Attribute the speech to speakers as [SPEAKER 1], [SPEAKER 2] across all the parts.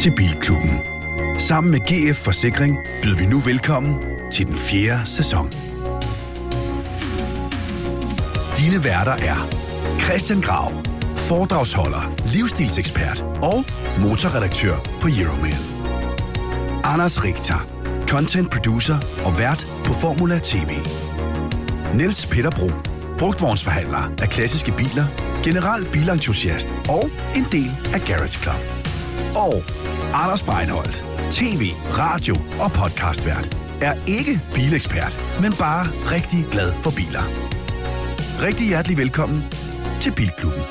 [SPEAKER 1] til Bilklubben. Sammen med GF Forsikring byder vi nu velkommen til den fjerde sæson. Dine værter er Christian Grav, foredragsholder, livsstilsekspert og motorredaktør på Euroman. Anders Richter, content producer og vært på Formula TV. Niels Peter Bro, brugtvognsforhandler af klassiske biler, general bilentusiast og en del af Garage Club. Og Anders Breinholt, tv, radio og podcastvært, er ikke bilekspert, men bare rigtig glad for biler. Rigtig hjertelig velkommen til Bilklubben.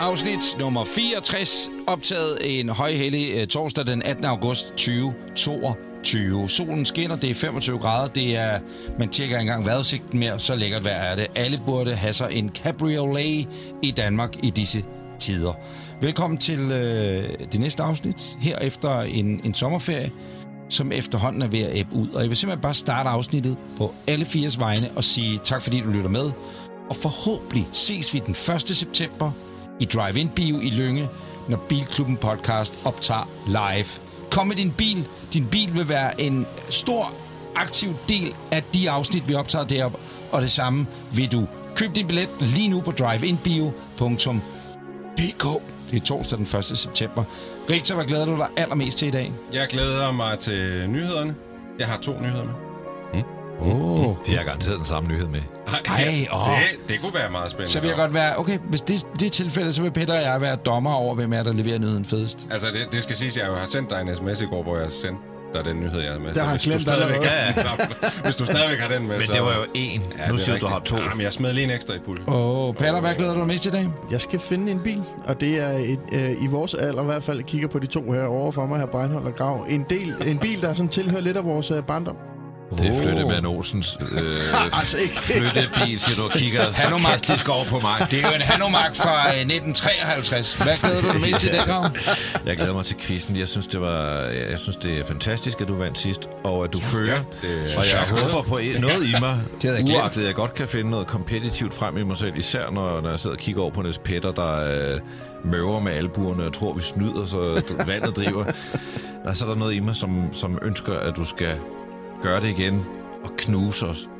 [SPEAKER 2] Afsnit nummer 64, optaget en højhellig øh, torsdag den 18. august 2022. Solen skinner, det er 25 grader, det er, man tjekker ikke engang vejrudsigten mere, så lækkert vejr er det. Alle burde have sig en cabriolet i Danmark i disse tider. Velkommen til øh, det næste afsnit, her efter en, en sommerferie, som efterhånden er ved at æbbe ud. Og jeg vil simpelthen bare starte afsnittet på alle fires vegne og sige tak, fordi du lytter med. Og forhåbentlig ses vi den 1. september i Drive-In Bio i Lønge, når Bilklubben Podcast optager live. Kom med din bil. Din bil vil være en stor, aktiv del af de afsnit, vi optager deroppe. Og det samme vil du. Køb din billet lige nu på driveinbio.dk. Det er torsdag den 1. september. Rigtig, hvad glæder du dig allermest til i dag?
[SPEAKER 3] Jeg glæder mig til nyhederne. Jeg har to nyheder med.
[SPEAKER 4] Hmm?
[SPEAKER 2] Oh.
[SPEAKER 4] De har garanteret den samme nyhed med.
[SPEAKER 2] Ej, åh.
[SPEAKER 3] det, det kunne være meget spændende.
[SPEAKER 2] Så vil jeg godt være, okay, hvis det, det er tilfældet, så vil Peter og jeg være dommer over, hvem er der leverer nyheden fedest.
[SPEAKER 3] Altså, det, det skal siges, at jeg har sendt dig en sms i går, hvor jeg sendte dig den nyhed, jeg havde med.
[SPEAKER 5] Der
[SPEAKER 3] Så
[SPEAKER 5] har
[SPEAKER 3] hvis
[SPEAKER 5] jeg
[SPEAKER 3] du
[SPEAKER 5] glemt
[SPEAKER 3] stadigvæk
[SPEAKER 5] allerede.
[SPEAKER 3] har den knap- Hvis du stadigvæk har den med,
[SPEAKER 4] Men
[SPEAKER 3] så...
[SPEAKER 4] det var jo én.
[SPEAKER 3] Ja,
[SPEAKER 4] nu
[SPEAKER 3] det er
[SPEAKER 4] siger du, du har
[SPEAKER 3] rigtigt.
[SPEAKER 4] to.
[SPEAKER 3] Jamen, jeg smed lige en ekstra i puljen.
[SPEAKER 2] Åh, oh, Peter, hvad glæder du dig mest til i dag?
[SPEAKER 5] Jeg skal finde en bil, og det er et, øh, i vores alder i hvert fald, kigger på de to her over for mig, her Breinholt og Grav. En, del, en bil, der sådan tilhører lidt af vores øh, barndom.
[SPEAKER 4] Det er flyttemand Olsens øh,
[SPEAKER 5] Altså ikke.
[SPEAKER 4] flyttebil, siger du og kigger sarkastisk over på mig.
[SPEAKER 2] Det er jo en Hanomag fra øh, 1953. Hvad glæder du dig mest til i dag, Grav?
[SPEAKER 4] Jeg glæder mig til quizzen. Jeg synes, det var, jeg synes, det er fantastisk, at du vandt sidst, og at du fører.
[SPEAKER 3] det-
[SPEAKER 4] og jeg håber på et- noget i mig,
[SPEAKER 2] havde jeg glemt.
[SPEAKER 4] uagtet jeg godt kan finde noget kompetitivt frem i mig selv, især når, når jeg sidder og kigger over på Niels Petter, der øh, møver med albuerne og tror, vi snyder, så vandet driver. Der er så der noget i mig, som, som ønsker, at du skal gøre det igen og knuse os. Det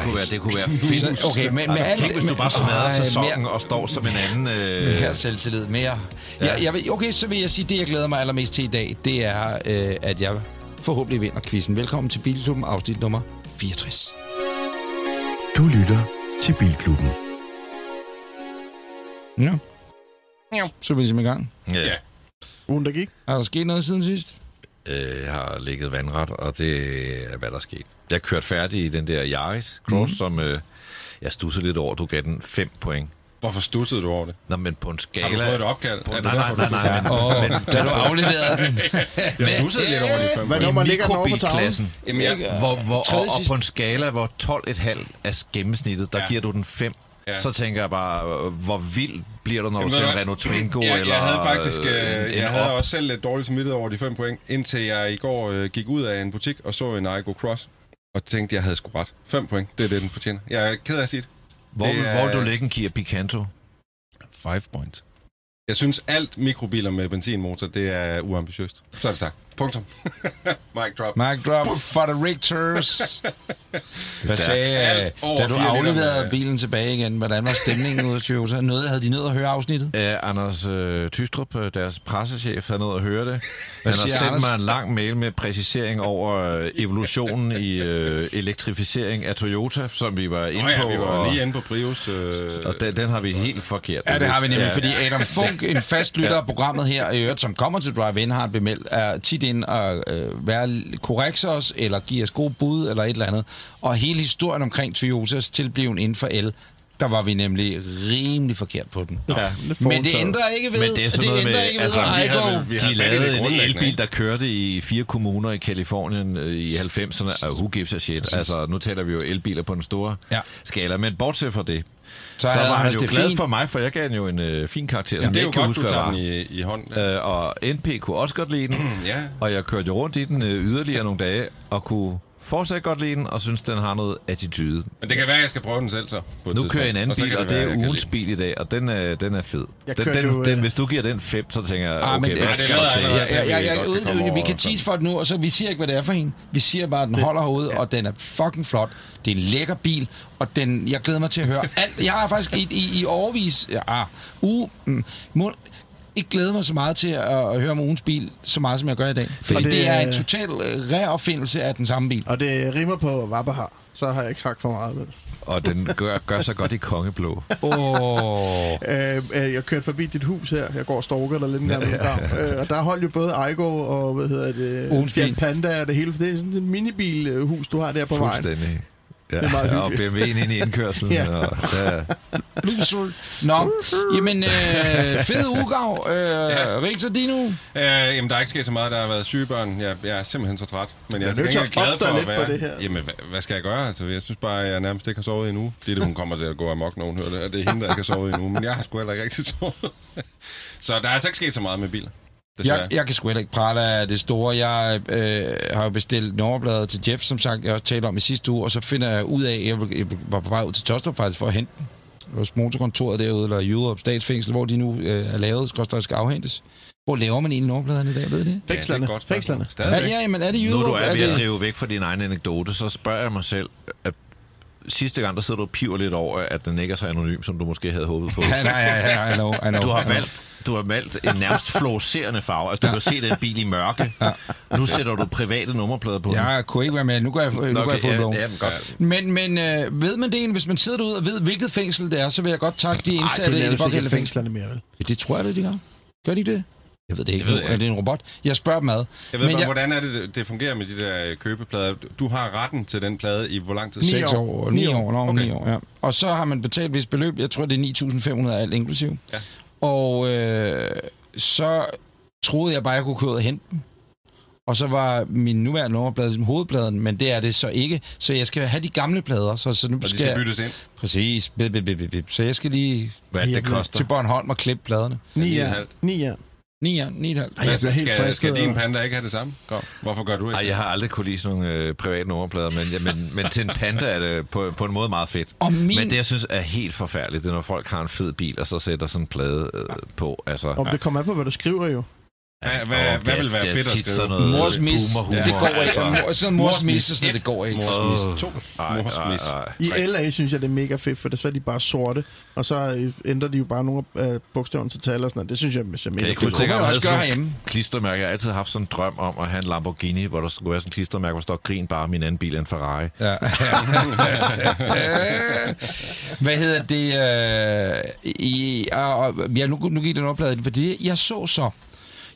[SPEAKER 4] kunne være, det kunne være fedt.
[SPEAKER 2] Så- okay, men- men alt-
[SPEAKER 4] tænk, hvis du
[SPEAKER 2] men-
[SPEAKER 4] bare smadrer
[SPEAKER 2] Ej,
[SPEAKER 4] sæsonen
[SPEAKER 2] mere-
[SPEAKER 4] og står som en anden... Øh,
[SPEAKER 2] Mere selvtillid, mere. Ja. Jeg, jeg vil, okay, så vil jeg sige, det jeg glæder mig allermest til i dag, det er, øh, at jeg forhåbentlig vinder quizzen. Velkommen til Bilklubben, afsnit nummer 64.
[SPEAKER 1] Du lytter til Bilklubben.
[SPEAKER 2] Ja. Så er vi ligesom i gang.
[SPEAKER 4] ja.
[SPEAKER 5] Ugen, der gik.
[SPEAKER 2] Er der sket noget siden sidst?
[SPEAKER 4] øh, har ligget vandret, og det er, hvad der skete. Jeg kørte færdig i den der Yaris Cross, mm. som øh, jeg stussede lidt over. Du gav den 5 point.
[SPEAKER 3] Hvorfor stussede du over det?
[SPEAKER 4] Nå, men på en skala...
[SPEAKER 3] Har du fået et opkald?
[SPEAKER 4] På,
[SPEAKER 3] Er
[SPEAKER 4] nej,
[SPEAKER 3] det
[SPEAKER 4] nej,
[SPEAKER 3] derfor,
[SPEAKER 4] nej,
[SPEAKER 3] du
[SPEAKER 4] nej, men,
[SPEAKER 2] Åh,
[SPEAKER 4] men
[SPEAKER 2] da du afleverede den.
[SPEAKER 3] Jeg stussede lidt over de fem
[SPEAKER 5] Hvad
[SPEAKER 3] point.
[SPEAKER 5] nummer ligger den over på tavlen?
[SPEAKER 4] mikrobilklassen,
[SPEAKER 3] Jamen, jeg,
[SPEAKER 4] hvor, hvor, og,
[SPEAKER 2] Tredje
[SPEAKER 4] og
[SPEAKER 2] sidste.
[SPEAKER 4] på en skala, hvor 12,5 er gennemsnittet, der
[SPEAKER 3] Ja.
[SPEAKER 4] ja. giver du den 5.
[SPEAKER 3] Ja.
[SPEAKER 4] Ja. Så tænker jeg bare, øh, hvor vild bliver du, når du
[SPEAKER 3] Jamen, ved
[SPEAKER 4] ser
[SPEAKER 3] hvad?
[SPEAKER 4] Renault Twingo
[SPEAKER 3] jeg,
[SPEAKER 4] eller
[SPEAKER 3] jeg havde faktisk,
[SPEAKER 4] øh,
[SPEAKER 3] øh,
[SPEAKER 4] en, en
[SPEAKER 3] jeg havde
[SPEAKER 4] Op?
[SPEAKER 3] også selv lidt dårligt smittet over de fem point, indtil jeg i går øh, gik ud af en butik og så en Aigo Cross, og tænkte, jeg havde sgu ret. Fem point, det er det, den fortjener. Jeg er ked af at sige det.
[SPEAKER 4] Hvor,
[SPEAKER 3] det er-
[SPEAKER 4] hvor vil du lægge en Kia Picanto?
[SPEAKER 3] Five points. Jeg synes, alt mikrobiler med benzinmotor, det er uambitiøst. Så er det sagt. Punktum. Mic drop.
[SPEAKER 2] Mark drop for the Richters. Hvad sagde,
[SPEAKER 3] Alt over
[SPEAKER 2] da du
[SPEAKER 3] fire liter,
[SPEAKER 2] afleverede
[SPEAKER 3] mand.
[SPEAKER 2] bilen tilbage igen, hvordan var stemningen ude af Toyota? Noget, havde de nødt at høre afsnittet?
[SPEAKER 4] Uh, Anders uh, Tystrup, øh, deres pressechef, havde noget at høre det. Han har
[SPEAKER 2] siger
[SPEAKER 4] sendt
[SPEAKER 2] Anders?
[SPEAKER 4] mig en lang mail med præcisering over uh, evolutionen i uh, elektrificering af Toyota, som vi var inde
[SPEAKER 3] Nå ja,
[SPEAKER 4] på.
[SPEAKER 3] vi var
[SPEAKER 4] og,
[SPEAKER 3] lige inde på Prius. Øh,
[SPEAKER 4] og den, den har vi helt forkert.
[SPEAKER 2] Ja, det har vi nemlig,
[SPEAKER 4] Ja.
[SPEAKER 2] ja. fordi Adam Funk, en fast lytter af programmet her, i øvrigt, som kommer til Drive-In, har bemeldt, er tit ind og øh, være korrekt os, eller give os gode bud, eller et eller andet. Og hele historien omkring Toyotas tilbliven inden for el, der var vi nemlig rimelig forkert på den. Ja, men det
[SPEAKER 5] forudtaget.
[SPEAKER 2] ændrer ikke ved,
[SPEAKER 4] Men det er sådan noget
[SPEAKER 2] ændrer
[SPEAKER 4] med,
[SPEAKER 2] ikke ved,
[SPEAKER 4] altså,
[SPEAKER 2] at
[SPEAKER 4] vi
[SPEAKER 2] Igo-
[SPEAKER 4] havde,
[SPEAKER 3] vi
[SPEAKER 4] vi
[SPEAKER 3] har
[SPEAKER 4] de
[SPEAKER 3] fat i det
[SPEAKER 4] lavede en
[SPEAKER 3] grundlæggende,
[SPEAKER 4] elbil,
[SPEAKER 3] ikke?
[SPEAKER 4] der kørte i fire kommuner i Kalifornien øh, i 90'erne, og who gives a shit? Altså, nu taler vi jo elbiler på den store
[SPEAKER 2] Ja.
[SPEAKER 4] ja. skala, men bortset fra det, så,
[SPEAKER 2] havde
[SPEAKER 4] var han
[SPEAKER 2] Anders altså
[SPEAKER 4] jo
[SPEAKER 2] det
[SPEAKER 4] glad
[SPEAKER 2] fint.
[SPEAKER 4] for mig, for jeg gav han jo en øh, fin karakter, som
[SPEAKER 3] det
[SPEAKER 4] jeg
[SPEAKER 3] er jo
[SPEAKER 4] ikke kan
[SPEAKER 3] godt,
[SPEAKER 4] huske,
[SPEAKER 3] du
[SPEAKER 4] hvad
[SPEAKER 3] tager
[SPEAKER 4] var.
[SPEAKER 3] den i, i hånden.
[SPEAKER 4] Øh, og NP kunne også godt lide den.
[SPEAKER 3] ja.
[SPEAKER 4] Og jeg kørte jo rundt i den øh, yderligere nogle dage, og kunne fortsat godt lide den, og synes, den har noget attitude.
[SPEAKER 3] Men det kan være, at jeg skal prøve den selv så. På et
[SPEAKER 4] Nu
[SPEAKER 3] tidspunkt.
[SPEAKER 4] kører jeg en anden
[SPEAKER 3] så
[SPEAKER 4] bil,
[SPEAKER 3] kan
[SPEAKER 4] og det
[SPEAKER 3] være,
[SPEAKER 4] er
[SPEAKER 3] jeg kan
[SPEAKER 4] ugens
[SPEAKER 3] lide
[SPEAKER 4] bil i dag, og den, øh, den er fed.
[SPEAKER 5] Jeg
[SPEAKER 4] Den,
[SPEAKER 5] kørte
[SPEAKER 4] den,
[SPEAKER 5] jo, øh,
[SPEAKER 4] den, hvis du giver den 5, så tænker jeg, okay,
[SPEAKER 2] Ah, men,
[SPEAKER 4] hvad
[SPEAKER 2] ja, det
[SPEAKER 4] skal
[SPEAKER 2] lader
[SPEAKER 4] der
[SPEAKER 3] jeg
[SPEAKER 4] til?
[SPEAKER 3] allerede.
[SPEAKER 2] Jeg, jeg, jeg, jeg,
[SPEAKER 3] Godt, det
[SPEAKER 2] uden,
[SPEAKER 3] kommer
[SPEAKER 2] uden, vi
[SPEAKER 3] over
[SPEAKER 2] kan tease for den nu, og så vi siger ikke, hvad det er for en. Vi siger bare, at den holder hovedet, og den er fucking flot. Det er en lækker bil, og den, jeg glæder mig til at høre alt. Jeg har faktisk i, i, i overvis, ja, uge, mm, må, ikke glæder mig så meget til at, at høre om ugens bil, så meget som jeg gør i dag. Fordi det,
[SPEAKER 5] det
[SPEAKER 2] det er en
[SPEAKER 5] er-
[SPEAKER 2] total øh, reopfindelse af den samme bil.
[SPEAKER 5] Og det rimer på Vabahar. Så har jeg ikke sagt for meget. Vel?
[SPEAKER 4] Og den gør, gør sig godt i kongeblå.
[SPEAKER 2] Åh,
[SPEAKER 5] Øh, øh, jeg kørte forbi dit hus her. Jeg går og stalker dig lidt en gang. Ja, øh, og der holdt jo både Igo og hvad hedder det,
[SPEAKER 2] Ugens
[SPEAKER 5] Fiat
[SPEAKER 2] bil.
[SPEAKER 5] Panda og det hele. For det er sådan en minibilhus, du har der på vejen.
[SPEAKER 4] Fuldstændig. Ja,
[SPEAKER 5] Det er meget
[SPEAKER 4] og BMW'en ind i indkørselen.
[SPEAKER 5] Ja.
[SPEAKER 4] ja. Og, ja.
[SPEAKER 2] loser. Nå, jamen, øh, fed ugegav. Øh, ja. Rigtig din uge.
[SPEAKER 3] Øh, jamen, der er ikke sket så meget. Der har været syge børn. Jeg, jeg er simpelthen så træt. Men jeg er
[SPEAKER 5] nødt
[SPEAKER 3] til
[SPEAKER 5] til at
[SPEAKER 3] gengæld glad
[SPEAKER 5] opdage
[SPEAKER 3] for at
[SPEAKER 5] lidt
[SPEAKER 3] være...
[SPEAKER 5] på det her.
[SPEAKER 3] Jamen, hvad, hvad skal jeg gøre? Altså, jeg synes bare, at jeg nærmest ikke har sovet endnu. Det er det, hun kommer til at gå amok, når hun hører det. Og det er hende, der ikke har sovet endnu. Men jeg har sgu heller ikke rigtig sovet. så der er altså ikke sket så meget med biler. Desværre.
[SPEAKER 2] Jeg, jeg kan sgu heller ikke prale af det store. Jeg øh, har jo bestilt nummerplader til Jeff, som sagt, jeg også talte om i sidste uge, og så finder jeg ud af, at jeg, vil- jeg var på vej ud til Tostrup faktisk for at hente den hos motorkontoret derude, eller Jyderup Statsfængsel, hvor de nu øh, er lavet, skal også skal afhentes. Hvor laver man egentlig nummerpladerne i dag, ved I det?
[SPEAKER 3] Ja, det er et
[SPEAKER 5] Fængslerne.
[SPEAKER 3] godt spørgsmål.
[SPEAKER 5] Fængslerne.
[SPEAKER 3] Stadigvæk.
[SPEAKER 2] Ja, ja, men er det
[SPEAKER 4] Nu
[SPEAKER 2] Jyderup?
[SPEAKER 4] du er ved at
[SPEAKER 2] det...
[SPEAKER 4] drive væk fra din egen anekdote, så spørger jeg mig selv, at sidste gang, der sidder du og piver lidt over, at den ikke er så anonym, som du måske havde håbet på.
[SPEAKER 2] Ja, nej, ja, ja, I know, I know,
[SPEAKER 4] Du
[SPEAKER 2] I
[SPEAKER 4] har
[SPEAKER 2] know.
[SPEAKER 4] valgt, du har valgt en nærmest fluorescerende farve. Altså, du kan se den bil i mørke. Nu sætter du private nummerplader på den.
[SPEAKER 2] Jeg kunne ikke være med. Nu går jeg, nu går jeg full blown.
[SPEAKER 4] ja, ja, men godt.
[SPEAKER 2] Men, men øh, ved man det egentlig, hvis man sidder derude og ved, hvilket fængsel det er, så vil jeg godt takke de
[SPEAKER 5] det
[SPEAKER 2] indsatte i
[SPEAKER 5] lader
[SPEAKER 2] det
[SPEAKER 5] vist ikke
[SPEAKER 2] pågældende fængsel.
[SPEAKER 5] fængslerne mere, vel?
[SPEAKER 2] Ja, det tror jeg, det de gør. Gør de ikke det? Jeg ved det ikke.
[SPEAKER 3] ved jeg
[SPEAKER 2] er det en robot? Jeg spørger dem ad.
[SPEAKER 3] Jeg ved
[SPEAKER 2] Men
[SPEAKER 3] bare, hvordan er det, det fungerer med de der øh, købeplader. Du har retten til den plade i hvor lang tid?
[SPEAKER 5] Ni
[SPEAKER 2] 6
[SPEAKER 5] år.
[SPEAKER 2] år.
[SPEAKER 5] Ni
[SPEAKER 2] 9 år, nå,
[SPEAKER 3] Okay.
[SPEAKER 2] okay. 9 år ja. Og så har man betalt et vist beløb. Jeg tror, det er 9.500 alt inklusiv.
[SPEAKER 3] Ja.
[SPEAKER 2] Og øh, så troede jeg bare, jeg kunne køre ud og hente dem. Og så var min nuværende nummerplade som hovedpladen, men det er det så ikke. Så jeg skal have de gamle plader. Så, så nu
[SPEAKER 3] Og de
[SPEAKER 2] skal
[SPEAKER 3] skal
[SPEAKER 2] jeg...
[SPEAKER 3] byttes ind.
[SPEAKER 2] Præcis. Bip, bip, bip, bip, bip. Så jeg skal lige
[SPEAKER 4] Hvad det koster.
[SPEAKER 2] til Bornholm og klippe pladerne.
[SPEAKER 5] Ni
[SPEAKER 3] ni og en
[SPEAKER 5] jern.
[SPEAKER 3] halv.
[SPEAKER 5] Ni jern.
[SPEAKER 2] 9 år, 9,5.
[SPEAKER 5] Ej, jeg bliver helt
[SPEAKER 3] skal,
[SPEAKER 5] fristet.
[SPEAKER 3] skal din
[SPEAKER 5] og-
[SPEAKER 3] panda ikke have det samme? Kom. Hvorfor gør du ikke?
[SPEAKER 4] Ej, jeg har aldrig kunne lide sådan nogle øh, private nummerplader, men, ja, men, men til en panda er det på, på en måde meget fedt.
[SPEAKER 2] Og min-
[SPEAKER 4] Men det, jeg synes er helt forfærdeligt, det er, når folk har en fed bil, og så sætter sådan en plade øh, på. Altså,
[SPEAKER 5] Om det kommer an på, hvad du skriver jo.
[SPEAKER 3] Hvad- hvad-
[SPEAKER 4] Åh,
[SPEAKER 3] hvad
[SPEAKER 4] det-
[SPEAKER 3] vil være
[SPEAKER 4] det er
[SPEAKER 3] fedt at
[SPEAKER 4] tit
[SPEAKER 3] skrive?
[SPEAKER 4] Sådan noget
[SPEAKER 2] Mors mis,
[SPEAKER 4] boomerhumor,
[SPEAKER 2] det går ikke.
[SPEAKER 4] altså.
[SPEAKER 2] Sådan mor- Sådan mors mis, og sådan noget, det går ikke.
[SPEAKER 3] Morsmis.
[SPEAKER 4] Åh.
[SPEAKER 3] To.
[SPEAKER 4] Ej,
[SPEAKER 3] Morsmis.
[SPEAKER 4] ej, ej.
[SPEAKER 5] I LA synes jeg, det er mega fedt, for så er de bare sorte, og så øh, ændrer de jo bare nogle af øh, bogstaverne til tal og sådan noget. Det synes jeg, jeg er mega
[SPEAKER 4] Kan jeg
[SPEAKER 5] fedt.
[SPEAKER 4] ikke huske,
[SPEAKER 2] kunne man
[SPEAKER 4] dengang
[SPEAKER 2] jo
[SPEAKER 4] jeg
[SPEAKER 2] også
[SPEAKER 4] havde
[SPEAKER 2] gøre
[SPEAKER 4] sådan
[SPEAKER 2] herhjemme.
[SPEAKER 4] klistermærke. Jeg har altid haft sådan en drøm om at have en Lamborghini, hvor der skulle være sådan en klistermærke, hvor der står grin bare, min anden bil er en Ferrari.
[SPEAKER 2] Ja. Hvad hedder det? Øh, i, og, og, ja, nu, nu gik den opladning, fordi jeg så så,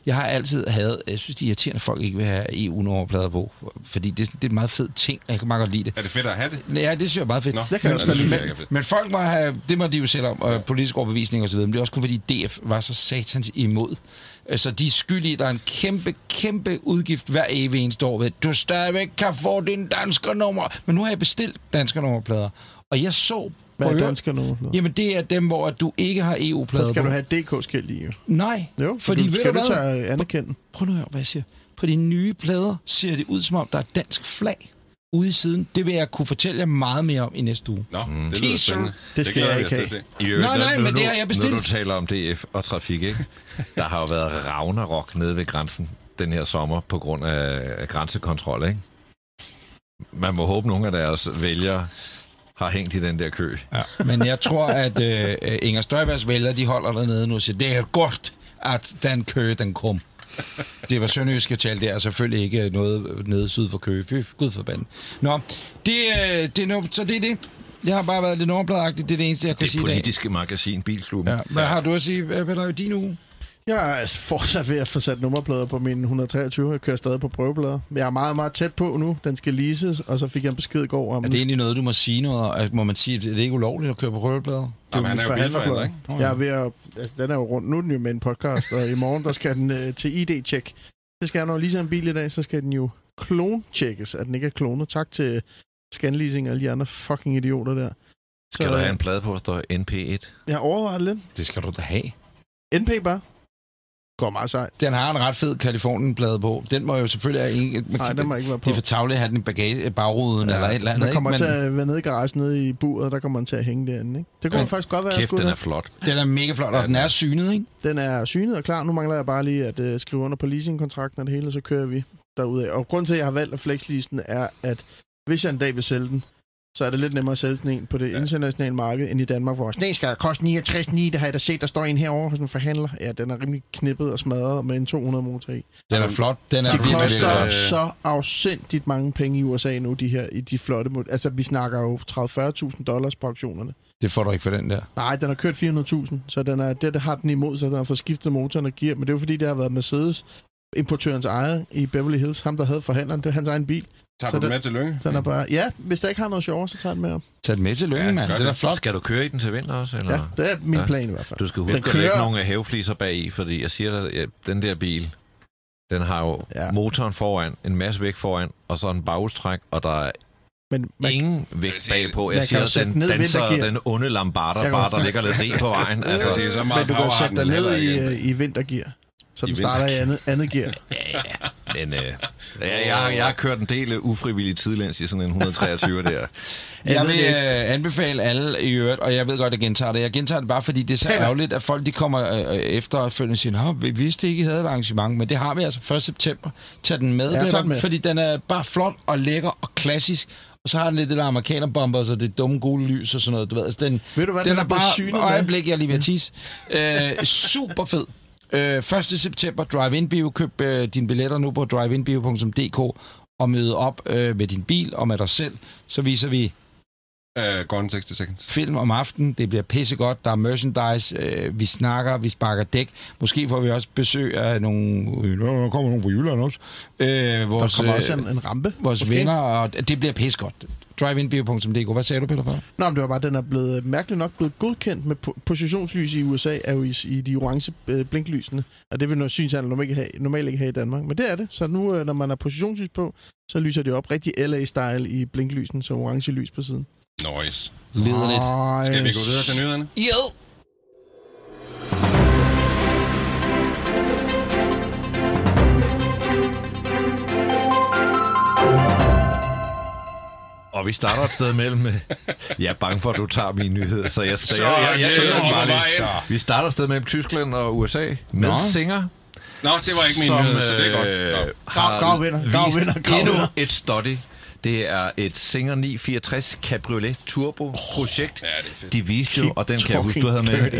[SPEAKER 2] jeg har altid havde, jeg synes, det er irriterende, at folk ikke vil have EU-nummerplader på, fordi det, er sådan- det er en meget fed ting, og jeg kan meget godt lide det.
[SPEAKER 3] Er det fedt at have det?
[SPEAKER 2] Ja, det synes jeg er meget fedt.
[SPEAKER 3] Nå,
[SPEAKER 5] Jeg kan
[SPEAKER 3] ja,
[SPEAKER 5] også
[SPEAKER 3] det
[SPEAKER 5] godt
[SPEAKER 3] synes
[SPEAKER 5] lide-
[SPEAKER 3] jeg ikke er fedt.
[SPEAKER 2] Men folk må have, det må de jo selv om, øh, politisk overbevisning osv., men det er også kun fordi DF var så satans imod. Øh, Så de er skyldige, der er en kæmpe, kæmpe udgift hver evig eneste år ved, du stadigvæk kan få din danskernummer. Men nu har jeg bestilt danskernummerplader, og jeg så...
[SPEAKER 5] Hvad
[SPEAKER 2] på
[SPEAKER 5] er
[SPEAKER 2] øvrigt-
[SPEAKER 5] dansker nu?
[SPEAKER 2] Jamen, det er dem, hvor at du ikke har EU-plader
[SPEAKER 5] Så skal
[SPEAKER 2] på.
[SPEAKER 5] du have et DK-skilt i, jo.
[SPEAKER 2] Nej,
[SPEAKER 5] Jo,
[SPEAKER 2] fordi
[SPEAKER 5] fordi du,
[SPEAKER 2] ved
[SPEAKER 5] skal
[SPEAKER 2] du
[SPEAKER 5] du
[SPEAKER 2] hvad?
[SPEAKER 5] tage øh, anerkende.
[SPEAKER 2] prøv nu at høre, hvad jeg siger. På de nye plader ser det ud, som om der er et dansk flag ude i siden. Det vil jeg kunne fortælle jer meget mere om i næste uge.
[SPEAKER 3] Nå, det lyder
[SPEAKER 2] T-shirt.
[SPEAKER 3] spændende.
[SPEAKER 5] Det skal
[SPEAKER 3] glæder
[SPEAKER 5] jeg
[SPEAKER 3] vi
[SPEAKER 5] ikke
[SPEAKER 3] os til at
[SPEAKER 4] I øvrigt,
[SPEAKER 2] Nej,
[SPEAKER 4] når-
[SPEAKER 2] nej,
[SPEAKER 4] når
[SPEAKER 2] men det
[SPEAKER 4] du-
[SPEAKER 2] har jeg bestilt.
[SPEAKER 4] Når du taler om DF og trafik, ikke? Der har jo været ragnarok nede ved grænsen den her sommer på grund af af grænsekontrol, ikke? Man må håbe, nogle af deres vælgere har hængt i den der kø.
[SPEAKER 2] Men jeg tror, at øh, øh, Inger Støjbergs vælgere, de holder dernede nu og siger, det er godt, at den kø, den kom. Det var sønderjyske tal der, og selvfølgelig ikke noget nede syd for Køge. Fy, gud forbandet. Nå, det, øh, det, er nu, så det er det. Jeg har bare været lidt overbladagtig. Det er det eneste, jeg kan
[SPEAKER 4] Det
[SPEAKER 2] sige i dag.
[SPEAKER 4] politiske magasin Bilklubben.
[SPEAKER 2] Ja. Hvad har du at sige, øh, Peter, i din uge?
[SPEAKER 5] Jeg er altså fortsat ved at få sat nummerplader på min 123. Jeg kører stadig på prøveplader. Men Jeg er meget, meget tæt på nu. Den skal leases, og så fik jeg en besked i går om...
[SPEAKER 2] Er det egentlig noget, du må sige noget? Altså, Må man sige, at det er ikke ulovligt at køre på rødblader?
[SPEAKER 5] det
[SPEAKER 3] Jamen, han
[SPEAKER 5] min
[SPEAKER 3] er jo
[SPEAKER 5] forhandlerplade.
[SPEAKER 3] bilforhandler, ikke?
[SPEAKER 2] Nå, ja.
[SPEAKER 5] Jeg er ved at... Altså, den er jo rundt nu, er den jo med en podcast, og i morgen, der skal den øh, til ID-tjek. Så skal jeg, når jeg leaser en bil i dag, så skal den jo klontjekkes, at den ikke er klonet. Tak til Scanleasing og alle de andre fucking idioter der. øh,
[SPEAKER 4] Skal der have en plade på, der står NP1?
[SPEAKER 5] Jeg overvejer det lidt.
[SPEAKER 2] Det skal du da have.
[SPEAKER 5] NP bare. sgu meget sejt.
[SPEAKER 2] Den har en ret fed Kalifornien-plade på. Den må jo selvfølgelig... have en- Man,
[SPEAKER 5] Nej, den må ikke være på.
[SPEAKER 2] Det er for tavle at have den i bagage, bagruden ja, eller et eller andet.
[SPEAKER 5] Man kommer
[SPEAKER 2] ikke?
[SPEAKER 5] til at være nede i garagen, nede i buret, der kommer man til at hænge derinde. Ikke? Det kunne ja. faktisk godt være,
[SPEAKER 4] Kæft,
[SPEAKER 5] at
[SPEAKER 4] den er flot.
[SPEAKER 2] den er mega flot, og den er synet, ikke?
[SPEAKER 5] den er synet og klar. Nu mangler jeg bare lige at øh, skrive under på leasingkontrakten og det hele, og så kører vi derudad. Og grunden til, at jeg har valgt at flexleasen, er, at hvis jeg en dag vil sælge den, så er det lidt nemmere at sælge den en på det ja. internationale marked, end i Danmark, hvor sådan en skal koste 69,9, det har jeg da set, der står en herovre hos en forhandler. Ja, den er rimelig knippet og smadret med en 200 motor i.
[SPEAKER 2] Den er flot. Den er
[SPEAKER 5] Det
[SPEAKER 2] virkelig
[SPEAKER 5] koster
[SPEAKER 2] flot.
[SPEAKER 3] øh,
[SPEAKER 5] så afsindigt mange penge i USA nu, de her i de flotte mod- Altså, vi snakker jo 30-40.000 dollars på auktionerne.
[SPEAKER 2] Det får du ikke for den der.
[SPEAKER 5] Nej, den har kørt 400.000, så den er, det, det har den imod sig, den har fået skiftet motoren og gear, men det er jo fordi, det har været Mercedes importørens ejer i Beverly Hills, ham der havde forhandleren, det var hans egen bil.
[SPEAKER 3] Tager
[SPEAKER 5] Så
[SPEAKER 3] du den
[SPEAKER 5] den-
[SPEAKER 3] med til Lønge?
[SPEAKER 5] Så den er bare, ja, hvis der ikke har noget sjovere, så tager den med op.
[SPEAKER 2] Tag den med til Lønge, ja,
[SPEAKER 3] Ja,
[SPEAKER 2] mand.
[SPEAKER 3] gør
[SPEAKER 2] Den er
[SPEAKER 3] det.
[SPEAKER 2] flot.
[SPEAKER 4] Skal du køre i den til vinter også? Eller?
[SPEAKER 5] Ja, det er min
[SPEAKER 4] Ja.
[SPEAKER 5] plan i hvert fald.
[SPEAKER 4] Du
[SPEAKER 5] Den
[SPEAKER 4] skal huske at lægge
[SPEAKER 5] kører-
[SPEAKER 4] nogle af havefliser bagi, fordi jeg siger dig, at den der bil, den har jo
[SPEAKER 5] Ja.
[SPEAKER 4] ja. motoren foran, en masse væk foran, og så en bagstræk, og der er
[SPEAKER 5] Men man,
[SPEAKER 4] ingen væk
[SPEAKER 3] vil sige,
[SPEAKER 4] bagpå.
[SPEAKER 5] man
[SPEAKER 4] Altså, Jeg
[SPEAKER 5] kan
[SPEAKER 4] siger,
[SPEAKER 5] jo
[SPEAKER 4] at
[SPEAKER 5] sætte
[SPEAKER 4] den
[SPEAKER 5] ned
[SPEAKER 4] danser,
[SPEAKER 5] vintergear.
[SPEAKER 4] den onde lambarder
[SPEAKER 5] Jeg
[SPEAKER 4] bare,
[SPEAKER 5] kan-
[SPEAKER 4] der ligger lidt rig på vejen.
[SPEAKER 3] Jeg kan
[SPEAKER 4] Altså,
[SPEAKER 3] sige, så
[SPEAKER 5] men
[SPEAKER 3] meget
[SPEAKER 5] du kan jo
[SPEAKER 3] power har
[SPEAKER 5] sætte
[SPEAKER 3] den
[SPEAKER 5] dig ned
[SPEAKER 3] heller
[SPEAKER 5] i,
[SPEAKER 3] ikke.
[SPEAKER 5] øh, i vintergear, så
[SPEAKER 4] I
[SPEAKER 5] den starter i andet, andet gear.
[SPEAKER 4] ja, ja. Men øh, jeg, jeg, har- jeg har kørt en del øh, ufrivillige tidlæns i sådan en 123 der.
[SPEAKER 5] Jeg
[SPEAKER 2] Jeg
[SPEAKER 5] ved
[SPEAKER 2] vil
[SPEAKER 5] det
[SPEAKER 2] øh, anbefale alle i øvrigt, og jeg ved godt, at jeg gentager det. Jeg gentager det bare, fordi det er så ærgerligt, at folk de kommer øh, efterfølgende og siger, at vi vidste ikke, I havde et arrangement, men det har vi altså 1. september. Tag den med,
[SPEAKER 5] Ja, tag
[SPEAKER 2] Peter,
[SPEAKER 5] den med.
[SPEAKER 2] fordi den er bare flot og lækker og klassisk. Og så har den lidt det der amerikanerbomber, og så det dumme gule lys og sådan noget. Du ved, altså den,
[SPEAKER 5] Ved du hvad,
[SPEAKER 2] den,
[SPEAKER 5] den
[SPEAKER 2] er
[SPEAKER 5] er blevet
[SPEAKER 2] bare...
[SPEAKER 5] synet
[SPEAKER 2] Synet
[SPEAKER 5] med.
[SPEAKER 2] øjeblik, jeg er lige ved at tisse. Øh, super fed. Øh, 1. september, drive-in-bio. Køb øh, dine billetter nu på driveinbio.dk og møde op øh, med din bil og med dig selv. Så viser vi
[SPEAKER 3] Øh, Gone 60 seconds.
[SPEAKER 2] film om aftenen. Det bliver pissegodt. Der er merchandise. Øh, vi snakker. Vi sparker dæk. Måske får vi også besøg af nogle... Øh, Der kommer nogle fra Jylland også. Øh,
[SPEAKER 5] Der
[SPEAKER 2] vores,
[SPEAKER 5] kommer også
[SPEAKER 2] øh,
[SPEAKER 5] en, en rampe.
[SPEAKER 2] vores
[SPEAKER 5] måske.
[SPEAKER 2] venner. Og det bliver pissegodt. Driveinbio.dk. Hvad sagde du, Peter? Frederik?
[SPEAKER 5] Nå, men det var bare, den er blevet, øh, mærkeligt nok blevet godkendt med po- positionslys i USA, er jo i, i de orange øh, blinklysene, og det vil noget synshandel normalt ikke, have, normalt ikke have i Danmark, men det er det. Så nu, øh, når man har positionslys på, så lyser det op rigtig LA-style i blinklysen, så orange lys på siden.
[SPEAKER 3] Nice.
[SPEAKER 2] Leder lidt.
[SPEAKER 5] Ej,
[SPEAKER 3] Skal vi gå videre til nyhederne?
[SPEAKER 4] Og vi starter et sted mellem... øh, Jeg er bange for, at du tager mine nyheder, så jeg, så,
[SPEAKER 3] Så
[SPEAKER 4] jeg, jeg, jeg
[SPEAKER 3] det
[SPEAKER 4] tager dem
[SPEAKER 3] hopper
[SPEAKER 4] bare
[SPEAKER 3] bare
[SPEAKER 4] lidt.
[SPEAKER 3] ind.
[SPEAKER 4] Så. Vi starter et sted mellem Tyskland og USA med
[SPEAKER 2] Nå.
[SPEAKER 4] Singer,
[SPEAKER 3] Nå, det var ikke min nyhed, så det er godt.
[SPEAKER 4] øh,
[SPEAKER 3] Nå.
[SPEAKER 5] Grav- gravvinder,
[SPEAKER 4] vist
[SPEAKER 5] gravvinder, gravvinder.
[SPEAKER 4] endnu et study. Det er et Singer 964 Cabriolet Turbo projekt.
[SPEAKER 3] ja, det er fedt.
[SPEAKER 4] De viste jo, og den kan jeg huske, du havde med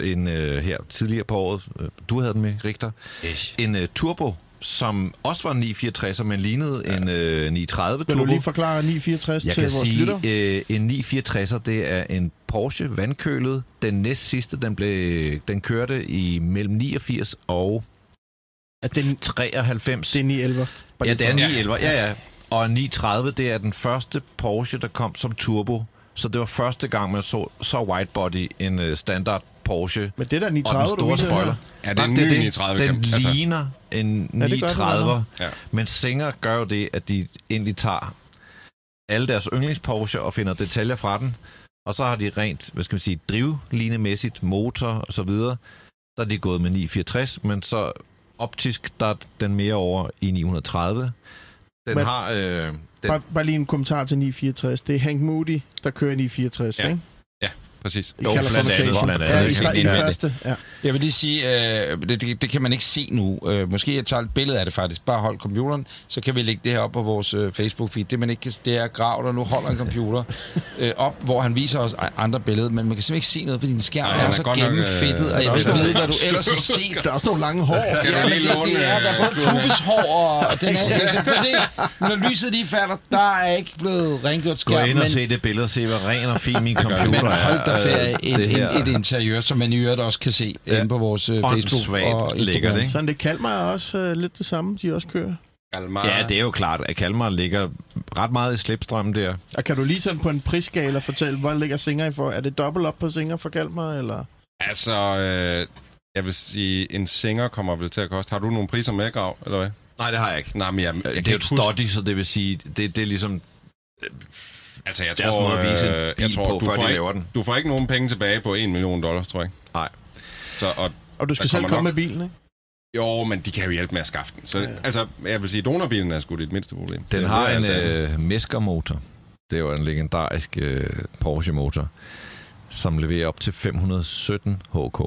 [SPEAKER 4] øh, en øh, her tidligere på året. Øh, Du havde den med, Richter.
[SPEAKER 3] Ish.
[SPEAKER 4] En øh, Turbo, som også var en 964, men lignede en øh, 930
[SPEAKER 5] Vil du
[SPEAKER 4] Turbo.
[SPEAKER 5] lige forklare 964
[SPEAKER 4] Jeg
[SPEAKER 5] til
[SPEAKER 4] kan
[SPEAKER 5] vores
[SPEAKER 4] sige,
[SPEAKER 5] lytter?
[SPEAKER 4] øh, en 964'er, det er en Porsche vandkølet. Den næst sidste, den, blev, den kørte i mellem 89 og
[SPEAKER 5] At den,
[SPEAKER 4] 93.
[SPEAKER 5] det er 911. Bare
[SPEAKER 4] ja,
[SPEAKER 5] lige
[SPEAKER 4] det er en
[SPEAKER 5] for-
[SPEAKER 4] 911. Ja, ja. Og en 930, det er den første Porsche, der kom som turbo. Så det var første gang, man så, så widebody en øh, standard Porsche.
[SPEAKER 5] Men det er da
[SPEAKER 4] og
[SPEAKER 5] 930,
[SPEAKER 4] den
[SPEAKER 5] du
[SPEAKER 4] store
[SPEAKER 5] viser
[SPEAKER 4] spoiler.
[SPEAKER 3] Ja,
[SPEAKER 5] her.
[SPEAKER 3] det er en
[SPEAKER 4] Nej,
[SPEAKER 3] ny
[SPEAKER 4] det.
[SPEAKER 3] 930,
[SPEAKER 4] Den
[SPEAKER 3] kan- altså.
[SPEAKER 4] ligner en
[SPEAKER 5] Ja, det gør den
[SPEAKER 4] 930.
[SPEAKER 3] Ja.
[SPEAKER 4] Men Singer gør jo det, at de egentlig tager alle deres yndlings Porsche og finder detaljer fra den. Og så har de rent, hvad skal man sige, drivlinemæssigt, motor og så videre. Der er de gået med 964, men så optisk, der er den mere over i 930. Den
[SPEAKER 5] Men-
[SPEAKER 4] men, har... Øh, den,
[SPEAKER 5] Bare, bare lige en kommentar til 964. Det er Hank Moody, der kører 964,
[SPEAKER 3] Ja.
[SPEAKER 5] ja. ikke?
[SPEAKER 3] Præcis.
[SPEAKER 5] I
[SPEAKER 4] Jo,
[SPEAKER 5] Californication.
[SPEAKER 4] blandt andet, blandt andet.
[SPEAKER 5] Ja, i,
[SPEAKER 4] Det kan
[SPEAKER 5] sta-
[SPEAKER 4] man
[SPEAKER 5] i
[SPEAKER 2] indvende.
[SPEAKER 5] første. Ja.
[SPEAKER 2] Jeg vil lige sige, øh, det, det, det kan man ikke se nu. Øh, måske jeg tager et billede af det faktisk. Bare hold computeren, så kan vi lægge det her op på vores øh, Facebook-feed. Det, man ikke kan, det er Grav, der nu holder en computer øh, op, hvor han viser os ej, andre billeder, men man kan simpelthen ikke se noget, fordi din skærm
[SPEAKER 3] Ej,
[SPEAKER 2] Ej,
[SPEAKER 3] han
[SPEAKER 2] er
[SPEAKER 3] er
[SPEAKER 2] så
[SPEAKER 3] godt nok, øh,
[SPEAKER 2] gennemfedtet,
[SPEAKER 3] han
[SPEAKER 2] og jeg
[SPEAKER 5] er
[SPEAKER 2] vil
[SPEAKER 5] også
[SPEAKER 2] vide, hvad du
[SPEAKER 3] støv.
[SPEAKER 2] ellers har set.
[SPEAKER 5] Der er også nogle lange hår.
[SPEAKER 3] Skal
[SPEAKER 2] Ja,
[SPEAKER 3] du
[SPEAKER 2] men
[SPEAKER 3] lige
[SPEAKER 2] det,
[SPEAKER 3] låne,
[SPEAKER 2] det er, der er
[SPEAKER 3] øh,
[SPEAKER 2] både
[SPEAKER 3] kluden af?
[SPEAKER 2] pubeshår og den her. Altså, prøv at se, når lyset lige falder, der er ikke blevet rengjort
[SPEAKER 4] gå
[SPEAKER 2] skærm,
[SPEAKER 4] ind og
[SPEAKER 2] men
[SPEAKER 4] se det billede og se, hvor ren og fin min computer
[SPEAKER 2] men
[SPEAKER 4] er.
[SPEAKER 2] hold da ferie,
[SPEAKER 4] Øh,
[SPEAKER 2] et,
[SPEAKER 4] det her
[SPEAKER 2] et, et interiør, som man i øvrigt også kan se ja. inde på vores øh, Facebook
[SPEAKER 4] Åndssvagt
[SPEAKER 2] og Instagram.
[SPEAKER 4] lækkert,
[SPEAKER 2] Ikke?
[SPEAKER 4] ikke?
[SPEAKER 5] Sådan det Kalmar er også øh, lidt det samme, de også kører.
[SPEAKER 3] Kalmar.
[SPEAKER 4] Ja, det er jo klart, at Kalmar ligger ret meget i slipstrømmen der.
[SPEAKER 5] Og kan du lige sådan på en prisskala fortælle, hvor ligger Singer i for? Er det dobbelt op på Singer for Kalmar, eller?
[SPEAKER 3] Altså, øh, jeg vil sige, en singer kommer vel til at koste. Har du nogle priser med, Grav, eller hvad?
[SPEAKER 4] Nej, det har jeg ikke.
[SPEAKER 3] Nej, men jeg, jeg,
[SPEAKER 4] Det
[SPEAKER 3] kan
[SPEAKER 4] er jo et
[SPEAKER 3] ikke huske-
[SPEAKER 4] study, så det vil sige, det, det er ligesom
[SPEAKER 3] Altså, jeg
[SPEAKER 4] deres
[SPEAKER 3] tror,
[SPEAKER 4] måde at vise en
[SPEAKER 3] øh,
[SPEAKER 4] bil på, før de laver den.
[SPEAKER 3] Du får ikke nogen penge tilbage på 1 million dollars, tror jeg.
[SPEAKER 4] Nej.
[SPEAKER 3] Så, og
[SPEAKER 5] Og du skal
[SPEAKER 3] Der
[SPEAKER 5] selv
[SPEAKER 3] kommer
[SPEAKER 5] komme
[SPEAKER 3] nok-
[SPEAKER 5] med bilen, ikke?
[SPEAKER 3] Jo, men de kan jo hjælpe med at skaffe den. Så ja,
[SPEAKER 5] Ja,
[SPEAKER 3] ja.
[SPEAKER 5] ja.
[SPEAKER 3] altså, jeg vil sige, donorbilen er sgu det mindste problem.
[SPEAKER 4] Den
[SPEAKER 3] Det
[SPEAKER 4] har
[SPEAKER 3] er
[SPEAKER 4] en
[SPEAKER 3] alt andet.
[SPEAKER 4] øh, Mesker-motor. Det var en legendarisk øh, Porsche-motor, som leverer op til 517 HK.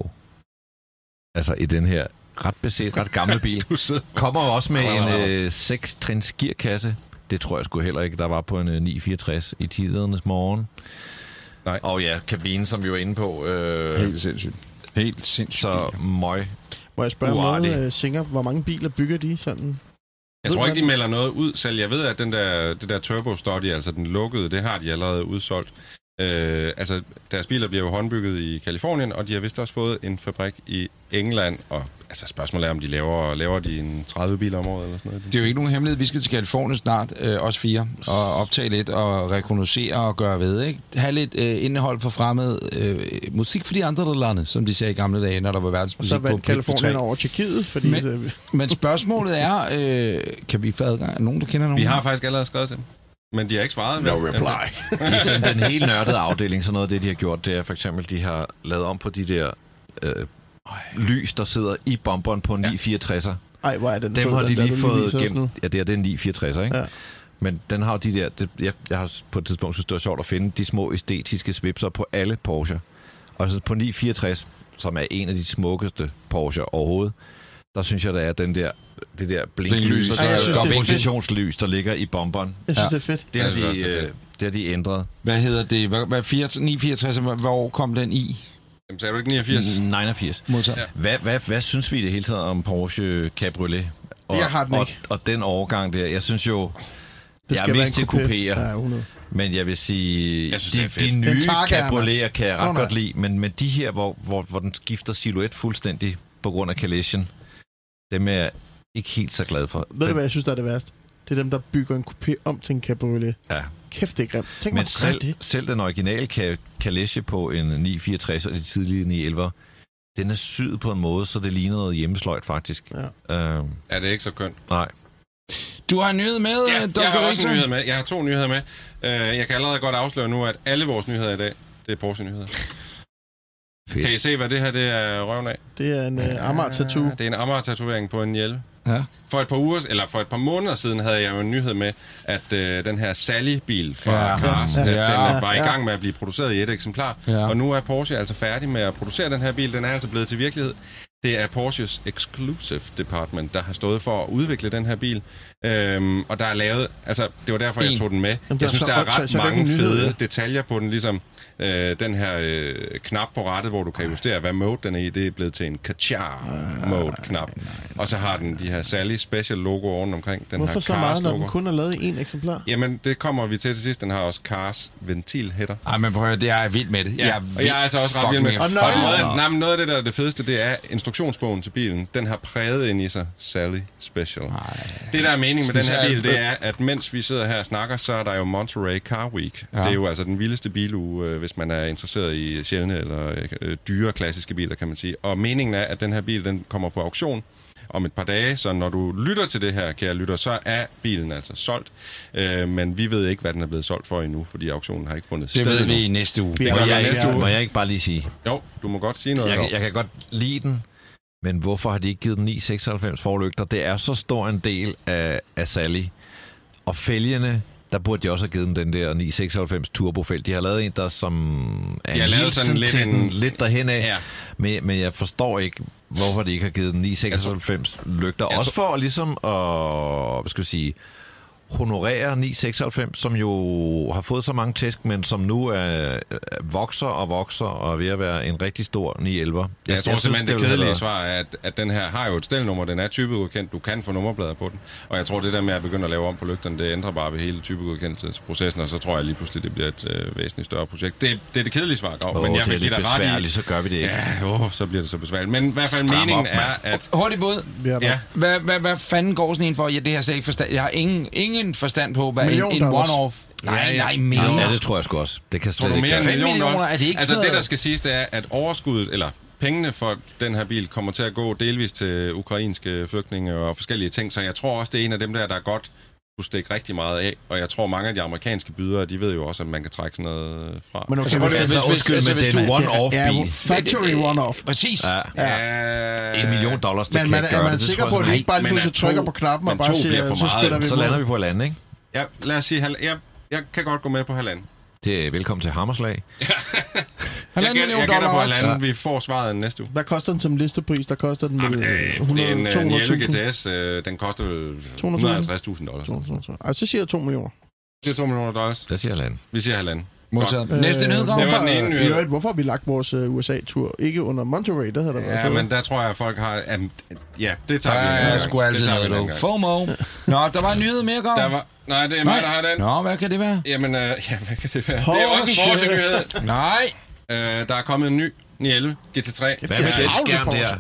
[SPEAKER 4] Altså i den her ret beset, ret gamle bil.
[SPEAKER 3] Du sidder
[SPEAKER 4] Kommer jo også med
[SPEAKER 3] Au, au, au.
[SPEAKER 4] en øh, 6-trins gearkasse. Det tror jeg sgu heller ikke, der var på en øh, 964 i tidernes morgen.
[SPEAKER 3] Nej.
[SPEAKER 4] Og ja, kabinen, som vi var inde på. Øh,
[SPEAKER 2] Helt sindssygt. Helt sindssygt.
[SPEAKER 4] så møg.
[SPEAKER 5] Må jeg spørge om
[SPEAKER 4] Uartig.
[SPEAKER 5] noget, øh, Singer? Hvor mange biler bygger de sådan?
[SPEAKER 3] Jeg
[SPEAKER 5] Ved
[SPEAKER 3] tror ikke,
[SPEAKER 5] man-
[SPEAKER 3] de melder noget ud selv. Jeg ved, at den der, det der Turbo Study, altså den lukkede, det har de allerede udsolgt. Øh, altså, deres biler bliver jo håndbygget i Kalifornien, og de har vist også fået en fabrik i England. Og altså, spørgsmålet er, om de laver, laver de en 30 biler om året eller sådan noget.
[SPEAKER 2] Det er jo ikke nogen hemmelighed. Vi skal til Kalifornien snart, øh, os fire, og optage lidt og rekognosere og gøre ved. Ikke? Have lidt øh, indhold for fremmed øh, musik for de andre der lande, som de sagde i gamle dage, når der var
[SPEAKER 5] Og
[SPEAKER 2] verdensmusik
[SPEAKER 5] så
[SPEAKER 2] på
[SPEAKER 5] vandt Kalifornien over Tjekkiet, fordi...
[SPEAKER 2] Men-
[SPEAKER 5] øh,
[SPEAKER 2] Men spørgsmålet er, øh, kan vi få adgang? Er der nogen, der kender nogen?
[SPEAKER 3] Vi har faktisk allerede skrevet til dem, men de har ikke svaret.
[SPEAKER 2] No
[SPEAKER 3] Men-
[SPEAKER 2] reply.
[SPEAKER 4] I sådan den helt nørdede afdeling, så noget af det, de har gjort, det er for eksempel, de har lavet om på de der øh, lys, der sidder i bomberen på en
[SPEAKER 3] Ja.
[SPEAKER 4] 964'er.
[SPEAKER 5] Ej, hvor er den
[SPEAKER 4] Dem
[SPEAKER 5] fed,
[SPEAKER 4] har de
[SPEAKER 5] den der,
[SPEAKER 4] lige
[SPEAKER 5] du
[SPEAKER 4] fået
[SPEAKER 5] viser os nu.
[SPEAKER 4] gemt. Ja, det er, det er en 964'er, ikke?
[SPEAKER 5] Ja.
[SPEAKER 4] Men den har jo de der... Det, jeg, jeg har på et tidspunkt synes, det var sjovt at finde de små æstetiske svipser på alle Porsche. Og så på 964, som er en af de smukkeste Porsche overhovedet, der synes jeg, der er den der, det der blinklys,
[SPEAKER 2] Blinklys,
[SPEAKER 4] og
[SPEAKER 5] ja, jeg
[SPEAKER 4] der
[SPEAKER 5] synes, det er fedt.
[SPEAKER 4] kompositionslys, der ligger i bomberen.
[SPEAKER 5] Jeg synes,
[SPEAKER 2] Ja.
[SPEAKER 5] det er fedt.
[SPEAKER 4] Det
[SPEAKER 3] Jeg
[SPEAKER 4] har,
[SPEAKER 3] synes
[SPEAKER 4] de,
[SPEAKER 3] også, det er
[SPEAKER 4] øh,
[SPEAKER 3] fedt.
[SPEAKER 4] det har de ændret.
[SPEAKER 2] Hvad hedder det? Hvad, hvad 64, 964, hvor- hvor kom den i?
[SPEAKER 3] Jamen, sagde du ikke 89?
[SPEAKER 4] Mm-hmm. 89.
[SPEAKER 2] Modtaget.
[SPEAKER 3] Ja.
[SPEAKER 2] Ja.
[SPEAKER 4] Hvad, hvad, hvad synes vi i det hele taget om Porsche Cabriolet? Og,
[SPEAKER 5] Jeg har den
[SPEAKER 4] og,
[SPEAKER 5] ikke.
[SPEAKER 4] Og den overgang der, jeg synes jo...
[SPEAKER 5] Det
[SPEAKER 4] Det jeg er mest til
[SPEAKER 5] Ja,
[SPEAKER 4] kopier,
[SPEAKER 5] 100.
[SPEAKER 4] men jeg vil sige,
[SPEAKER 3] Jeg synes, det
[SPEAKER 4] de,
[SPEAKER 3] er fedt.
[SPEAKER 4] de nye
[SPEAKER 5] Targa,
[SPEAKER 4] Cabrioleter
[SPEAKER 5] Anders.
[SPEAKER 4] kan jeg ret
[SPEAKER 5] Nå, nej.
[SPEAKER 4] godt lide, men, men de her, hvor, hvor, hvor den skifter silhuet fuldstændig på grund af kalesjen, dem er jeg ikke helt så glad for.
[SPEAKER 5] Ved du, hvad jeg synes, der er det værste? Det er dem, der bygger en coupé om til en cabriolet.
[SPEAKER 4] Ja.
[SPEAKER 5] Kæft, det er grimt. Tænk mig,
[SPEAKER 4] Men
[SPEAKER 5] selv...
[SPEAKER 4] selv,
[SPEAKER 5] det.
[SPEAKER 4] selv den originale ka- kalesje på en 964 og de tidlige 911, den er syet på en måde, så det ligner noget hjemmesløjt faktisk. Ja. Øhm,
[SPEAKER 3] Er det ikke så kønt?
[SPEAKER 4] nej.
[SPEAKER 2] Du har en nyhed med,
[SPEAKER 3] Ja,
[SPEAKER 2] øh, Dr.
[SPEAKER 3] jeg har også
[SPEAKER 2] Richter?
[SPEAKER 3] en nyhed med. Jeg har to nyheder med. Øh, jeg kan allerede godt afsløre nu, at alle vores nyheder i dag, det er Porsche-nyheder.
[SPEAKER 4] Fedt.
[SPEAKER 3] Kan I se, hvad det her det er røven af?
[SPEAKER 5] Det er en uh, Amager-tattoo.
[SPEAKER 3] Det er en Amager-tatovering på en hjelm.
[SPEAKER 2] Ja.
[SPEAKER 3] For et par uger, eller for et par måneder siden havde jeg jo en nyhed med, at øh, den her Sally-bil fra
[SPEAKER 2] Ja.
[SPEAKER 3] ja, Cars, ja,
[SPEAKER 2] Ja.
[SPEAKER 3] den
[SPEAKER 2] Ja.
[SPEAKER 3] øh, var i gang med at blive produceret i et eksemplar.
[SPEAKER 2] Ja.
[SPEAKER 3] Ja. Og nu er Porsche altså færdig med at producere den her bil. Den er altså blevet til virkelighed. Det er Porsches Exclusive Department, der har stået for at udvikle den her bil. Øhm, og der er lavet... Altså, det var derfor,
[SPEAKER 2] En.
[SPEAKER 3] jeg tog den med.
[SPEAKER 5] det er
[SPEAKER 3] jeg synes,
[SPEAKER 5] så
[SPEAKER 3] der er
[SPEAKER 5] åndssvagt,
[SPEAKER 3] ret
[SPEAKER 5] så er det
[SPEAKER 3] mange
[SPEAKER 5] ikke en nyhed,
[SPEAKER 3] fede
[SPEAKER 5] ja.
[SPEAKER 3] detaljer på den, ligesom øh, den her øh, knap på rattet, hvor du kan justere, hvad mode den er i, det er blevet til en Kachar-mode-knap. Og så har den de her Sally Special logo oven omkring. Den
[SPEAKER 5] Hvorfor
[SPEAKER 3] har
[SPEAKER 5] så meget, når den
[SPEAKER 3] Cars-logo.
[SPEAKER 5] kun er lavet i én eksemplar?
[SPEAKER 3] Jamen, det kommer vi til til sidst. Den har også Cars ventilhætter.
[SPEAKER 2] Ej, men prøv at høre, det er jeg vild med det.
[SPEAKER 3] Ja, jeg og jeg er altså også ret vild med.
[SPEAKER 2] Og
[SPEAKER 3] Og noget, af- nej, men noget af det, der er det fedeste, det er instruktionsbogen til bilen. Den har præget ind i sig Sally Special.
[SPEAKER 2] Nej.
[SPEAKER 3] Det, der er meningen med den
[SPEAKER 2] Sådan
[SPEAKER 3] her
[SPEAKER 2] ser
[SPEAKER 3] bil,
[SPEAKER 2] jeg-
[SPEAKER 3] det er, at mens vi sidder her og snakker, så er der jo Monterey Car Week.
[SPEAKER 2] Ja.
[SPEAKER 3] Ja. Det er jo altså den vildeste biluge, øh, hvis man er interesseret i sjældne eller øh, dyre klassiske biler, kan man sige. Og meningen er, at den her bil, den kommer på auktion om et par dage, så når du lytter til det her, kære lytter, så er bilen altså solgt. Øh, men vi ved ikke, hvad den er blevet solgt for endnu, fordi auktionen har ikke fundet
[SPEAKER 2] Det
[SPEAKER 3] sted
[SPEAKER 2] ved
[SPEAKER 3] endnu.
[SPEAKER 2] vi i næste uge.
[SPEAKER 5] Det
[SPEAKER 4] Må
[SPEAKER 3] gør
[SPEAKER 4] jeg,
[SPEAKER 3] vi næste
[SPEAKER 4] ikke,
[SPEAKER 3] uge.
[SPEAKER 4] må jeg ikke bare lige sige,
[SPEAKER 3] Jo, du må godt sige noget.
[SPEAKER 4] jeg,
[SPEAKER 3] om
[SPEAKER 4] kan- jeg kan godt lide den, men hvorfor har de ikke givet den 996 forlygter? Det er så stor en del af, af Sally. Og fælgene, der burde de også have givet den, den der 996 turbofælg. De har lavet en, der som er
[SPEAKER 3] De har lavet
[SPEAKER 4] hilsen
[SPEAKER 3] sådan lidt
[SPEAKER 4] til den,
[SPEAKER 3] en-
[SPEAKER 4] lidt derhen af.
[SPEAKER 3] Ja.
[SPEAKER 4] Men, men jeg forstår ikke, hvorfor de ikke har givet den 996 lygter. Også for ligesom at, hvad skal vi sige, honorere 996, som jo har fået så mange tæsk, men som nu er, er- vokser og vokser og er ved at være en rigtig stor 911. Altså, Jeg,
[SPEAKER 3] Jeg, jeg tror simpelthen, det,
[SPEAKER 4] ville
[SPEAKER 3] det
[SPEAKER 4] have
[SPEAKER 3] kedelige
[SPEAKER 4] været-
[SPEAKER 3] svar er, at, at den her har jo et stelnummer, den er typegodkendt, du kan få nummerplader på den. Og jeg tror, det der med at begynde at lave om på lygterne, det ændrer bare ved hele typegodkendelsesprocessen, og så tror jeg lige pludselig, det bliver et øh, væsentligt større projekt. Det, det er det kedelige svar, Grav,
[SPEAKER 4] Åh,
[SPEAKER 3] men jeg
[SPEAKER 4] det er
[SPEAKER 3] vil give
[SPEAKER 4] lidt
[SPEAKER 3] dig ret i...
[SPEAKER 4] besværligt, så gør vi det ikke.
[SPEAKER 3] Ja, åh, så bliver det så besværligt. Men i hvert fald
[SPEAKER 4] Stram
[SPEAKER 3] meningen
[SPEAKER 4] op, mand.
[SPEAKER 3] er, at...
[SPEAKER 2] Hurtigt båd.
[SPEAKER 5] Vi har
[SPEAKER 3] Ja,
[SPEAKER 2] Hvad, hvad, hvad fanden går sådan en for? Ja, det har jeg slet ikke forstand. Jeg har ingen, ingen forstand på, hvad en,
[SPEAKER 5] Million
[SPEAKER 2] en
[SPEAKER 5] dollars.
[SPEAKER 2] one-off... Nej,
[SPEAKER 3] Ja, ja.
[SPEAKER 2] nej,
[SPEAKER 4] Ja,
[SPEAKER 2] mere.
[SPEAKER 4] det tror jeg sgu også. Det kan jeg
[SPEAKER 3] Tror
[SPEAKER 4] slet
[SPEAKER 3] du
[SPEAKER 4] ikke.
[SPEAKER 3] mere end
[SPEAKER 4] gøre.
[SPEAKER 2] Fem
[SPEAKER 3] en million
[SPEAKER 2] millioner,
[SPEAKER 3] også?
[SPEAKER 2] er det ikke
[SPEAKER 3] Altså
[SPEAKER 2] sådan
[SPEAKER 3] det, der
[SPEAKER 2] noget?
[SPEAKER 3] skal siges, det er, at overskuddet, eller pengene for den her bil, kommer til at gå delvist til ukrainske flygtninge og forskellige ting, så jeg tror også, det er en af dem der, der godt kunne stikke rigtig meget af, og jeg tror, mange af de amerikanske bydere, de ved jo også, at man kan trække sådan noget fra.
[SPEAKER 5] Men okay,
[SPEAKER 2] Altså,
[SPEAKER 5] men
[SPEAKER 2] hvis-
[SPEAKER 5] altså,
[SPEAKER 4] Altså, undskyld,
[SPEAKER 2] altså,
[SPEAKER 4] men
[SPEAKER 2] hvis
[SPEAKER 4] det er en
[SPEAKER 2] du-
[SPEAKER 4] one-off-bil.
[SPEAKER 5] Ja, factory one-off.
[SPEAKER 2] Præcis.
[SPEAKER 4] Ja.
[SPEAKER 3] ja.
[SPEAKER 4] En million dollars, det
[SPEAKER 5] Men
[SPEAKER 4] kan
[SPEAKER 5] man,
[SPEAKER 4] ikke
[SPEAKER 5] er
[SPEAKER 4] gøre
[SPEAKER 5] man
[SPEAKER 4] det. Det
[SPEAKER 5] sikker
[SPEAKER 4] tror
[SPEAKER 5] på,
[SPEAKER 4] jeg
[SPEAKER 5] at det
[SPEAKER 4] sådan-
[SPEAKER 5] ikke bare
[SPEAKER 3] Nej,
[SPEAKER 5] lige
[SPEAKER 3] men
[SPEAKER 5] pludselig
[SPEAKER 3] to-
[SPEAKER 5] trykker på knappen og
[SPEAKER 3] men
[SPEAKER 5] bare
[SPEAKER 3] to
[SPEAKER 5] siger,
[SPEAKER 3] bliver for
[SPEAKER 5] så
[SPEAKER 3] meget.
[SPEAKER 5] spiller vi
[SPEAKER 4] Så
[SPEAKER 5] imod"?
[SPEAKER 4] lander vi på halvanden, ikke?
[SPEAKER 3] Ja, lad os sige, halv... jeg, jeg kan godt gå med på halvanden.
[SPEAKER 4] Det er velkommen til Hammerslag.
[SPEAKER 3] Jeg,
[SPEAKER 2] Halvanden
[SPEAKER 3] gæt-
[SPEAKER 2] million
[SPEAKER 3] jeg gætter
[SPEAKER 2] dollar
[SPEAKER 3] på
[SPEAKER 2] også.
[SPEAKER 3] halvanden, vi får svaret næste uge.
[SPEAKER 5] Hvad koster den som listepris? Der koster den vel
[SPEAKER 3] Jamen, det er en,
[SPEAKER 5] 100
[SPEAKER 3] øh, en
[SPEAKER 5] 200.000.
[SPEAKER 3] Niello GTS, øh, den koster vel 150.000 dollars.
[SPEAKER 5] 200.000. Ej, så siger jeg 2 millioner.
[SPEAKER 3] Det er 2 millioner dollars.
[SPEAKER 4] Der siger halvanden.
[SPEAKER 3] Vi siger halvanden.
[SPEAKER 2] Modtaget. Næste nyhed
[SPEAKER 3] Det
[SPEAKER 2] kommer
[SPEAKER 3] var
[SPEAKER 2] fra...
[SPEAKER 3] den ene
[SPEAKER 5] I
[SPEAKER 3] nyhed.
[SPEAKER 5] øvrigt, Øh, hvorfor har vi lagt vores øh, USA-tur? Ikke under Monterey, der altså. havde der været
[SPEAKER 3] Ja,
[SPEAKER 5] federe.
[SPEAKER 3] men der tror jeg, at folk har... Jamen, ja, det tager vi en anden
[SPEAKER 2] Der er
[SPEAKER 3] gang.
[SPEAKER 2] sgu altid
[SPEAKER 3] det tager vi
[SPEAKER 2] noget,
[SPEAKER 3] en anden
[SPEAKER 2] du.
[SPEAKER 3] gang.
[SPEAKER 2] FOMO. Nå, der var en nyhed mere, Gav.
[SPEAKER 3] Der var... Nej, det er mig, der har den.
[SPEAKER 2] Nå, hvad kan det være?
[SPEAKER 3] Jamen, øh, ja, hvad kan det være? Det er også en
[SPEAKER 5] Porsche.
[SPEAKER 3] Porsche-nyhed.
[SPEAKER 2] Nej.
[SPEAKER 3] øh, der er kommet en ny 911 GT3.
[SPEAKER 4] Hvad med den skærm der?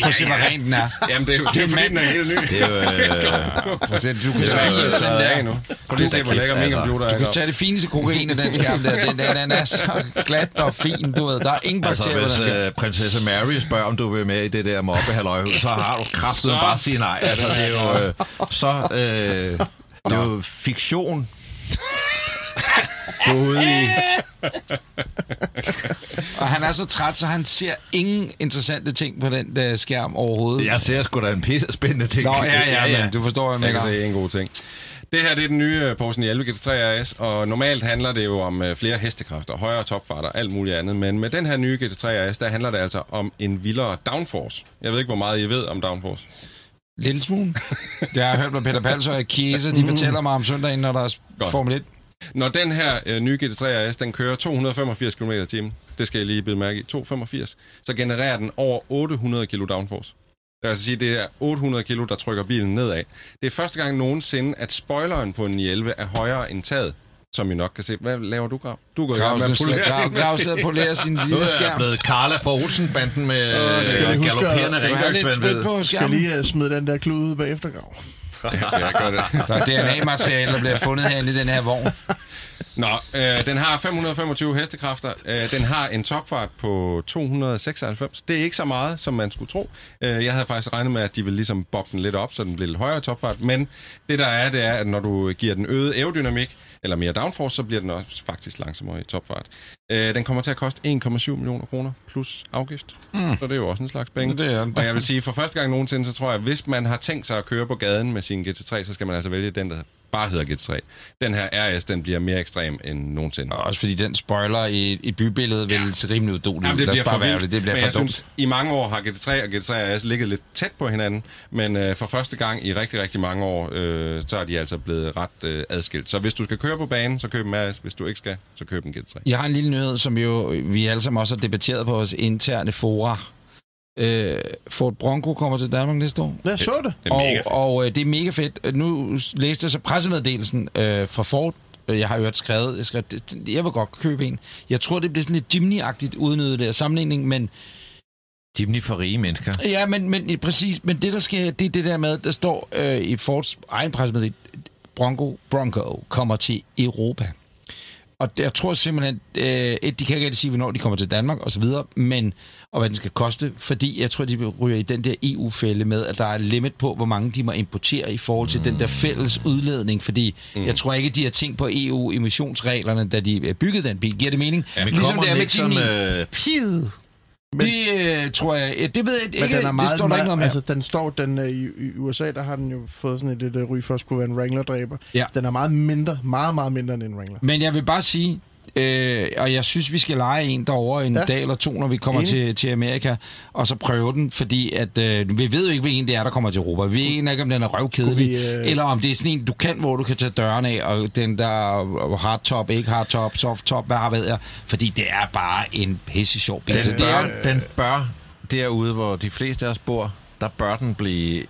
[SPEAKER 2] Prøv at se, hvor ren den er.
[SPEAKER 3] Jamen, det er jo det er, jo fordi, den er helt ny.
[SPEAKER 4] Det er jo... Øh,
[SPEAKER 2] Fortæl, du kan
[SPEAKER 3] Så
[SPEAKER 4] er
[SPEAKER 2] tage,
[SPEAKER 3] jeg
[SPEAKER 4] jo-
[SPEAKER 3] ikke
[SPEAKER 4] øh,
[SPEAKER 3] sådan
[SPEAKER 2] den
[SPEAKER 3] der
[SPEAKER 2] der.
[SPEAKER 3] endnu. Prøv lige at se, hvor lækker min
[SPEAKER 4] Altså,
[SPEAKER 3] computer
[SPEAKER 2] Du
[SPEAKER 3] er.
[SPEAKER 2] kan tage det fineste kokain af den skærm der. Den, den, den er så glat og fin, du ved. Der er ingen
[SPEAKER 4] altså,
[SPEAKER 2] bakterier, altså,
[SPEAKER 4] hvis
[SPEAKER 2] der skal...
[SPEAKER 4] øh, prinsesse Mary spørger, om du vil med i det der mobbe halløj, så har du kraftet
[SPEAKER 3] Så-
[SPEAKER 4] bare at sige nej. Altså, det er jo... Øh, så... Øh, det er jo fiktion. Du er ude i...
[SPEAKER 2] Og han er så træt, så han ser ingen interessante ting på den der skærm overhovedet.
[SPEAKER 4] Jeg ser sgu da en pisse spændende ting.
[SPEAKER 2] Nå, ja, ja, men du forstår, hvad
[SPEAKER 3] Jeg
[SPEAKER 2] jeg
[SPEAKER 3] kan
[SPEAKER 2] mener.
[SPEAKER 3] se en god ting. Det her det er den nye øh, Porsche 911 GT3 RS, og normalt handler det jo om øh, flere hestekræfter, højere topfarter og alt muligt andet, men med den her nye GT3 RS, der handler det altså om en vildere downforce. Jeg ved ikke, hvor meget I ved om downforce.
[SPEAKER 2] Lille smule. Jeg har hørt med Peter Pals og Kiese, de fortæller mig om søndagen, når der er
[SPEAKER 3] Mm. Godt.
[SPEAKER 2] Formel 1.
[SPEAKER 3] Når den her øh, nye GT3 RS, den kører 285 km i timen, det skal jeg lige bide mærke i, 285, så genererer den over 800 kg downforce. Det vil altså sige, det er 800 kg, der trykker bilen nedad. Det er første gang nogensinde, at spoileren på en 911 er højere end taget, som I nok kan se. Hvad laver du, Grav? Du går i gang med
[SPEAKER 2] Grav,
[SPEAKER 3] at
[SPEAKER 2] sidder-
[SPEAKER 3] polere
[SPEAKER 2] Grav,
[SPEAKER 3] din
[SPEAKER 2] Grav
[SPEAKER 3] maskine.
[SPEAKER 2] sidder og polerer sin
[SPEAKER 4] Nu
[SPEAKER 2] lille
[SPEAKER 4] er jeg
[SPEAKER 2] skærm.
[SPEAKER 4] blevet Carla fra Olsenbanden med
[SPEAKER 5] Åh, skal vi
[SPEAKER 4] øh,
[SPEAKER 5] huske at-
[SPEAKER 4] galopperende
[SPEAKER 5] skal
[SPEAKER 2] Du har lidt spil
[SPEAKER 4] rengøringsvandved.
[SPEAKER 2] på
[SPEAKER 5] Skal
[SPEAKER 2] skærmen.
[SPEAKER 5] lige øh, smide den der klude ud bagefter, Grav?
[SPEAKER 3] Ja, gør det.
[SPEAKER 2] Der er DNA-materiale, der bliver fundet herinde i den her vogn.
[SPEAKER 3] Nå, øh, den har 525 hestekræfter. Øh, den har en topfart på 296. Det er ikke så meget, som man skulle tro. Øh, jeg havde faktisk regnet med, at de ville ligesom bobbe den lidt op, så den blev lidt højere topfart. Men det der er, det er, at når du giver den øget aerodynamik, eller mere downforce, så bliver den også faktisk langsommere i topfart. Øh, den kommer til at koste 1,7 millioner kroner plus afgift. Mm. Så det er jo også en slags penge.
[SPEAKER 2] Det er den.
[SPEAKER 3] Og jeg vil sige, for første gang nogensinde, så tror jeg, hvis man har tænkt sig at køre på gaden med sin GT3, så skal man altså vælge den, der bare hedder GT3. Den her RS, den bliver mere ekstrem end nogensinde.
[SPEAKER 2] Og Også fordi den spoiler i, i bybilledet vil se rimelig udolig.
[SPEAKER 3] Jamen, det bliver for vildt,
[SPEAKER 2] det, det bliver
[SPEAKER 3] men
[SPEAKER 2] for
[SPEAKER 3] jeg
[SPEAKER 2] dumt.
[SPEAKER 3] synes, i mange år har GT3 og GT3 RS ligget lidt tæt på hinanden, men øh, for første gang i rigtig, rigtig mange år, øh, så er de altså blevet ret øh, adskilt. Så hvis du skal køre på banen, så køb en RS. Hvis du ikke skal, så køb en GT3.
[SPEAKER 2] Jeg har en lille nyhed, som jo vi alle sammen også har debatteret på vores interne fora. Øh, Ford Bronco kommer til Danmark næste år.
[SPEAKER 5] Lad os så det.
[SPEAKER 3] Det er
[SPEAKER 2] og
[SPEAKER 3] mega fedt.
[SPEAKER 2] og øh, det er mega fedt. Nu læste jeg så pressemeddelelsen øh, fra Ford. Øh, Jeg har jo hørt skrevet, jeg, skrev, "Det- jeg vil godt købe en. Jeg tror, det bliver sådan lidt Jimny-agtigt udnyttet der sammenligning, men
[SPEAKER 4] Jimny for rige mennesker.
[SPEAKER 2] Ja, men, men præcis. Men det, der sker, her, det er det der med, der står øh, i Fords egen pressemeddelelse, Bronco, Bronco kommer til Europa. Og det- jeg tror simpelthen, øh, et, de kan ikke rigtig sige, hvornår de kommer til Danmark og så videre, men, og hvad den skal koste, fordi jeg tror, de ryger i den der EU-fælde med, at der er et limit på, hvor mange de må importere i forhold til mm. den der fælles udledning, fordi mm. jeg tror ikke, de har tænkt på EU-emissionsreglerne, da de øh, byggede den bil. Giver det mening? Ja,
[SPEAKER 4] Men ligesom kommer det er med
[SPEAKER 2] Jimny.
[SPEAKER 5] øh,
[SPEAKER 4] med Pivet.
[SPEAKER 2] Det øh, tror jeg, ja, det ved jeg
[SPEAKER 5] Men
[SPEAKER 2] ikke,
[SPEAKER 5] den er
[SPEAKER 2] det
[SPEAKER 5] meget,
[SPEAKER 2] står der ikke noget med.
[SPEAKER 5] altså, den står, den, øh, i, i, USA, der har den jo fået sådan et, et øh, ry for at skulle være en Wrangler-dræber.
[SPEAKER 2] Ja.
[SPEAKER 5] Den er meget mindre, meget, meget mindre end en Wrangler.
[SPEAKER 2] Men jeg vil bare sige, øh, og jeg synes, vi skal lege en derovre en ja.
[SPEAKER 5] Ja.
[SPEAKER 2] dag eller to, når vi kommer
[SPEAKER 5] Enig.
[SPEAKER 2] til, til Amerika, og så prøve den, fordi at, øh, vi ved jo ikke, hvilken det er, der kommer til Europa. Vi ved ikke, om den er røvkedelig,
[SPEAKER 5] Skulle vi,
[SPEAKER 2] øh...
[SPEAKER 5] øh,
[SPEAKER 2] eller om det er sådan en, du kan, hvor du kan tage døren af, og den der hardtop, ikke hardtop, softtop, hvad har ved jeg, fordi det er bare en pisse sjov bil.
[SPEAKER 4] Den,
[SPEAKER 2] Altså, det er,
[SPEAKER 4] bør, den bør, derude hvor de fleste af os bor, der bør den blive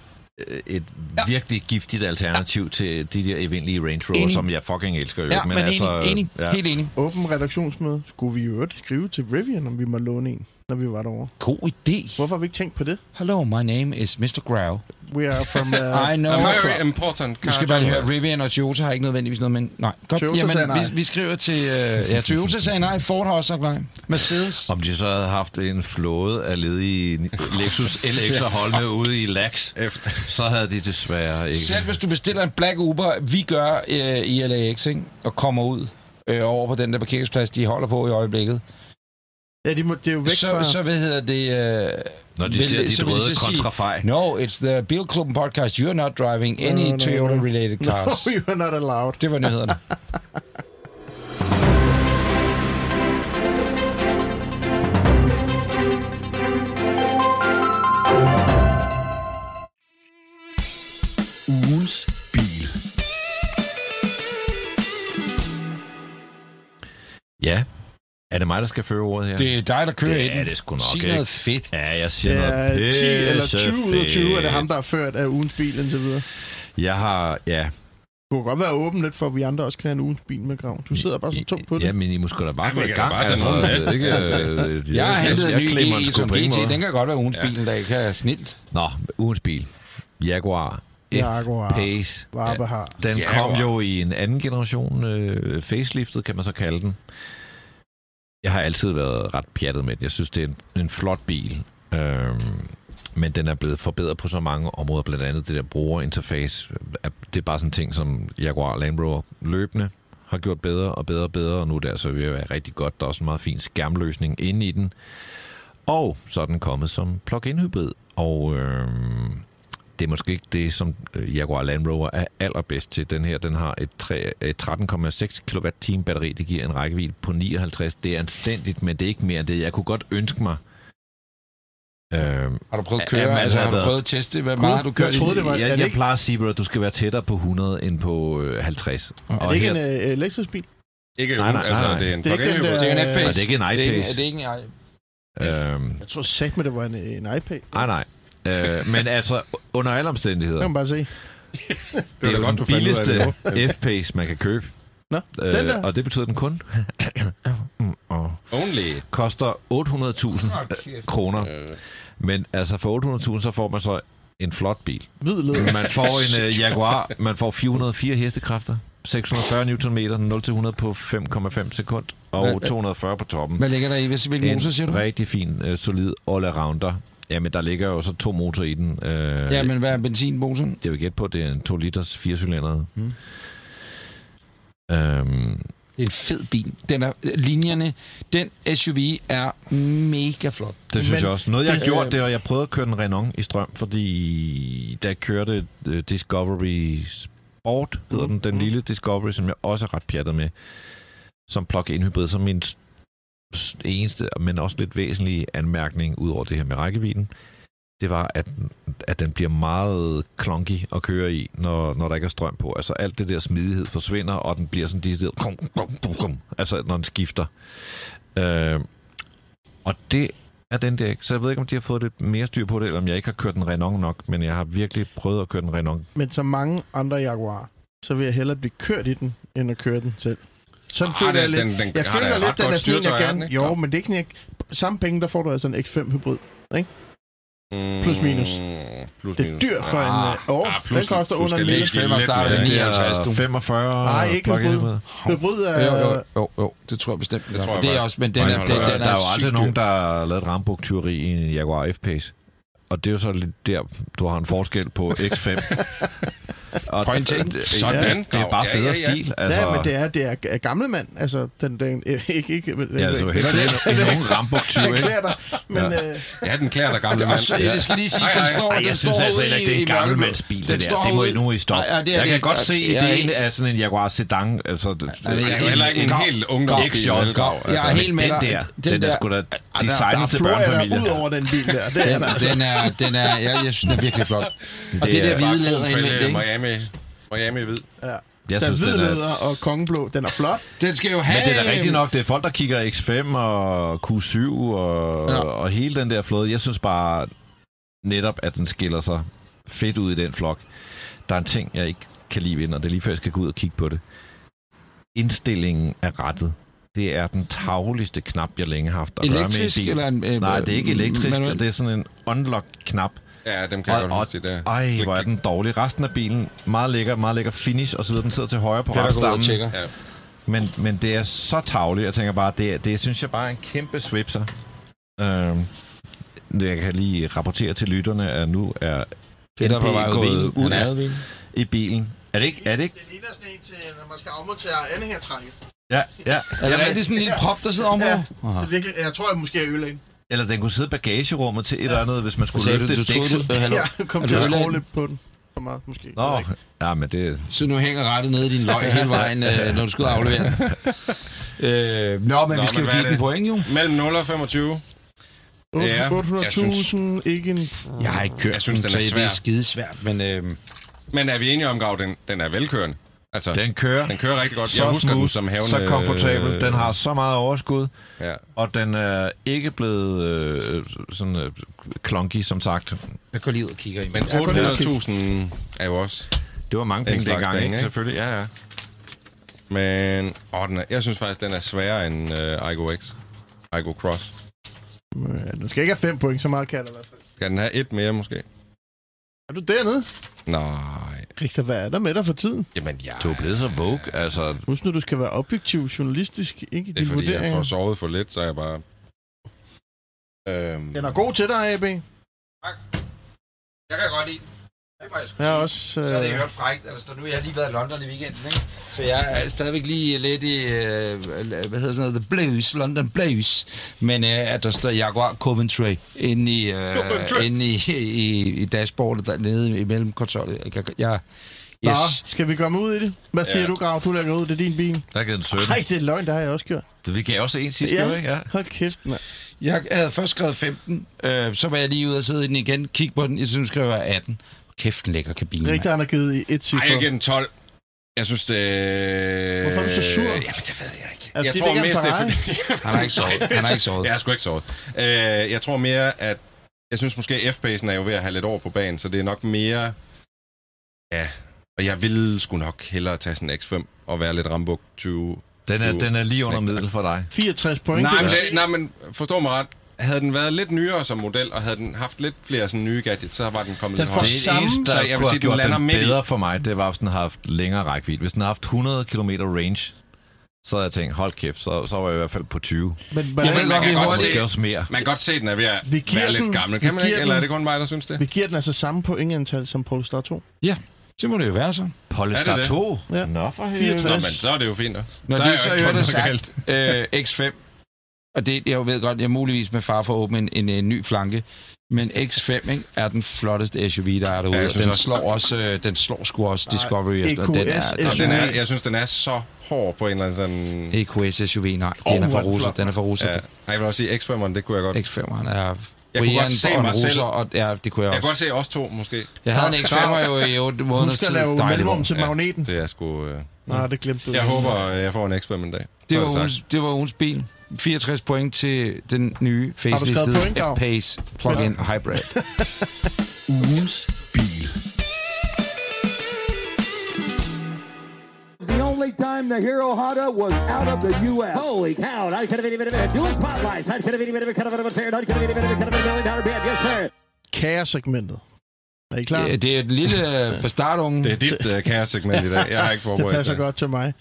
[SPEAKER 4] øh, et ja. virkelig giftigt alternativ ja. til de der evindelige Range Rover,
[SPEAKER 2] Enig.
[SPEAKER 4] som jeg fucking elsker. jo,
[SPEAKER 2] ja, men, men altså, enig, enig, ja.
[SPEAKER 4] Ja.
[SPEAKER 2] helt enig.
[SPEAKER 5] Åben redaktionsmøde. Skulle vi jo øvrigt skrive til Rivian, om vi må låne en, når vi var derovre?
[SPEAKER 2] God idé.
[SPEAKER 5] Hvorfor har vi ikke tænkt på det?
[SPEAKER 2] Hello, my name is Mr. Grau.
[SPEAKER 5] We are from... Uh,
[SPEAKER 2] I know.
[SPEAKER 5] America.
[SPEAKER 3] Very important car
[SPEAKER 2] Nu skal jeg bare lige høre,
[SPEAKER 3] drivers.
[SPEAKER 2] Rivian og Toyota har ikke nødvendigvis noget, men nej. Godt,
[SPEAKER 5] Toyota sagde nej.
[SPEAKER 2] Vi, vi skriver til... Øh, ja, Toyota sagde nej, Ford har også sagt nej. Mercedes.
[SPEAKER 4] Om de så havde haft en flåde af ledige Lexus LX'er holdende ude i Lax, så havde de desværre ikke.
[SPEAKER 2] Selv hvis du bestiller en Black Uber, vi gør øh, i LAX, ikke? og kommer ud øh, over på den der parkeringsplads, de holder på i øjeblikket,
[SPEAKER 5] Ja, de må, det er jo væk fra...
[SPEAKER 2] så, så hvad hedder det... Øh,
[SPEAKER 4] Når de
[SPEAKER 2] vil-
[SPEAKER 4] ser dit
[SPEAKER 2] så vil
[SPEAKER 4] røde
[SPEAKER 2] så sige,
[SPEAKER 4] kontrafej.
[SPEAKER 2] No, it's the Bill Klubben podcast. You're not driving any
[SPEAKER 5] No, no, no.
[SPEAKER 2] Toyota-related
[SPEAKER 5] No,
[SPEAKER 2] cars.
[SPEAKER 5] you are not allowed.
[SPEAKER 2] Det var nyhederne.
[SPEAKER 1] Ugens bil.
[SPEAKER 4] Ja. Er det mig, der skal føre ordet her?
[SPEAKER 2] Det er dig, der kører
[SPEAKER 4] Det
[SPEAKER 2] i den.
[SPEAKER 4] er det sgu nok,
[SPEAKER 2] Sig
[SPEAKER 4] ikke?
[SPEAKER 2] noget fedt.
[SPEAKER 4] Ja, jeg siger
[SPEAKER 5] Det
[SPEAKER 4] noget
[SPEAKER 5] er 10 eller
[SPEAKER 4] pisse
[SPEAKER 5] 20 ud af 20, er det
[SPEAKER 4] fedt.
[SPEAKER 5] ham, der er ført af ugens bil indtil videre.
[SPEAKER 4] Jeg har, ja.
[SPEAKER 5] Du kunne godt være åben lidt for, at vi andre også kan have en ugens bil med grav. Du sidder bare så tungt på det.
[SPEAKER 4] Ja, men I må sgu da bare
[SPEAKER 3] Ja,
[SPEAKER 4] gå
[SPEAKER 3] vi
[SPEAKER 4] i
[SPEAKER 3] kan
[SPEAKER 4] gang. altså.
[SPEAKER 3] da bare tage noget med.
[SPEAKER 4] ikke, øh,
[SPEAKER 2] Jeg har hentet en
[SPEAKER 4] jeg
[SPEAKER 2] ny
[SPEAKER 4] klemmer en
[SPEAKER 2] GE
[SPEAKER 4] sgu
[SPEAKER 2] som
[SPEAKER 4] på ingen
[SPEAKER 2] GT.
[SPEAKER 4] måde.
[SPEAKER 2] Den kan godt være ugens bil, der ikke er snilt.
[SPEAKER 4] Nå, ugens bil. Jaguar.
[SPEAKER 5] Jaguar.
[SPEAKER 4] F-Pace.
[SPEAKER 5] Varpe har.
[SPEAKER 4] Den
[SPEAKER 2] Jaguar.
[SPEAKER 4] kom jo i en anden generation. Øh, faceliftet, kan man så kalde den. Jeg har altid været ret pjattet med den. Jeg synes, det er en, en flot bil. Øhm, men den er blevet forbedret på så mange områder, blandt andet det der brugerinterface. Er- Det er bare sådan en ting, som Jaguar Land Rover løbende har gjort bedre og bedre og bedre, og nu er det altså ved at være rigtig godt. Der er også en meget fin skærmløsning inde i den. Og så er den kommet som plug-in hybrid, og øhm, det er måske ikke det, som øh, Jaguar Land Rover er allerbedst til. Den her, den har et, tre- et 13,6 kWh batteri, det giver en rækkevidde på 59. Det er anstændigt, men det er ikke mere end det. Jeg kunne godt ønske mig... Øhm,
[SPEAKER 2] Har du prøvet at
[SPEAKER 4] Ja,
[SPEAKER 2] køre?
[SPEAKER 4] men
[SPEAKER 2] altså, har du
[SPEAKER 4] altså-
[SPEAKER 2] prøvet at teste? Hvor meget har du kørt?
[SPEAKER 5] jeg troede,
[SPEAKER 2] i-
[SPEAKER 5] det var- er
[SPEAKER 4] jeg,
[SPEAKER 5] det
[SPEAKER 4] jeg
[SPEAKER 5] ikke-
[SPEAKER 4] plejer at sige, bro, at du skal være tættere på 100 end på øh, 50.
[SPEAKER 2] Er det
[SPEAKER 5] Er det ikke en øh, elektrisk bil?
[SPEAKER 3] Ikke
[SPEAKER 4] Nej, nej,
[SPEAKER 3] altså,
[SPEAKER 4] nej, nej.
[SPEAKER 3] det er en
[SPEAKER 5] Det er ikke den
[SPEAKER 3] plug-in-hybrid.
[SPEAKER 5] der- uh,
[SPEAKER 2] Det er jo en
[SPEAKER 4] Nej,
[SPEAKER 2] F-Pace.
[SPEAKER 4] det er ikke en
[SPEAKER 2] Det er ikke-
[SPEAKER 4] iPace.
[SPEAKER 2] det er ikke en iPace.
[SPEAKER 4] Øhm,
[SPEAKER 5] Jeg tror sagt med, det var en, øh, en iPad.
[SPEAKER 4] nej, nej. Øh, men altså, under alle omstændigheder,
[SPEAKER 5] Det kan man bare se.
[SPEAKER 4] det er
[SPEAKER 3] da
[SPEAKER 4] jo
[SPEAKER 3] godt, du
[SPEAKER 4] den
[SPEAKER 3] fandt ud af
[SPEAKER 4] billigste
[SPEAKER 3] det nu.
[SPEAKER 4] F-Pace, man kan købe.
[SPEAKER 5] Nå, den der.
[SPEAKER 4] Øh, og det betyder den kun. Mm, og
[SPEAKER 3] Only.
[SPEAKER 4] koster 800.000 øh, kroner. Men altså for 800.000, så får man så en flot bil.
[SPEAKER 5] Hvid led.
[SPEAKER 4] Man får en uh, Jaguar, man får 404 hestekræfter, 640 Nm, 0-100 på 5,5 sekund,
[SPEAKER 2] Hvad-
[SPEAKER 4] og 240 på toppen.
[SPEAKER 2] Hvad ligger der i? Hvis- Hvilken
[SPEAKER 4] En
[SPEAKER 2] motor siger du?
[SPEAKER 4] rigtig fin, uh, solid all-arounder. Jamen, der ligger jo så to motorer i den. Uh,
[SPEAKER 2] Ja,
[SPEAKER 4] Jamen.
[SPEAKER 2] men hvad er benzinmotoren?
[SPEAKER 4] Jeg vil gætte på, at det er en 2 liters 4 cylindret.
[SPEAKER 2] Hmm.
[SPEAKER 4] Mm. Øhm,
[SPEAKER 2] Det er en fed bil. Den er, linjerne, den SUV er mega flot.
[SPEAKER 4] Det synes
[SPEAKER 5] Men
[SPEAKER 4] Men, jeg også. Noget, jeg har
[SPEAKER 5] det-
[SPEAKER 4] gjort, det var, at jeg prøvede at køre den Renault i strøm, fordi da jeg kørte øh, Discovery Sport, hedder den, den
[SPEAKER 5] Mhm.
[SPEAKER 4] lille Discovery, som jeg også er ret pjattet med, som plug-in hybrid, som min s- s- eneste, men også lidt væsentlige anmærkning ud over det her med rækkevidden, det var, at, den- at den bliver meget klonky at køre i, når, når der ikke er strøm på. Altså alt det der smidighed forsvinder, og den bliver sådan decideret, krum, krum, krum, krum, altså når den skifter. Øh, og det er den der ikke. Så jeg ved ikke, om de har fået lidt mere styr på det, eller om jeg ikke har kørt en Renault nok, men jeg har virkelig prøvet at køre den Renault.
[SPEAKER 5] Men som mange andre Jaguar, så vil jeg hellere blive kørt i den, end at køre den selv. Sådan
[SPEAKER 3] Ah,
[SPEAKER 5] føler
[SPEAKER 3] den-
[SPEAKER 5] jeg lidt.
[SPEAKER 3] den- den
[SPEAKER 5] jeg
[SPEAKER 3] har
[SPEAKER 5] føler
[SPEAKER 3] da
[SPEAKER 5] lidt,
[SPEAKER 3] ret godt
[SPEAKER 5] er sådan, en,
[SPEAKER 3] styretøj,
[SPEAKER 5] jeg
[SPEAKER 3] har den
[SPEAKER 5] gerne...
[SPEAKER 3] ikke?
[SPEAKER 5] Jo,
[SPEAKER 3] Nå.
[SPEAKER 5] men det er ikke sådan, jeg... Samme penge, der får du altså en X5 hybrid. Plus minus.
[SPEAKER 3] Mm, Øh, Plus
[SPEAKER 5] Det er dyrt for en...
[SPEAKER 2] Ah,
[SPEAKER 5] øh, Åh,
[SPEAKER 3] ah,
[SPEAKER 5] den
[SPEAKER 3] plus-
[SPEAKER 5] koster
[SPEAKER 3] du
[SPEAKER 5] under en
[SPEAKER 3] skal
[SPEAKER 5] lille...
[SPEAKER 3] lægge-
[SPEAKER 2] X5 starter
[SPEAKER 3] Den
[SPEAKER 2] ved
[SPEAKER 3] er
[SPEAKER 2] 59, du.
[SPEAKER 4] 45
[SPEAKER 5] Nej, ikke
[SPEAKER 4] plug-in
[SPEAKER 5] hybrid.
[SPEAKER 4] hybrid.
[SPEAKER 5] Hybrid er...
[SPEAKER 2] Jo, jo, jo, jo, det tror jeg bestemt. Det
[SPEAKER 3] tror jeg
[SPEAKER 2] det er
[SPEAKER 3] faktisk.
[SPEAKER 2] også, men den
[SPEAKER 3] Nej,
[SPEAKER 2] er,
[SPEAKER 3] nej,
[SPEAKER 2] den,
[SPEAKER 3] nej,
[SPEAKER 2] den,
[SPEAKER 3] nej,
[SPEAKER 2] er,
[SPEAKER 4] der er jo
[SPEAKER 2] sygt
[SPEAKER 4] aldrig nogen,
[SPEAKER 2] dyr.
[SPEAKER 4] der har lavet rambugtyveri i en Jaguar F-Pace. Og det er jo så lidt der, du har en forskel på X5. og
[SPEAKER 2] Point taken.
[SPEAKER 3] Sådan,
[SPEAKER 4] Det er bare
[SPEAKER 3] Grav. Ja,
[SPEAKER 4] federe
[SPEAKER 3] ja, ja.
[SPEAKER 4] stil. Altså,
[SPEAKER 5] Ja, men det er, det er g- gamle mand. Altså, den... den ikke, ikke, den,
[SPEAKER 4] Ja, altså, helt en, en ung rambugtyv,
[SPEAKER 5] Jeg
[SPEAKER 4] ikke?
[SPEAKER 5] klæder dig, men...
[SPEAKER 4] Ja.
[SPEAKER 5] Øh,
[SPEAKER 3] Ja, den klæder dig gamle
[SPEAKER 2] Og
[SPEAKER 3] mand.
[SPEAKER 2] så, det skal lige sige,
[SPEAKER 3] Ej,
[SPEAKER 2] den
[SPEAKER 3] ej,
[SPEAKER 2] står,
[SPEAKER 4] Ej,
[SPEAKER 2] den
[SPEAKER 4] jeg
[SPEAKER 2] står
[SPEAKER 4] synes altså
[SPEAKER 2] ude
[SPEAKER 4] heller ikke, det er
[SPEAKER 2] i-
[SPEAKER 4] en
[SPEAKER 2] i mørkeblå.
[SPEAKER 4] gammel mandsbil,
[SPEAKER 2] Den
[SPEAKER 4] det der.
[SPEAKER 2] står
[SPEAKER 4] Det må I
[SPEAKER 2] ude-
[SPEAKER 4] nu i stoppe.
[SPEAKER 2] Ej, ej, det er
[SPEAKER 4] Jeg
[SPEAKER 2] det
[SPEAKER 4] kan
[SPEAKER 2] ikke.
[SPEAKER 4] godt se,
[SPEAKER 2] Ej, jeg er
[SPEAKER 4] ideen
[SPEAKER 2] helt-
[SPEAKER 4] af sådan en Jaguar Sedan. Altså, det
[SPEAKER 2] jeg
[SPEAKER 3] Det er jo heller ikke en
[SPEAKER 2] Grav.
[SPEAKER 3] helt ungdomsbil.
[SPEAKER 4] Grav.
[SPEAKER 3] vel, Grav?
[SPEAKER 2] Jeg
[SPEAKER 3] Altså,
[SPEAKER 2] er helt med
[SPEAKER 4] den
[SPEAKER 2] dig.
[SPEAKER 4] der,
[SPEAKER 2] Den
[SPEAKER 4] den, den der,
[SPEAKER 2] der-
[SPEAKER 4] er sgu da
[SPEAKER 5] der, der
[SPEAKER 4] designet til
[SPEAKER 5] flår jeg da
[SPEAKER 4] børnefamilier.
[SPEAKER 5] ud over den bil der. Det er der altså.
[SPEAKER 2] Den er, den er, jeg, jeg synes, den er virkelig flot. Og det,
[SPEAKER 4] Det
[SPEAKER 2] der
[SPEAKER 4] er
[SPEAKER 2] hvide
[SPEAKER 3] bare
[SPEAKER 2] læder
[SPEAKER 3] god
[SPEAKER 2] indvendigt,
[SPEAKER 3] fælde,
[SPEAKER 2] ikke?
[SPEAKER 3] Miami, Miami hvid.
[SPEAKER 5] Ja.
[SPEAKER 4] Jeg
[SPEAKER 5] Den
[SPEAKER 4] synes,
[SPEAKER 5] hvide
[SPEAKER 4] den er...
[SPEAKER 5] leder og kongeblå, den er flot.
[SPEAKER 2] Den skal jo have... øhm,
[SPEAKER 4] Men det er da rigtigt nok, det er folk, der kigger X5 og Q7 og,
[SPEAKER 2] Ja.
[SPEAKER 4] ja. og hele den der flåde. Jeg synes bare netop, at den skiller sig fedt ud i den flok. Der er en ting, jeg ikke kan lide ved den, og det er lige før, jeg skal gå ud og kigge på det. Indstillingen af rettet. Det er den tavligste knap, jeg længe har haft at gøre med en
[SPEAKER 2] Elektrisk
[SPEAKER 4] bil.
[SPEAKER 2] eller en... øh,
[SPEAKER 4] Nej, det er ikke elektrisk.
[SPEAKER 2] manuel?
[SPEAKER 4] Det er sådan en unlock-knap.
[SPEAKER 3] Ja, dem kan jeg
[SPEAKER 4] Og-
[SPEAKER 3] godt
[SPEAKER 4] og-
[SPEAKER 3] huske det der.
[SPEAKER 4] Ej, hvor er den dårlig. Resten af bilen, meget lækker, meget lækker finish og så videre. Den sidder til højre på retstammen.
[SPEAKER 3] Ja.
[SPEAKER 4] Men, men det er så tavligt. Jeg tænker bare, det, er- det synes jeg bare er en kæmpe svipser. Øhm, jeg kan lige rapportere til lytterne, at nu er
[SPEAKER 2] Peter er på
[SPEAKER 4] NP
[SPEAKER 2] vej ud af
[SPEAKER 4] gået
[SPEAKER 2] bilen.
[SPEAKER 4] ud
[SPEAKER 2] Han er ude
[SPEAKER 4] af-
[SPEAKER 2] af bilen.
[SPEAKER 4] i bilen. Er det ikke? Er det ikke?
[SPEAKER 5] Det ligner sådan en til, når man skal afmontere anhængertrækket.
[SPEAKER 4] Ja, ja.
[SPEAKER 2] Er det
[SPEAKER 4] Jamen,
[SPEAKER 2] rigtig sådan en lille prop, der sidder om
[SPEAKER 5] Ja.
[SPEAKER 2] ja.
[SPEAKER 5] Det er virkelig, jeg tror, jeg måske er ødelæggen.
[SPEAKER 4] Eller den kunne sidde i bagagerummet til et eller andet, hvis man skulle
[SPEAKER 2] Sagde,
[SPEAKER 4] lytte
[SPEAKER 2] du,
[SPEAKER 4] til
[SPEAKER 2] du troede,
[SPEAKER 4] dæksel.
[SPEAKER 2] du, øh, hallo.
[SPEAKER 5] Jeg kom
[SPEAKER 2] Er
[SPEAKER 5] til
[SPEAKER 2] du
[SPEAKER 5] at skrue
[SPEAKER 2] ødelæggen?
[SPEAKER 5] lidt på den. For meget, måske. Jeg ved
[SPEAKER 4] Nå,
[SPEAKER 5] ikke.
[SPEAKER 4] ja, men det...
[SPEAKER 2] Så nu hænger rettet nede i din løg hele vejen, øh, når du skal ud og aflevere den. øh, nå, men
[SPEAKER 3] Nå,
[SPEAKER 2] vi skal
[SPEAKER 3] men
[SPEAKER 2] jo give
[SPEAKER 3] hvad er
[SPEAKER 2] den
[SPEAKER 3] det?
[SPEAKER 2] point, jo.
[SPEAKER 3] Mellem 0 og 25. Ja,
[SPEAKER 5] 800.000,
[SPEAKER 3] jeg synes-
[SPEAKER 5] ikke en...
[SPEAKER 2] Jeg har ikke kørt
[SPEAKER 3] Jeg synes, den
[SPEAKER 2] så
[SPEAKER 3] er
[SPEAKER 2] det
[SPEAKER 3] svær.
[SPEAKER 2] er skidesvært, men øh,
[SPEAKER 3] Men er vi enige om, Gav, den, den er velkørende? Altså, den,
[SPEAKER 4] Den kører.
[SPEAKER 3] den kører rigtig godt.
[SPEAKER 4] så
[SPEAKER 3] jeg husker
[SPEAKER 4] smooth,
[SPEAKER 3] den som havende...
[SPEAKER 4] så komfortabel. Den har så meget overskud,
[SPEAKER 3] Ja.
[SPEAKER 4] og den er ikke blevet øh, sådan øh, klonky, som sagt.
[SPEAKER 2] jeg går lige ud og kigger i
[SPEAKER 3] Men
[SPEAKER 2] men,
[SPEAKER 3] 800.000 er jo også
[SPEAKER 4] Det var mange
[SPEAKER 3] en
[SPEAKER 4] penge
[SPEAKER 3] slags
[SPEAKER 4] dengang,
[SPEAKER 3] penge,
[SPEAKER 4] ikke?
[SPEAKER 3] ikke?
[SPEAKER 4] Selvfølgelig.
[SPEAKER 3] Selvfølgelig, ja, ja. Men åh, den er, jeg synes faktisk, den er sværere end øh, Igo X. Igo Cross.
[SPEAKER 5] Ja, den skal ikke have 5 point, så meget kan jeg da i hvert fald.
[SPEAKER 3] Skal den have et mere, måske?
[SPEAKER 5] Er du dernede?
[SPEAKER 3] Nej.
[SPEAKER 5] Rigtig, hvad er der med dig for tiden?
[SPEAKER 3] Jamen, jeg...
[SPEAKER 4] Du er blevet så vogue, altså...
[SPEAKER 5] Husk nu, du skal være objektiv journalistisk, ikke i
[SPEAKER 3] Det er,
[SPEAKER 5] dine
[SPEAKER 3] fordi jeg
[SPEAKER 5] vurderinger.
[SPEAKER 3] får sovet for lidt, så er jeg bare... Øhm,
[SPEAKER 5] Den er god til dig, AB.
[SPEAKER 2] Jeg kan godt lide den. Det må jeg sgu
[SPEAKER 5] Jeg er
[SPEAKER 2] sige.
[SPEAKER 5] også... Øh,
[SPEAKER 2] Så er det jo hørt frækt. Altså, nu jeg har lige været i London i weekenden, ikke? Så jeg er stadigvæk lige lidt i, øh, hvad hedder sådan noget, The Blues, London Blues. Men øh, at der står Jaguar Coventry inde i, øh, inde i, i, i dashboardet dernede imellem konsollet. Jeg, jeg, jeg,
[SPEAKER 5] Nå,
[SPEAKER 2] yes.
[SPEAKER 5] skal vi komme ud i det? Hvad siger
[SPEAKER 3] Ja.
[SPEAKER 5] du, Grav? Du lægger ud, det er din bil.
[SPEAKER 4] Der er givet en 17.
[SPEAKER 5] Nej, det er løgn, det har jeg også gjort.
[SPEAKER 4] Det vi gav også en sidste
[SPEAKER 5] Ja.
[SPEAKER 4] ja. ikke? Ja.
[SPEAKER 5] Hold kæft, mand.
[SPEAKER 2] jeg havde først skrevet 15, øh, så var jeg lige ude og sidde i den igen, kigge på den, jeg synes, skriver jeg 18. Kæft, den lækker kabine. mand.
[SPEAKER 5] Rigtig, han har givet i et
[SPEAKER 3] Ej, jeg
[SPEAKER 5] cifre.
[SPEAKER 3] giver den 12. Jeg synes, det...
[SPEAKER 5] Hvorfor er du så sur?
[SPEAKER 3] Jamen, det ved jeg ikke.
[SPEAKER 5] Altså,
[SPEAKER 3] jeg
[SPEAKER 5] det er
[SPEAKER 3] tror
[SPEAKER 5] ikke en
[SPEAKER 3] mest, det er
[SPEAKER 5] Ferrari.
[SPEAKER 3] fordi...
[SPEAKER 2] Han har ikke sovet. Han har ikke sovet.
[SPEAKER 3] Jeg har sgu ikke sovet. Øh, jeg tror mere, at... Jeg synes måske, F-basen er jo ved at have lidt over på banen, så det er nok mere... Ja, og jeg ville sgu nok hellere tage sådan en X5 og være lidt Rambuk 20.
[SPEAKER 4] Den er,
[SPEAKER 3] Du-
[SPEAKER 4] den er lige under middel for dig.
[SPEAKER 5] 64 point.
[SPEAKER 3] Nej, men,
[SPEAKER 5] det,
[SPEAKER 3] det, nej, men forstå mig ret. Havde den været lidt nyere som model, og havde den haft lidt flere sådan nye gadgets, så var den kommet
[SPEAKER 5] Den
[SPEAKER 3] lidt
[SPEAKER 5] får
[SPEAKER 3] højere.
[SPEAKER 5] samme-
[SPEAKER 3] Så jeg
[SPEAKER 4] jeg
[SPEAKER 3] vil
[SPEAKER 4] kunne
[SPEAKER 3] sige,
[SPEAKER 4] sige,
[SPEAKER 3] du
[SPEAKER 4] gjort
[SPEAKER 3] lander
[SPEAKER 4] den
[SPEAKER 3] midt i.
[SPEAKER 4] bedre for mig, det var, hvis den havde haft længere rækvidde. Hvis den havde haft 100 km range, så havde jeg tænkt, hold kæft, så, så var jeg i hvert fald på 20.
[SPEAKER 5] men, hvordan,
[SPEAKER 2] Jamen,
[SPEAKER 3] man kan
[SPEAKER 2] Godt
[SPEAKER 3] godt
[SPEAKER 4] Måske
[SPEAKER 3] se,
[SPEAKER 4] også mere.
[SPEAKER 3] man kan godt se, at den er ved at
[SPEAKER 5] Vi giver
[SPEAKER 3] være
[SPEAKER 5] den-
[SPEAKER 3] lidt gammel.
[SPEAKER 5] vi
[SPEAKER 3] Kan man
[SPEAKER 5] giver
[SPEAKER 3] ikke? Eller er
[SPEAKER 5] den-
[SPEAKER 3] det kun mig, der synes det?
[SPEAKER 5] vi giver den altså samme pointantal som Polestar 2.
[SPEAKER 2] Ja, så må det jo være så.
[SPEAKER 4] Polestar
[SPEAKER 3] Er det
[SPEAKER 4] 2?
[SPEAKER 5] Ja.
[SPEAKER 4] Nå, for
[SPEAKER 3] Nå,
[SPEAKER 5] 64.
[SPEAKER 3] men så er det jo fint. nok.
[SPEAKER 2] Når
[SPEAKER 3] er
[SPEAKER 2] det så
[SPEAKER 3] jeg
[SPEAKER 2] er
[SPEAKER 3] ikke
[SPEAKER 2] det
[SPEAKER 3] kommet noget
[SPEAKER 2] sagt, øh, X5, og det, jeg ved godt, jeg er muligvis med far for at åbne en, en, en ny flanke, men X5 ikke, er den flotteste SUV, der er derude.
[SPEAKER 3] Ja, jeg
[SPEAKER 2] Ja,
[SPEAKER 3] synes
[SPEAKER 2] den,
[SPEAKER 3] også-
[SPEAKER 2] slår også, øh, den slår sgu også Discovery.
[SPEAKER 5] Nej, E
[SPEAKER 2] efter, og den er,
[SPEAKER 5] EQS
[SPEAKER 2] den
[SPEAKER 3] Og den er,
[SPEAKER 2] er, E
[SPEAKER 5] SUV.
[SPEAKER 3] jeg synes, den er så hård på en eller anden sådan...
[SPEAKER 2] EQS SUV, nej,
[SPEAKER 5] Åh,
[SPEAKER 2] den er
[SPEAKER 5] hvor
[SPEAKER 2] for
[SPEAKER 5] er den
[SPEAKER 2] russer.
[SPEAKER 5] flot.
[SPEAKER 2] Den er for russer.
[SPEAKER 3] Ja.
[SPEAKER 2] Ja.
[SPEAKER 3] Ej, jeg vil også sige, X5'eren, det kunne jeg godt...
[SPEAKER 2] X5'eren er...
[SPEAKER 3] Jeg kunne
[SPEAKER 2] Brian
[SPEAKER 3] godt se
[SPEAKER 2] og en
[SPEAKER 3] mig
[SPEAKER 2] russer,
[SPEAKER 3] selv.
[SPEAKER 2] Og, ja, det kunne jeg,
[SPEAKER 3] Jeg
[SPEAKER 2] også.
[SPEAKER 3] kunne godt se os to, måske.
[SPEAKER 2] Jeg havde en X5'er jo i 8
[SPEAKER 5] Hun
[SPEAKER 2] måneder
[SPEAKER 5] skal
[SPEAKER 2] tid.
[SPEAKER 5] lave
[SPEAKER 2] Dejlig
[SPEAKER 5] mellemrum
[SPEAKER 2] vogn.
[SPEAKER 5] til magneten.
[SPEAKER 3] Det er sgu... Øh...
[SPEAKER 5] Nej, det glemte du.
[SPEAKER 3] Jeg håber, øh, jeg får en X5 en dag.
[SPEAKER 2] Det
[SPEAKER 3] Så
[SPEAKER 2] var,
[SPEAKER 3] er sagt.
[SPEAKER 2] ugens, det var ugens bil. 64 point til den nye faceliftede
[SPEAKER 5] point, Gav?
[SPEAKER 2] F-Pace plug-in hybrid.
[SPEAKER 1] Ugens bil.
[SPEAKER 6] The only time the Hero Hada was out of the U.S.
[SPEAKER 7] Holy cow! I could have any minute, dual spotlights. I could have any minute, could have been a fair. I could have any minute, could have been a million dollar band. Yes, sir.
[SPEAKER 5] Kaos-segmentet. Er I klar?
[SPEAKER 2] Ja, det er et lille øh, bastardunge.
[SPEAKER 3] Det er dit øh, kæresegment i dag. Jeg har ikke
[SPEAKER 5] Det
[SPEAKER 3] forberedt
[SPEAKER 5] passer godt til mig.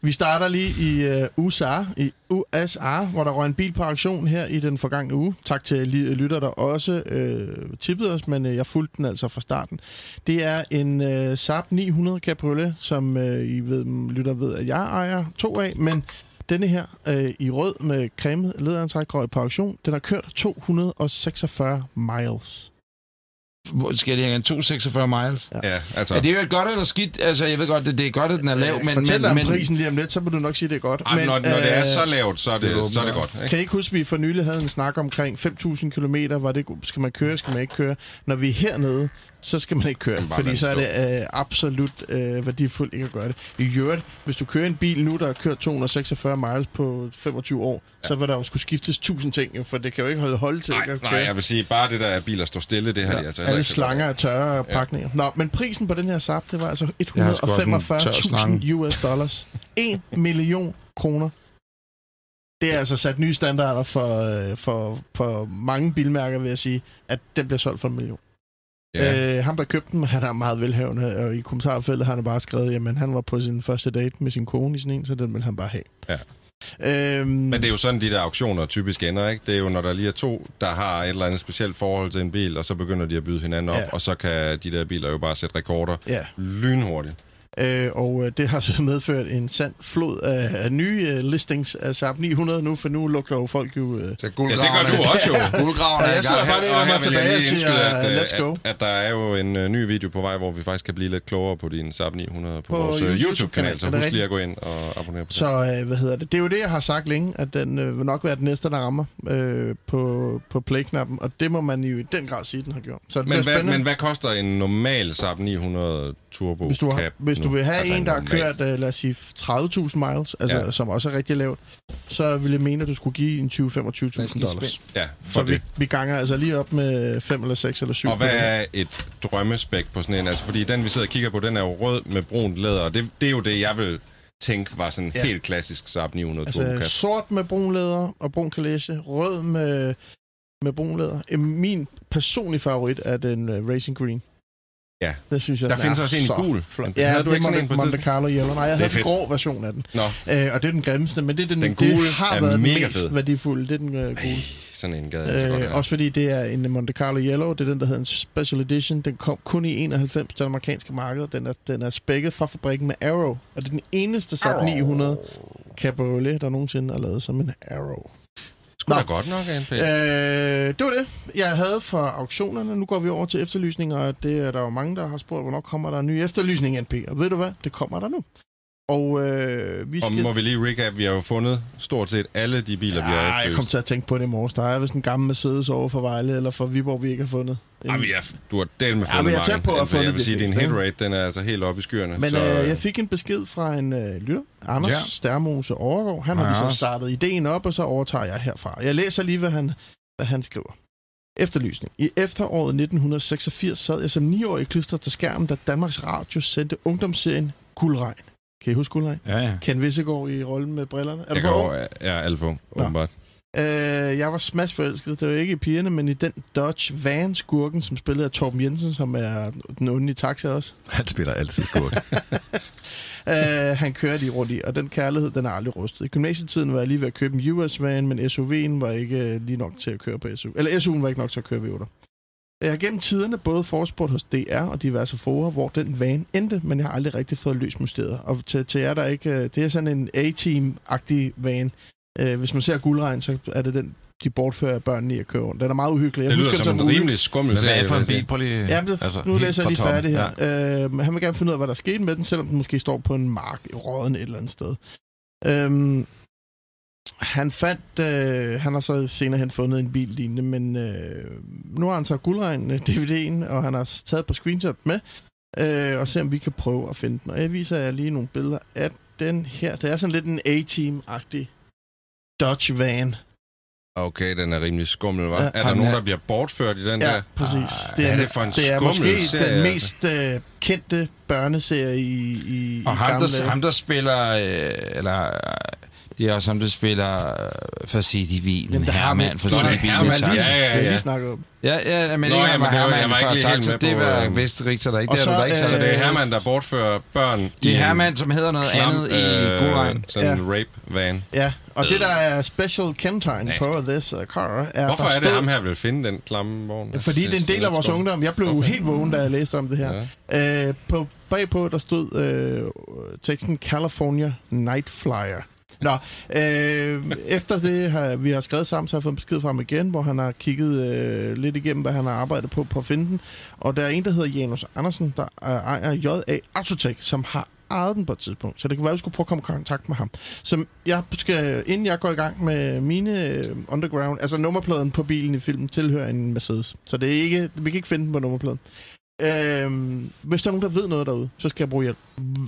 [SPEAKER 5] Vi starter lige i øh, USA, i USA, hvor der røg en bil på auktion her i den forgangne uge. Tak til li- lytter, der også øh, tippede os, men øh, jeg fulgte den altså fra starten. Det er en øh, Saab 900 Cabriolet, som øh, I ved, lytter ved, at jeg ejer to af, men denne her øh, i rød med cremet læderantræk røg på auktion. Den har kørt 246 miles.
[SPEAKER 2] Hvor Skal det have en 246 miles?
[SPEAKER 3] Ja, altså...
[SPEAKER 2] Er det jo et godt eller skidt? Altså, jeg ved godt, det, det er godt, at den er lav, men...
[SPEAKER 5] Fortæl
[SPEAKER 2] men,
[SPEAKER 5] dig om
[SPEAKER 2] men,
[SPEAKER 5] prisen lige om lidt, så vil du nok sige, det er godt.
[SPEAKER 3] Ej, men, når, når det er
[SPEAKER 5] øh,
[SPEAKER 3] så lavt, så er det,
[SPEAKER 2] det er
[SPEAKER 3] så er det
[SPEAKER 2] åbenbart.
[SPEAKER 3] godt. Ikke?
[SPEAKER 5] Kan I ikke huske, at vi for nylig havde en snak omkring 5.000 km, var det, skal man køre, skal man ikke køre? Når vi er hernede, så skal man ikke køre,
[SPEAKER 3] Jamen, bare
[SPEAKER 5] fordi
[SPEAKER 3] lad
[SPEAKER 5] så er
[SPEAKER 3] den
[SPEAKER 5] det øh, absolut øh, værdifuldt ikke at gøre det. I øvrigt, hvis du kører en bil nu, der har kørt 246 miles på 25 år, ja. så vil der jo skulle skiftes 1.000 ting, jo, for det kan jo ikke holde, holde til
[SPEAKER 3] Nej,
[SPEAKER 5] ikke at
[SPEAKER 3] nej,
[SPEAKER 5] køre.
[SPEAKER 3] jeg vil sige, bare det der at biler står stille, det har de altså heller
[SPEAKER 5] Alle
[SPEAKER 3] ikke så godt.
[SPEAKER 5] slanger er tørre og pakninger. Nå, men prisen på den her Saab, det var altså
[SPEAKER 2] Jeg har sgu også en tør
[SPEAKER 5] 145.000
[SPEAKER 2] slange.
[SPEAKER 5] US dollars. 1 million kroner. Det er altså sat nye standarder for, øh, for, for mange bilmærker, vil jeg sige, at den bliver solgt for en million.
[SPEAKER 3] Ja.
[SPEAKER 5] Ja. Øh, ham, der købte den, han er meget velhavende, og i kommentarfeltet har han bare skrevet, jamen han var på sin første date med sin kone i sådan en, så den vil han bare have.
[SPEAKER 3] Ja.
[SPEAKER 5] Øhm,
[SPEAKER 3] Men det er jo sådan, de der auktioner typisk ender, ikke? Det er jo, når der lige er to, der har et eller andet specielt forhold til en bil, og så begynder de at byde hinanden op, ja.
[SPEAKER 5] Ja.
[SPEAKER 3] og så kan de der biler jo bare sætte rekorder
[SPEAKER 5] Ja,
[SPEAKER 3] lynhurtigt.
[SPEAKER 5] øh, og øh, det har så medført en sand flod af, af nye øh, listings af Saab 900 nu, for nu lugter jo folk jo... Øh,
[SPEAKER 2] Så
[SPEAKER 3] Ja, det gør du også jo.
[SPEAKER 2] Guldgraverne er
[SPEAKER 5] Ja,
[SPEAKER 2] i
[SPEAKER 5] jeg sidder
[SPEAKER 2] gang.
[SPEAKER 5] bare lidt
[SPEAKER 3] og
[SPEAKER 5] om
[SPEAKER 3] her
[SPEAKER 5] mig
[SPEAKER 3] vil jeg
[SPEAKER 5] tilbage og
[SPEAKER 3] lige
[SPEAKER 5] siger, uh,
[SPEAKER 3] indskyde, at, øh,
[SPEAKER 5] let's go.
[SPEAKER 3] At, at der er jo en øh, ny video på vej, hvor vi faktisk kan blive lidt klogere på din Saab 900 på, på
[SPEAKER 5] På
[SPEAKER 3] vores øh,
[SPEAKER 5] YouTube-
[SPEAKER 3] YouTube-kanal, så
[SPEAKER 5] Er det
[SPEAKER 3] husk lige
[SPEAKER 5] rigtigt?
[SPEAKER 3] at gå ind og abonnere på det.
[SPEAKER 5] Så øh, hvad hedder det? Det er jo det, jeg har sagt længe, at den øh, vil nok være den næste, der rammer øh, på, på play-knappen, og det må man jo i den grad sige, den har gjort. Så det
[SPEAKER 3] Men
[SPEAKER 5] bliver
[SPEAKER 3] hvad,
[SPEAKER 5] spændende.
[SPEAKER 3] men hvad koster en normal Saab 900 Turbo
[SPEAKER 5] hvis du, har,
[SPEAKER 3] Cab
[SPEAKER 5] hvis du
[SPEAKER 3] nu?
[SPEAKER 5] vil have
[SPEAKER 3] Altså
[SPEAKER 5] en, der har
[SPEAKER 3] normal.
[SPEAKER 5] kørt, øh, lad os sige, 30.000 miles, altså,
[SPEAKER 3] Ja.
[SPEAKER 5] ja. som også er rigtig lavt, så ville jeg mene, at du skulle give en 20-25.000
[SPEAKER 2] Lad os lige
[SPEAKER 5] dollars.
[SPEAKER 2] spænde.
[SPEAKER 3] Ja, for
[SPEAKER 5] Så
[SPEAKER 3] det.
[SPEAKER 5] vi, vi ganger altså lige op med 5 eller 6 eller 7.
[SPEAKER 3] Og hvad er et drømmespæk på sådan en? Altså, fordi den, vi sidder og kigger på, den er jo rød med brunt læder, og det, det er jo det, jeg vil tænke var sådan en
[SPEAKER 5] Ja.
[SPEAKER 3] helt klassisk Saab 900 altså, Turbo
[SPEAKER 5] Altså
[SPEAKER 3] Cab.
[SPEAKER 5] sort med brun læder og brun kalesje, rød med, med brun læder. Øh, Min personlige favorit er den uh, Racing Green.
[SPEAKER 3] Ja.
[SPEAKER 5] Det synes jeg,
[SPEAKER 3] Der
[SPEAKER 5] den
[SPEAKER 3] findes
[SPEAKER 5] er
[SPEAKER 3] også en i
[SPEAKER 5] så
[SPEAKER 3] gul.
[SPEAKER 5] Flot.
[SPEAKER 3] Men havde
[SPEAKER 5] Ja,
[SPEAKER 3] du
[SPEAKER 5] du er
[SPEAKER 3] ikke
[SPEAKER 5] ikke
[SPEAKER 3] sådan en
[SPEAKER 5] Monte,
[SPEAKER 3] på et
[SPEAKER 5] Monte Carlo Yellow. Nej, jeg havde
[SPEAKER 3] fedt.
[SPEAKER 5] den grå version af den.
[SPEAKER 3] Nå,
[SPEAKER 5] Øh, og det er den grimmeste, men det er den,
[SPEAKER 3] Den gule
[SPEAKER 5] det har
[SPEAKER 3] er
[SPEAKER 5] været den
[SPEAKER 3] mega
[SPEAKER 5] mest
[SPEAKER 3] fed.
[SPEAKER 5] værdifulde. Det er den øh, gule.
[SPEAKER 3] sådan en gad jeg så godt
[SPEAKER 5] Øh,
[SPEAKER 3] have.
[SPEAKER 5] også fordi det er en Monte Carlo Yellow, det er den, der hedder en Special Edition. Den kom kun i 91 til det amerikanske marked. Den er, den er spækket fra fabrikken med Arrow, og det er den eneste Saab 900 Cabriolet, der nogensinde er lavet som en Arrow.
[SPEAKER 3] Skulle da
[SPEAKER 5] Nå.
[SPEAKER 3] godt nok, NP. Ja.
[SPEAKER 5] Øh, det var det, jeg havde for auktionerne. Nu går vi over til efterlysninger, og det er der jo mange, der har spurgt, hvornår kommer der en ny efterlysning, NP? Og ved du hvad? Det kommer der nu. Og øh, vi
[SPEAKER 3] Og
[SPEAKER 5] skal...
[SPEAKER 3] må vi lige recap, vi har jo fundet stort set alle de biler, vi har
[SPEAKER 5] Ja, jeg kom
[SPEAKER 3] efterlyst.
[SPEAKER 5] til at tænke på det i morges. Der er vist en gammel Mercedes over for Vejle eller for Viborg, vi ikke har fundet.
[SPEAKER 3] Ej, vi er, du har delt med
[SPEAKER 5] Ja, vi
[SPEAKER 3] fundet
[SPEAKER 5] er tæt på at have
[SPEAKER 3] mange. Jeg
[SPEAKER 5] fundet
[SPEAKER 3] vil
[SPEAKER 5] de
[SPEAKER 3] sige, at din
[SPEAKER 5] fleste,
[SPEAKER 3] hit
[SPEAKER 5] ikke?
[SPEAKER 3] rate, den er altså helt oppe i skyerne.
[SPEAKER 5] Men
[SPEAKER 3] så,
[SPEAKER 5] øh, jeg fik en besked fra en øh, lytter, Anders
[SPEAKER 2] Ja.
[SPEAKER 5] ja. Stærmose Overgaard. Han har
[SPEAKER 2] Ja.
[SPEAKER 5] ligesom startet ideen op, og så overtager jeg herfra. Jeg læser lige, hvad han, hvad han skriver. Efterlysning. I efteråret 1986 sad jeg som 9-årig klistret til skærmen, da Danmarks Radio sendte ungdomsserien Guldregn. Kan I huske Guldregn?
[SPEAKER 2] Ja, ja.
[SPEAKER 5] Ken Vissegaard i rollen med brillerne. Er
[SPEAKER 3] jeg
[SPEAKER 5] du
[SPEAKER 3] kan
[SPEAKER 5] på?
[SPEAKER 3] over, ja, alfa, åbenbart.
[SPEAKER 5] Øh, jeg var smashforelsket. Det var ikke i pigerne, men i den Dodge Van skurken, som spillede af Torben Jensen, som er den onde i taxa også.
[SPEAKER 4] Han spiller altid skurk.
[SPEAKER 5] Øh, han kører lige rundt i, og den kærlighed, den er aldrig rustet. I gymnasietiden var jeg lige ved at købe en US van, men SUV'en var ikke øh, lige nok til at køre på SU. Eller SU'en var ikke nok til at køre V8. Jeg har gennem tiderne både forspurgt hos DR og diverse forer, hvor den van endte, men jeg har aldrig rigtig fået løst mysteriet. Og til, til jer, der ikke... øh, Det er sådan en A-team-agtig van. Øh, hvis man ser guldregn, så er det den, de bortfører børnene i at køre rundt. Den er meget uhyggelig. Jeg
[SPEAKER 3] Det lyder
[SPEAKER 5] husker
[SPEAKER 3] som
[SPEAKER 5] den
[SPEAKER 3] en
[SPEAKER 5] ulykke-
[SPEAKER 3] rimelig skummel
[SPEAKER 4] Men hvad er
[SPEAKER 3] serie.
[SPEAKER 4] det for
[SPEAKER 3] vil
[SPEAKER 4] en
[SPEAKER 3] jeg sige.
[SPEAKER 4] bil? Prøv lige...
[SPEAKER 5] Ja, men altså, nu
[SPEAKER 4] øh, helt
[SPEAKER 5] læser
[SPEAKER 4] fra
[SPEAKER 5] jeg lige
[SPEAKER 4] toppen.
[SPEAKER 5] færdig
[SPEAKER 4] Ja.
[SPEAKER 5] her. Ja. Øh, han vil gerne finde ud af, hvad der skete med den, selvom den måske står på en mark i råden et eller andet sted. Øhm, han fandt, øh, han har så senere hen fundet en bil lignende, men øh, nu har han så guldregn øh, DVD'en, og han har s- taget på screenshot med, øh, og se om vi kan prøve at finde den. Og jeg viser jer lige nogle billeder af den her. Det er sådan lidt en A-team-agtig Dodge van.
[SPEAKER 3] Okay, den er rimelig skummel, hva'?
[SPEAKER 5] Ja.
[SPEAKER 3] Ja, er der
[SPEAKER 2] Han
[SPEAKER 3] nogen,
[SPEAKER 2] er-
[SPEAKER 3] der bliver bortført i den
[SPEAKER 5] Ja,
[SPEAKER 3] der?
[SPEAKER 5] præcis.
[SPEAKER 3] Det Ah, er,
[SPEAKER 5] en-
[SPEAKER 3] det for en
[SPEAKER 5] Det er
[SPEAKER 3] skummel
[SPEAKER 5] måske
[SPEAKER 3] serie,
[SPEAKER 5] den
[SPEAKER 3] altså?
[SPEAKER 5] mest øh, kendte børneserie i, i,
[SPEAKER 2] Og
[SPEAKER 5] i
[SPEAKER 2] ham
[SPEAKER 5] gamle
[SPEAKER 2] der,
[SPEAKER 5] dage.
[SPEAKER 2] ham, der spiller... Øh, eller, øh, det er også ham, der spiller øh, Facit i bilen.
[SPEAKER 5] Jamen, der har
[SPEAKER 2] Herman
[SPEAKER 5] vi-
[SPEAKER 2] for
[SPEAKER 5] Nå,
[SPEAKER 2] Facit
[SPEAKER 3] det
[SPEAKER 2] i
[SPEAKER 3] er
[SPEAKER 2] bilen. i taxa.
[SPEAKER 3] Herman Lisen. Ja, ja,
[SPEAKER 5] Vi har
[SPEAKER 3] ja.
[SPEAKER 5] lige snakket om.
[SPEAKER 2] Ja, ja, men
[SPEAKER 3] Nå,
[SPEAKER 2] Nå,
[SPEAKER 3] jamen,
[SPEAKER 2] ikke, var
[SPEAKER 3] det var-
[SPEAKER 2] Herman
[SPEAKER 3] jeg var
[SPEAKER 2] fra
[SPEAKER 3] ikke lige helt
[SPEAKER 2] Taxa,
[SPEAKER 3] med på,
[SPEAKER 2] det var
[SPEAKER 3] øh,
[SPEAKER 2] Vestrigter, der ikke,
[SPEAKER 5] Og
[SPEAKER 2] det er
[SPEAKER 5] så,
[SPEAKER 2] der ikke
[SPEAKER 5] øh,
[SPEAKER 3] Så
[SPEAKER 2] særlig
[SPEAKER 3] det er
[SPEAKER 5] Øh,
[SPEAKER 3] Herman, der bortfører børn
[SPEAKER 2] Det
[SPEAKER 3] i
[SPEAKER 2] er
[SPEAKER 3] en
[SPEAKER 2] Herman, som hedder noget
[SPEAKER 3] klam, øh,
[SPEAKER 2] andet i Guldregn.
[SPEAKER 3] Sådan en rape-van.
[SPEAKER 5] Ja, og det der er special kendetegn
[SPEAKER 3] Nasty.
[SPEAKER 5] på this uh, car, er
[SPEAKER 3] Hvorfor
[SPEAKER 5] der
[SPEAKER 3] er det,
[SPEAKER 5] stod-
[SPEAKER 3] ham her vil finde den klamme vogn?
[SPEAKER 5] Fordi det er en del af vores ungdom. Jeg blev
[SPEAKER 3] Okay.
[SPEAKER 5] okay. helt vågen, da jeg læste om det her. Ja. Øh, på, bagpå, der stod øh, teksten California Night Flyer. Nå, øh, efter det, har, vi har skrevet sammen, så har jeg fået en besked fra ham igen, hvor han har kigget øh, lidt igennem, hvad han har arbejdet på, på at finde den. Og der er en, der hedder Janus Andersen, der øh, ejer JA Autotech, som har ejet den på et tidspunkt. Så det kunne være, at vi skulle prøve at komme i kontakt med ham. Så jeg skal, inden jeg går i gang med mine øh, underground, altså nummerpladen på bilen i filmen, tilhører en Mercedes. Så det er ikke, vi kan ikke finde den på nummerpladen. Øhm, hvis der er nogen, der ved noget derude, så skal jeg bruge hjælp.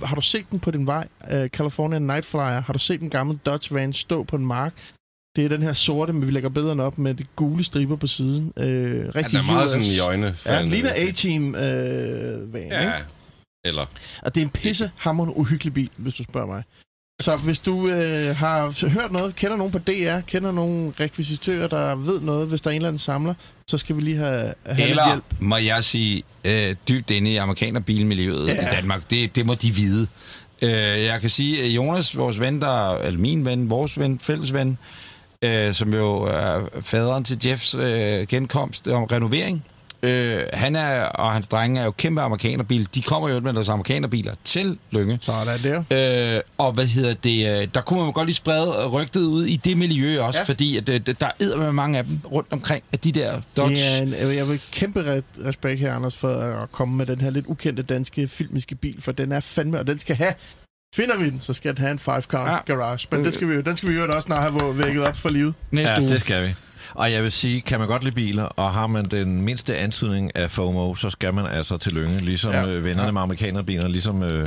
[SPEAKER 5] Har du set den på din vej? Øh, California Nightflyer. Har du set den gamle Dodge Van stå på en mark? Det er den her sorte, men vi lægger billederne op med de gule striber på siden. Øh,
[SPEAKER 3] Ja,
[SPEAKER 5] rigtig
[SPEAKER 3] den er meget
[SPEAKER 5] US.
[SPEAKER 3] sådan i øjne.
[SPEAKER 5] Ja, den ligner A-Team øh, van, ja.
[SPEAKER 3] Ja,
[SPEAKER 5] ikke?
[SPEAKER 3] eller...
[SPEAKER 5] Og det er en pisse hammerende uhyggelig bil, hvis du spørger mig. Så hvis du øh, har hørt noget, kender nogen på DR, kender nogen rekvisitører, der ved noget, hvis der er en eller anden samler, så skal vi lige have, have lidt
[SPEAKER 2] Eller
[SPEAKER 5] hjælp.
[SPEAKER 2] må jeg sige, øh, dybt inde i amerikanerbilmiljøet ja. i Danmark, det, det må de vide. Øh, jeg kan sige, at Jonas, vores ven, der, eller min ven, vores ven, fælles ven, øh, som jo er faderen til Jeffs øh, genkomst om renovering, øh, han er, og hans drenge er jo kæmpe amerikanerbil. De kommer jo med deres amerikanerbiler til Lønge.
[SPEAKER 5] Sådan der.
[SPEAKER 2] Øh, og hvad hedder det? øh, Der kunne man jo godt lige sprede øh, rygtet ud i det miljø også, ja. fordi at, øh, der er med mange af dem rundt omkring, at de der Dodge...
[SPEAKER 5] Det er en, øh, jeg vil kæmpe re- respekt her, Anders, for at komme med den her lidt ukendte danske filmiske bil, for den er fandme, og den skal have... Finder vi den, så skal den have en 5-car
[SPEAKER 2] Ja.
[SPEAKER 5] ja. garage. Men det skal vi jo, den skal vi jo også snart have vækket op for livet.
[SPEAKER 2] Næste
[SPEAKER 4] ja,
[SPEAKER 2] uge.
[SPEAKER 4] det skal vi. Og jeg vil sige, kan man godt lide biler, og har man den mindste antydning af FOMO, så skal man altså til Lønge, ligesom
[SPEAKER 5] Ja.
[SPEAKER 4] ja. øh, vennerne med amerikanerbiler, ligesom øh,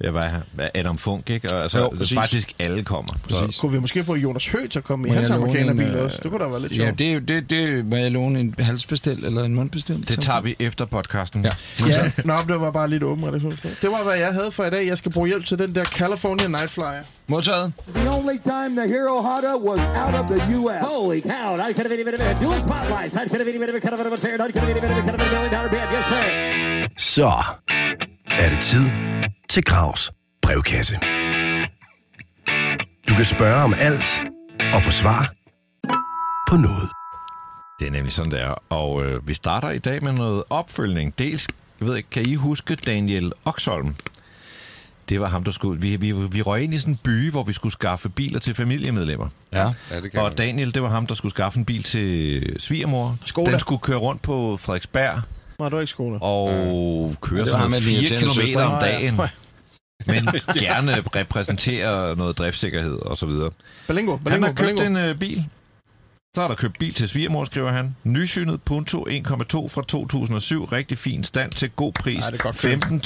[SPEAKER 4] ja, hvad, er han? Hvad, Adam Funk, ikke? Og, altså,
[SPEAKER 2] Jo,
[SPEAKER 4] jo, det,
[SPEAKER 2] præcis.
[SPEAKER 4] er faktisk alle kommer.
[SPEAKER 2] Præcis.
[SPEAKER 4] Så,
[SPEAKER 5] Kunne vi måske få Jonas Høgh til at komme i
[SPEAKER 2] Må
[SPEAKER 5] hans
[SPEAKER 2] jeg låne en,
[SPEAKER 5] amerikanerbil
[SPEAKER 2] øh,
[SPEAKER 5] også? Det kunne da være lidt sjovt.
[SPEAKER 2] Ja, det, det, det må jeg låne en halsbestil eller en mundbestil.
[SPEAKER 4] det tager vi efter podcasten.
[SPEAKER 2] Ja.
[SPEAKER 5] Ja, Nå, det var bare lidt åben relation. Det var, hvad jeg havde for i dag. Jeg skal bruge hjælp til den der California Nightflyer.
[SPEAKER 2] Modtaget.
[SPEAKER 6] The only time the Hero Hada was out of the U.S.
[SPEAKER 7] Holy cow! Not kind of any bit of it. Do a spotlight. Not kind of any bit of it. Kind of a tear. Not kind of any bit of it. Kind of a million dollar bid. Yes, sir.
[SPEAKER 1] Så er det tid til Gravs brevkasse. Du kan spørge om alt og få svar på noget.
[SPEAKER 4] Det er nemlig sådan, det er. Og øh, vi starter i dag med noget opfølgning. Dels, jeg ved ikke, kan I huske Daniel Oxholm? Det var ham, der skulle... Vi, vi, vi røg ind i sådan en by, hvor vi skulle skaffe biler til familiemedlemmer.
[SPEAKER 2] Ja.
[SPEAKER 3] Ja, det kan
[SPEAKER 4] Og Daniel, det var ham, der skulle skaffe en bil til svigermor.
[SPEAKER 5] Skoda.
[SPEAKER 4] Den skulle køre rundt på Frederiksberg
[SPEAKER 5] Nå, du er ikke skoler.
[SPEAKER 4] og køre
[SPEAKER 2] var
[SPEAKER 4] sådan
[SPEAKER 2] ham med
[SPEAKER 4] noget
[SPEAKER 2] den
[SPEAKER 4] 4
[SPEAKER 2] irriterende
[SPEAKER 4] km
[SPEAKER 2] søster.
[SPEAKER 4] om dagen. Men gerne repræsentere noget driftssikkerhed og så videre.
[SPEAKER 5] Balingo,
[SPEAKER 4] Han
[SPEAKER 5] Balingo,
[SPEAKER 4] har købt
[SPEAKER 5] Balingo.
[SPEAKER 4] en øh, bil. Så har der købt bil til svigermor, skriver han. Nysynet Punto 1,2 fra 2007. Rigtig fin stand til god pris.
[SPEAKER 5] Ej, det er godt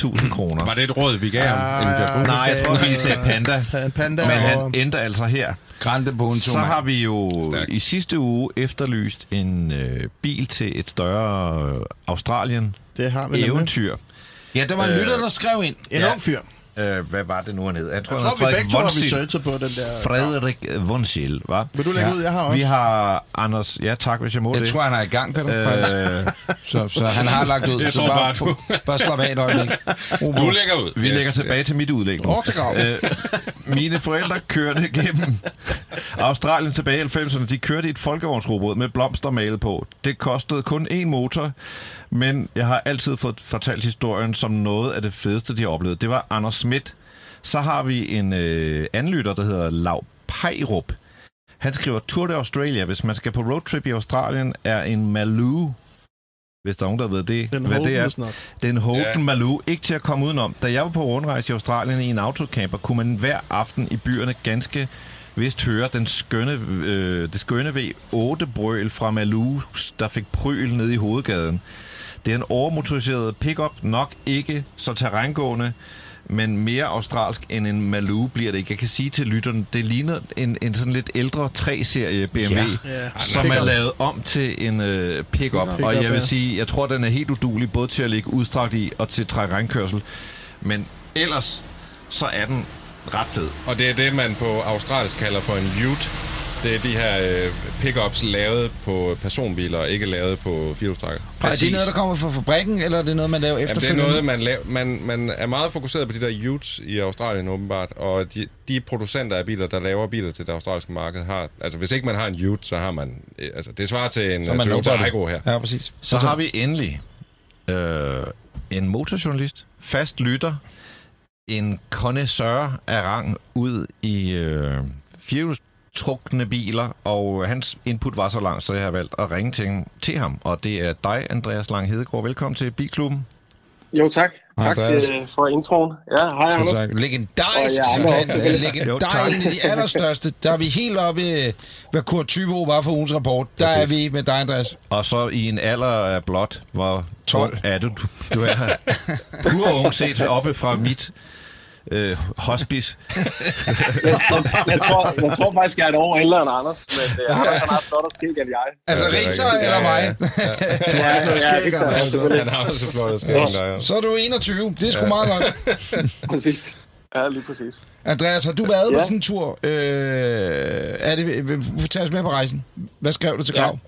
[SPEAKER 5] købt.
[SPEAKER 4] 15.000 kroner.
[SPEAKER 3] Var det et råd, vi gav ham?
[SPEAKER 5] Ah,
[SPEAKER 3] inden vi har brugt?
[SPEAKER 4] Nej, jeg tror, vi sagde panda.
[SPEAKER 5] En panda
[SPEAKER 4] Men
[SPEAKER 5] og...
[SPEAKER 4] han ændrer altså her.
[SPEAKER 2] Grande på en
[SPEAKER 4] Så har vi jo
[SPEAKER 3] Stærk.
[SPEAKER 4] i sidste uge efterlyst en øh, bil til et større øh, Australien
[SPEAKER 5] Det har vi nemlig.
[SPEAKER 4] eventyr.
[SPEAKER 2] Ja, der var en lytter, der skrev ind.
[SPEAKER 5] En
[SPEAKER 4] Ja.
[SPEAKER 5] ung fyr.
[SPEAKER 4] Øh, hvad var det nu, han hed? Jeg tror,
[SPEAKER 5] Jeg
[SPEAKER 4] han
[SPEAKER 5] tror,
[SPEAKER 4] hed
[SPEAKER 5] vi begge to har
[SPEAKER 4] Vonsild.
[SPEAKER 5] researchet på den der...
[SPEAKER 4] Frederik Vonsil, hva'?
[SPEAKER 5] Vil du lægge
[SPEAKER 4] ja.
[SPEAKER 5] ud? Jeg har også.
[SPEAKER 4] Vi har Anders... Ja, tak, hvis jeg må
[SPEAKER 2] Jeg
[SPEAKER 4] det.
[SPEAKER 2] tror, han er i gang, Peter. Øh.
[SPEAKER 4] Øh,
[SPEAKER 2] Så, så han har lagt ud.
[SPEAKER 3] Jeg
[SPEAKER 2] så
[SPEAKER 3] tror
[SPEAKER 2] bare,
[SPEAKER 3] bare,
[SPEAKER 2] bare slap af et øjeblik.
[SPEAKER 3] Du lægger ud.
[SPEAKER 4] vi lægger tilbage til mit udlæg nu.
[SPEAKER 5] Over til graven.
[SPEAKER 4] Øh, mine forældre kørte gennem Australien tilbage i 90'erne. De kørte i et folkevognsrobot med blomster malet på. Det kostede kun én motor, men jeg har altid fået fortalt historien som noget af det fedeste, de har oplevet. Det var Anders Schmidt. Så har vi en øh, anlytter, der hedder Lav Pejrup. Han skriver, Tour de Australia, hvis man skal på roadtrip i Australien, er en Maloo. Hvis der er nogen, der ved det,
[SPEAKER 5] Den
[SPEAKER 4] hvad det er.
[SPEAKER 5] Snart.
[SPEAKER 4] Den Holden
[SPEAKER 3] Ja.
[SPEAKER 4] ja. Malou, ikke til at komme udenom. Da jeg var på rundrejse i Australien i en autocamper, kunne man hver aften i byerne ganske vist høre den skønne, øh, det skønne V8-brøl fra Malou, der fik pryl ned i hovedgaden. Det er en overmotoriseret pickup, nok ikke så terrængående, men mere australsk end en Malou bliver det ikke. Jeg kan sige til lytterne, det ligner en, en sådan lidt ældre 3-serie BMW, ja.
[SPEAKER 5] Ja.
[SPEAKER 4] som er
[SPEAKER 5] Pickup.
[SPEAKER 4] lavet om til en øh, pickup. Og
[SPEAKER 5] Pickup,
[SPEAKER 4] jeg
[SPEAKER 5] ja.
[SPEAKER 4] vil sige, jeg tror, den er helt udulig, både til at ligge udstrakt i og til terrænkørsel. Men ellers, så er den ret fed.
[SPEAKER 3] Og det er det, man på australsk kalder for en ute. Det er de her øh, pickups lavet på personbiler, og ikke lavet på firehjulstrækker.
[SPEAKER 2] Er det noget, der kommer fra fabrikken, eller er det noget, man laver
[SPEAKER 3] Jamen, det er
[SPEAKER 2] efterfølgende?
[SPEAKER 3] noget, man, laver, man, man er meget fokuseret på de der utes i Australien åbenbart, og de, de producenter af biler, der laver biler til det australske marked, har, altså hvis ikke man har en ute, så har man, øh, altså det svarer til en
[SPEAKER 2] Så er
[SPEAKER 3] øh,
[SPEAKER 2] man
[SPEAKER 3] Toyota
[SPEAKER 2] lovbar det.
[SPEAKER 3] Aygo her.
[SPEAKER 2] Ja, præcis.
[SPEAKER 4] Så har vi endelig øh, en motorjournalist, fast lytter, en connoisseur af rang ud i øh, firehjulstrukne biler, og hans input var så langt, så jeg har valgt at ringe til, til ham. Og det er dig, Andreas Lang Hedegaard. Velkommen til Bilklubben.
[SPEAKER 8] Jo, tak.
[SPEAKER 2] Hej,
[SPEAKER 8] tak
[SPEAKER 2] Andreas.
[SPEAKER 8] øh, for introen. Ja, hej Anders.
[SPEAKER 2] Legendarisk,
[SPEAKER 8] Og jeg er
[SPEAKER 2] simpelthen.
[SPEAKER 8] også.
[SPEAKER 2] Øh,
[SPEAKER 4] Jo, tak.
[SPEAKER 2] Legendarisk, en af de allerstørste. Der er vi helt oppe, i, hvad Kurt Tybo var for ugens rapport. Der er
[SPEAKER 4] Præcis.
[SPEAKER 2] vi med dig, Andreas.
[SPEAKER 4] Og så i en alder af blot, hvor
[SPEAKER 2] 12.
[SPEAKER 4] 12 er du. Du er pur ung set oppe fra mit øh, hospice.
[SPEAKER 8] Jeg tror, jeg tror faktisk, jeg er et år ældre end Anders, men øh, Anders han har et flottere skæg end jeg.
[SPEAKER 2] Altså,
[SPEAKER 3] Ja, det er
[SPEAKER 2] Richter
[SPEAKER 3] rigtigt.
[SPEAKER 2] eller
[SPEAKER 3] Ja, ja,
[SPEAKER 2] mig?
[SPEAKER 8] Ja, ja,
[SPEAKER 5] noget skæg,
[SPEAKER 8] det er
[SPEAKER 5] Anders.
[SPEAKER 8] selvfølgelig.
[SPEAKER 3] Han har også flot at skrive, der er.
[SPEAKER 2] Så er du 21. Det er sgu meget godt.
[SPEAKER 8] Præcis. Ja, lige præcis.
[SPEAKER 2] Andreas, har du været ja.
[SPEAKER 8] Ja.
[SPEAKER 2] på sådan en tur? Øh, er det, øh, tag os med på rejsen. Hvad skrev du til
[SPEAKER 8] Ja.
[SPEAKER 2] Grav?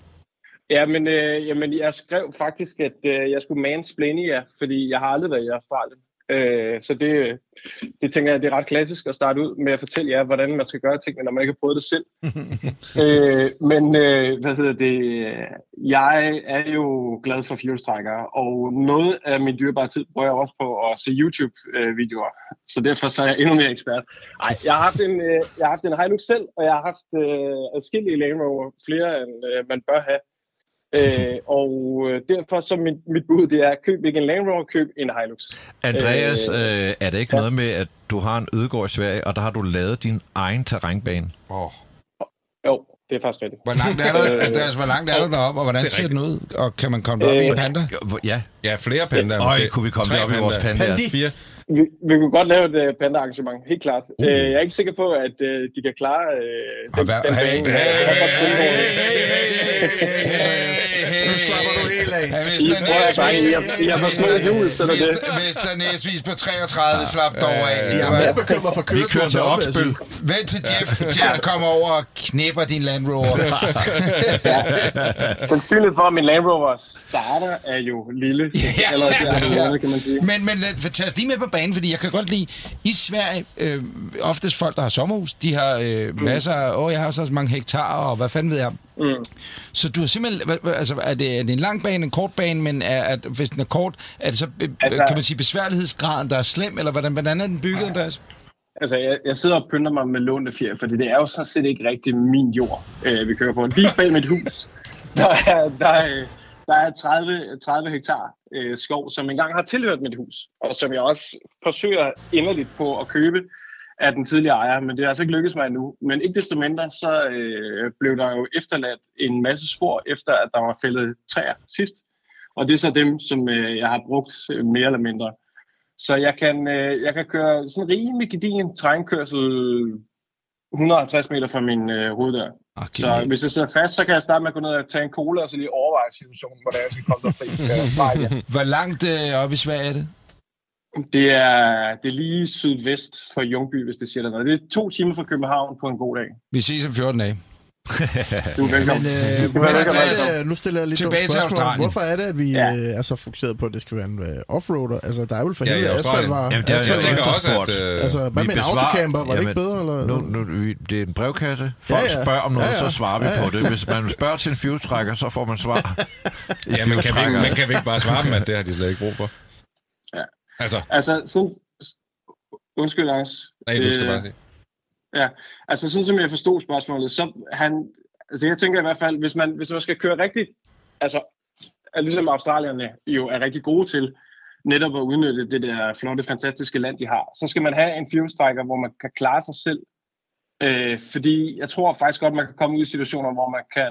[SPEAKER 8] Ja, men, øh, jamen, jeg skrev faktisk, at øh, jeg skulle mansplaine jer, fordi jeg har aldrig været i Australien. Øh, så det, øh, det tænker jeg, det er ret klassisk at starte ud med at fortælle jer, hvordan man skal gøre tingene, når man ikke har prøvet det selv. øh, men øh, hvad hedder det? Jeg er jo glad for firehjulstrækkere, og noget af min dyrebare tid bruger jeg også på at se YouTube-videoer. Så derfor så er jeg endnu mere ekspert. Ej, jeg har haft en, øh, jeg har haft en Hilux selv, og jeg har haft øh, adskillige Land Rover, flere end øh, man bør have. Øh, og øh, derfor så mit, mit bud, det er, køb ikke en Land Rover, køb en Hilux.
[SPEAKER 4] Andreas,
[SPEAKER 8] Øh,
[SPEAKER 4] øh, er det ikke ja. noget med, at du har en ødegård i Sverige, og der har du lavet din egen terrænbane?
[SPEAKER 2] Oh.
[SPEAKER 8] Jo, det er faktisk rigtigt.
[SPEAKER 2] Hvor langt er
[SPEAKER 8] Øh.
[SPEAKER 2] der, Andreas, hvor langt er der deroppe, og hvordan ser den ud? Og kan man komme derop i en
[SPEAKER 8] Øh,
[SPEAKER 2] panda?
[SPEAKER 4] Ja.
[SPEAKER 3] Ja, flere pandaer.
[SPEAKER 4] Øj,
[SPEAKER 3] måske.
[SPEAKER 4] kunne vi komme
[SPEAKER 3] Tre
[SPEAKER 4] derop i vores
[SPEAKER 3] pandaer.
[SPEAKER 4] pandaer.
[SPEAKER 3] Fire.
[SPEAKER 8] Vi, vi kunne godt lave et uh, panda-arrangement, helt klart. Uh. Øh, jeg er ikke sikker på, at øh, de kan klare øh, den,
[SPEAKER 2] Mm. hvad-
[SPEAKER 8] den
[SPEAKER 2] hey,
[SPEAKER 8] bane.
[SPEAKER 2] hey,
[SPEAKER 8] Jeg kan godt
[SPEAKER 2] hey,
[SPEAKER 8] tænke over det.
[SPEAKER 2] Nu slapper du helt af.
[SPEAKER 8] I prøver jeg bare, I har- I har for små hjul, så det Øh, er det.
[SPEAKER 2] Mester Næsvis på 33, slap dog af.
[SPEAKER 5] Jeg er mere bekymret for
[SPEAKER 4] Vi
[SPEAKER 5] køreturen
[SPEAKER 4] kører til
[SPEAKER 5] deroppe,
[SPEAKER 4] Oksbøl.
[SPEAKER 5] altså.
[SPEAKER 2] Vent til Jeff. Jeff kommer over og knipper din Land Rover.
[SPEAKER 8] Sandsynligheden for, at min Land Rover starter, er jo lille. Så
[SPEAKER 2] Ja,
[SPEAKER 8] Allerede der er det
[SPEAKER 2] ja.
[SPEAKER 8] lavet, kan man sige.
[SPEAKER 2] Men, men lad- tag os lige med på banen, fordi jeg kan godt lide, i Sverige, øh, oftest folk, der har sommerhus, de har øh,
[SPEAKER 8] Mm.
[SPEAKER 2] masser af, åh, jeg har så mange hektar, og hvad fanden ved jeg. Mm. Så du har simpelthen, hva- hva- altså, er det, er det en lang bane, en kort bane, men er, at, hvis den er kort, er det så, be, altså,
[SPEAKER 8] Altså-
[SPEAKER 2] kan man sige, besværlighedsgraden, der er slem, eller hvordan, hvordan er den bygget, Andreas?
[SPEAKER 8] Altså, jeg, jeg sidder og pynter mig med lånte fjer, fordi det er jo sådan set ikke rigtig min jord, øh, vi kører på. Lige bag mit hus, der er, der er, der er 30, 30 hektar øh, skov, som engang har tilhørt mit hus, og som jeg også forsøger inderligt på at købe af den tidligere ejer, men det er altså ikke lykkedes mig endnu. Men ikke desto mindre, så øh, blev der jo efterladt en masse spor, efter at der var fældet træer sidst. Og det er så dem, som øh, jeg har brugt øh, mere eller mindre. Så jeg kan, øh, jeg kan køre sådan rimelig gedigen terrænkørsel 150 meter fra min øh, hoveddør.
[SPEAKER 2] Okay.
[SPEAKER 8] Så hvis jeg sidder fast, så kan jeg starte med at gå ned og tage en cola, og så lige overveje situationen, hvordan jeg skal komme derfri. øh, fra igen.
[SPEAKER 2] Hvor langt øh, op i Sverige er det?
[SPEAKER 8] det, er, det er lige sydvest for Jungby, hvis det siger dig noget. Det er to timer fra København på en god dag.
[SPEAKER 2] Vi ses om 14 dage.
[SPEAKER 8] Du er velkommen.
[SPEAKER 5] Men, øh,
[SPEAKER 8] Du er
[SPEAKER 5] hvordan er
[SPEAKER 8] velkommen.
[SPEAKER 4] altså,
[SPEAKER 5] det, nu stiller jeg lidt
[SPEAKER 2] Tilbage
[SPEAKER 5] dumt
[SPEAKER 2] til
[SPEAKER 5] spørgsmål.
[SPEAKER 2] Australien.
[SPEAKER 5] Hvorfor er det, at vi
[SPEAKER 8] Ja.
[SPEAKER 5] øh, er så fokuseret på, at det skal være en øh, offroader? Altså, der er jo for
[SPEAKER 3] Ja, i
[SPEAKER 5] helvede ja,
[SPEAKER 3] Australien.
[SPEAKER 5] asfaltvarer.
[SPEAKER 4] Jamen, det er-
[SPEAKER 3] Jeg tænker
[SPEAKER 5] Asfaltvarer.
[SPEAKER 3] også,
[SPEAKER 4] Eftersport.
[SPEAKER 3] at... Øh,
[SPEAKER 5] Altså, hvad
[SPEAKER 4] Vi
[SPEAKER 5] med en
[SPEAKER 4] besvarer-
[SPEAKER 5] autocamper? Var det ikke
[SPEAKER 4] Jamen,
[SPEAKER 5] bedre? Eller?
[SPEAKER 4] Nu, nu, vi- det er en brevkasse. Folk
[SPEAKER 5] Ja, ja.
[SPEAKER 4] spørger om noget,
[SPEAKER 5] Ja, ja.
[SPEAKER 4] så svarer vi
[SPEAKER 5] Ja, ja.
[SPEAKER 4] på det. Hvis man spørger til en fjulstrækker, så får man svar.
[SPEAKER 3] ja, men kan vi, ikke, men kan vi ikke bare svare dem, at det har de slet ikke brug for?
[SPEAKER 8] Ja.
[SPEAKER 3] Altså,
[SPEAKER 8] Altså, sådan... Undskyld, Lars.
[SPEAKER 3] nej, du skal
[SPEAKER 8] Øh,
[SPEAKER 3] bare sige.
[SPEAKER 8] Ja, altså sådan som jeg forstod spørgsmålet, så han, altså jeg tænker i hvert fald, hvis man, hvis man skal køre rigtigt, altså er ligesom australierne jo er rigtig gode til, netop at udnytte det der flotte, fantastiske land, de har, så skal man have en firehjulstrækker, hvor man kan klare sig selv. Øh, fordi jeg tror faktisk godt, man kan komme ud i situationer, hvor man kan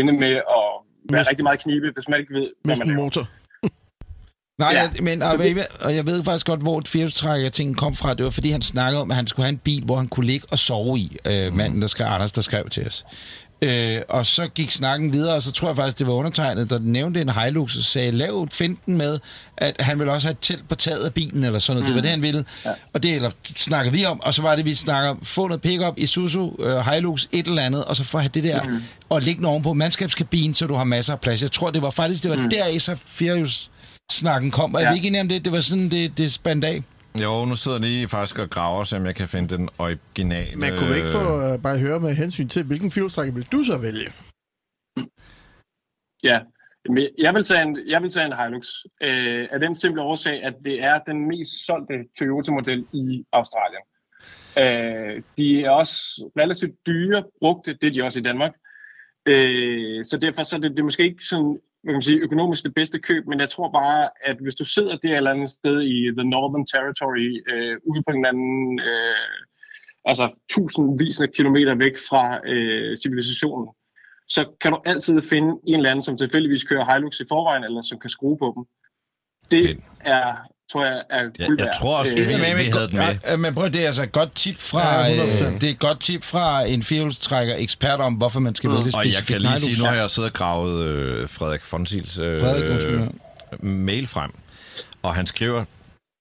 [SPEAKER 8] ende med at være
[SPEAKER 5] Miste-
[SPEAKER 8] rigtig meget knibe, hvis man ikke ved, hvad
[SPEAKER 5] Mest
[SPEAKER 8] man
[SPEAKER 5] en
[SPEAKER 8] laver.
[SPEAKER 5] motor.
[SPEAKER 2] Nej,
[SPEAKER 8] Ja,
[SPEAKER 2] ja, jeg, men, og, det... og jeg ved faktisk godt, hvor et firehjulstrækker tingen kom fra. Det var, fordi han snakkede om, at han skulle have en bil, hvor han kunne ligge og sove i. Øh, manden, der skrev, Anders, der skrev til os. Øh, og så gik snakken videre, og så tror jeg faktisk, det var undertegnet, der nævnte en Hilux og sagde, lav finten med, at han ville også have et telt på taget af bilen, eller sådan noget. Mm. Det var det, han ville. Ja. Og det eller, snakker vi om, og så var det, vi snakker, få noget pickup i Suzu, øh, Hilux, et eller andet, og så få have det der, mm. og lægge den ovenpå mandskabskabinen, så du har masser af plads. Jeg tror, det var faktisk, det var mm. der, så Firehjuls snakken kom. Er ja.
[SPEAKER 8] Ja.
[SPEAKER 2] vi ikke enige om det? Det var sådan, det, det spandt af.
[SPEAKER 4] Jo, nu sidder jeg lige faktisk og graver, så jeg kan finde den originale...
[SPEAKER 5] Man kunne vi ikke få øh, bare høre med hensyn til, hvilken fjolstrækker vil du så vælge?
[SPEAKER 8] Ja, Jamen, jeg- jeg vil tage en, jeg vil tage en Hilux. Øh, af den simple årsag, at det er den mest solgte Toyota-model i Australien. Øh, de er også relativt dyre brugte, det er de også i Danmark. Øh, så derfor så er det, det er måske ikke sådan, hvad kan man sige, økonomisk det bedste køb, men jeg tror bare, at hvis du sidder der et eller andet sted i The Northern Territory, øh, ude på en eller anden, øh, altså tusindvis af kilometer væk fra øh, civilisationen, så kan du altid finde en eller anden, som tilfældigvis kører Hilux i forvejen, eller som kan skrue på dem. Det
[SPEAKER 4] Men-
[SPEAKER 8] er, tror jeg, er guld
[SPEAKER 4] jeg
[SPEAKER 8] værd.
[SPEAKER 4] tror også,
[SPEAKER 8] Øh,
[SPEAKER 4] det er Vi- vi havde den med.
[SPEAKER 2] Ja, men prøv, det er altså et godt tip fra,
[SPEAKER 5] Ja,
[SPEAKER 2] ja,
[SPEAKER 5] 100%.
[SPEAKER 2] øh, det er et godt tip fra en firehjulstrækker ekspert om, hvorfor man skal vælge
[SPEAKER 4] Og jeg kan
[SPEAKER 2] specifikt
[SPEAKER 4] lige sige, nu har
[SPEAKER 2] Mm. jeg...
[SPEAKER 4] jeg siddet og gravet øh, Frederik Fonsils øh,
[SPEAKER 2] Frederik, undskyld,
[SPEAKER 4] mail frem, og han skriver,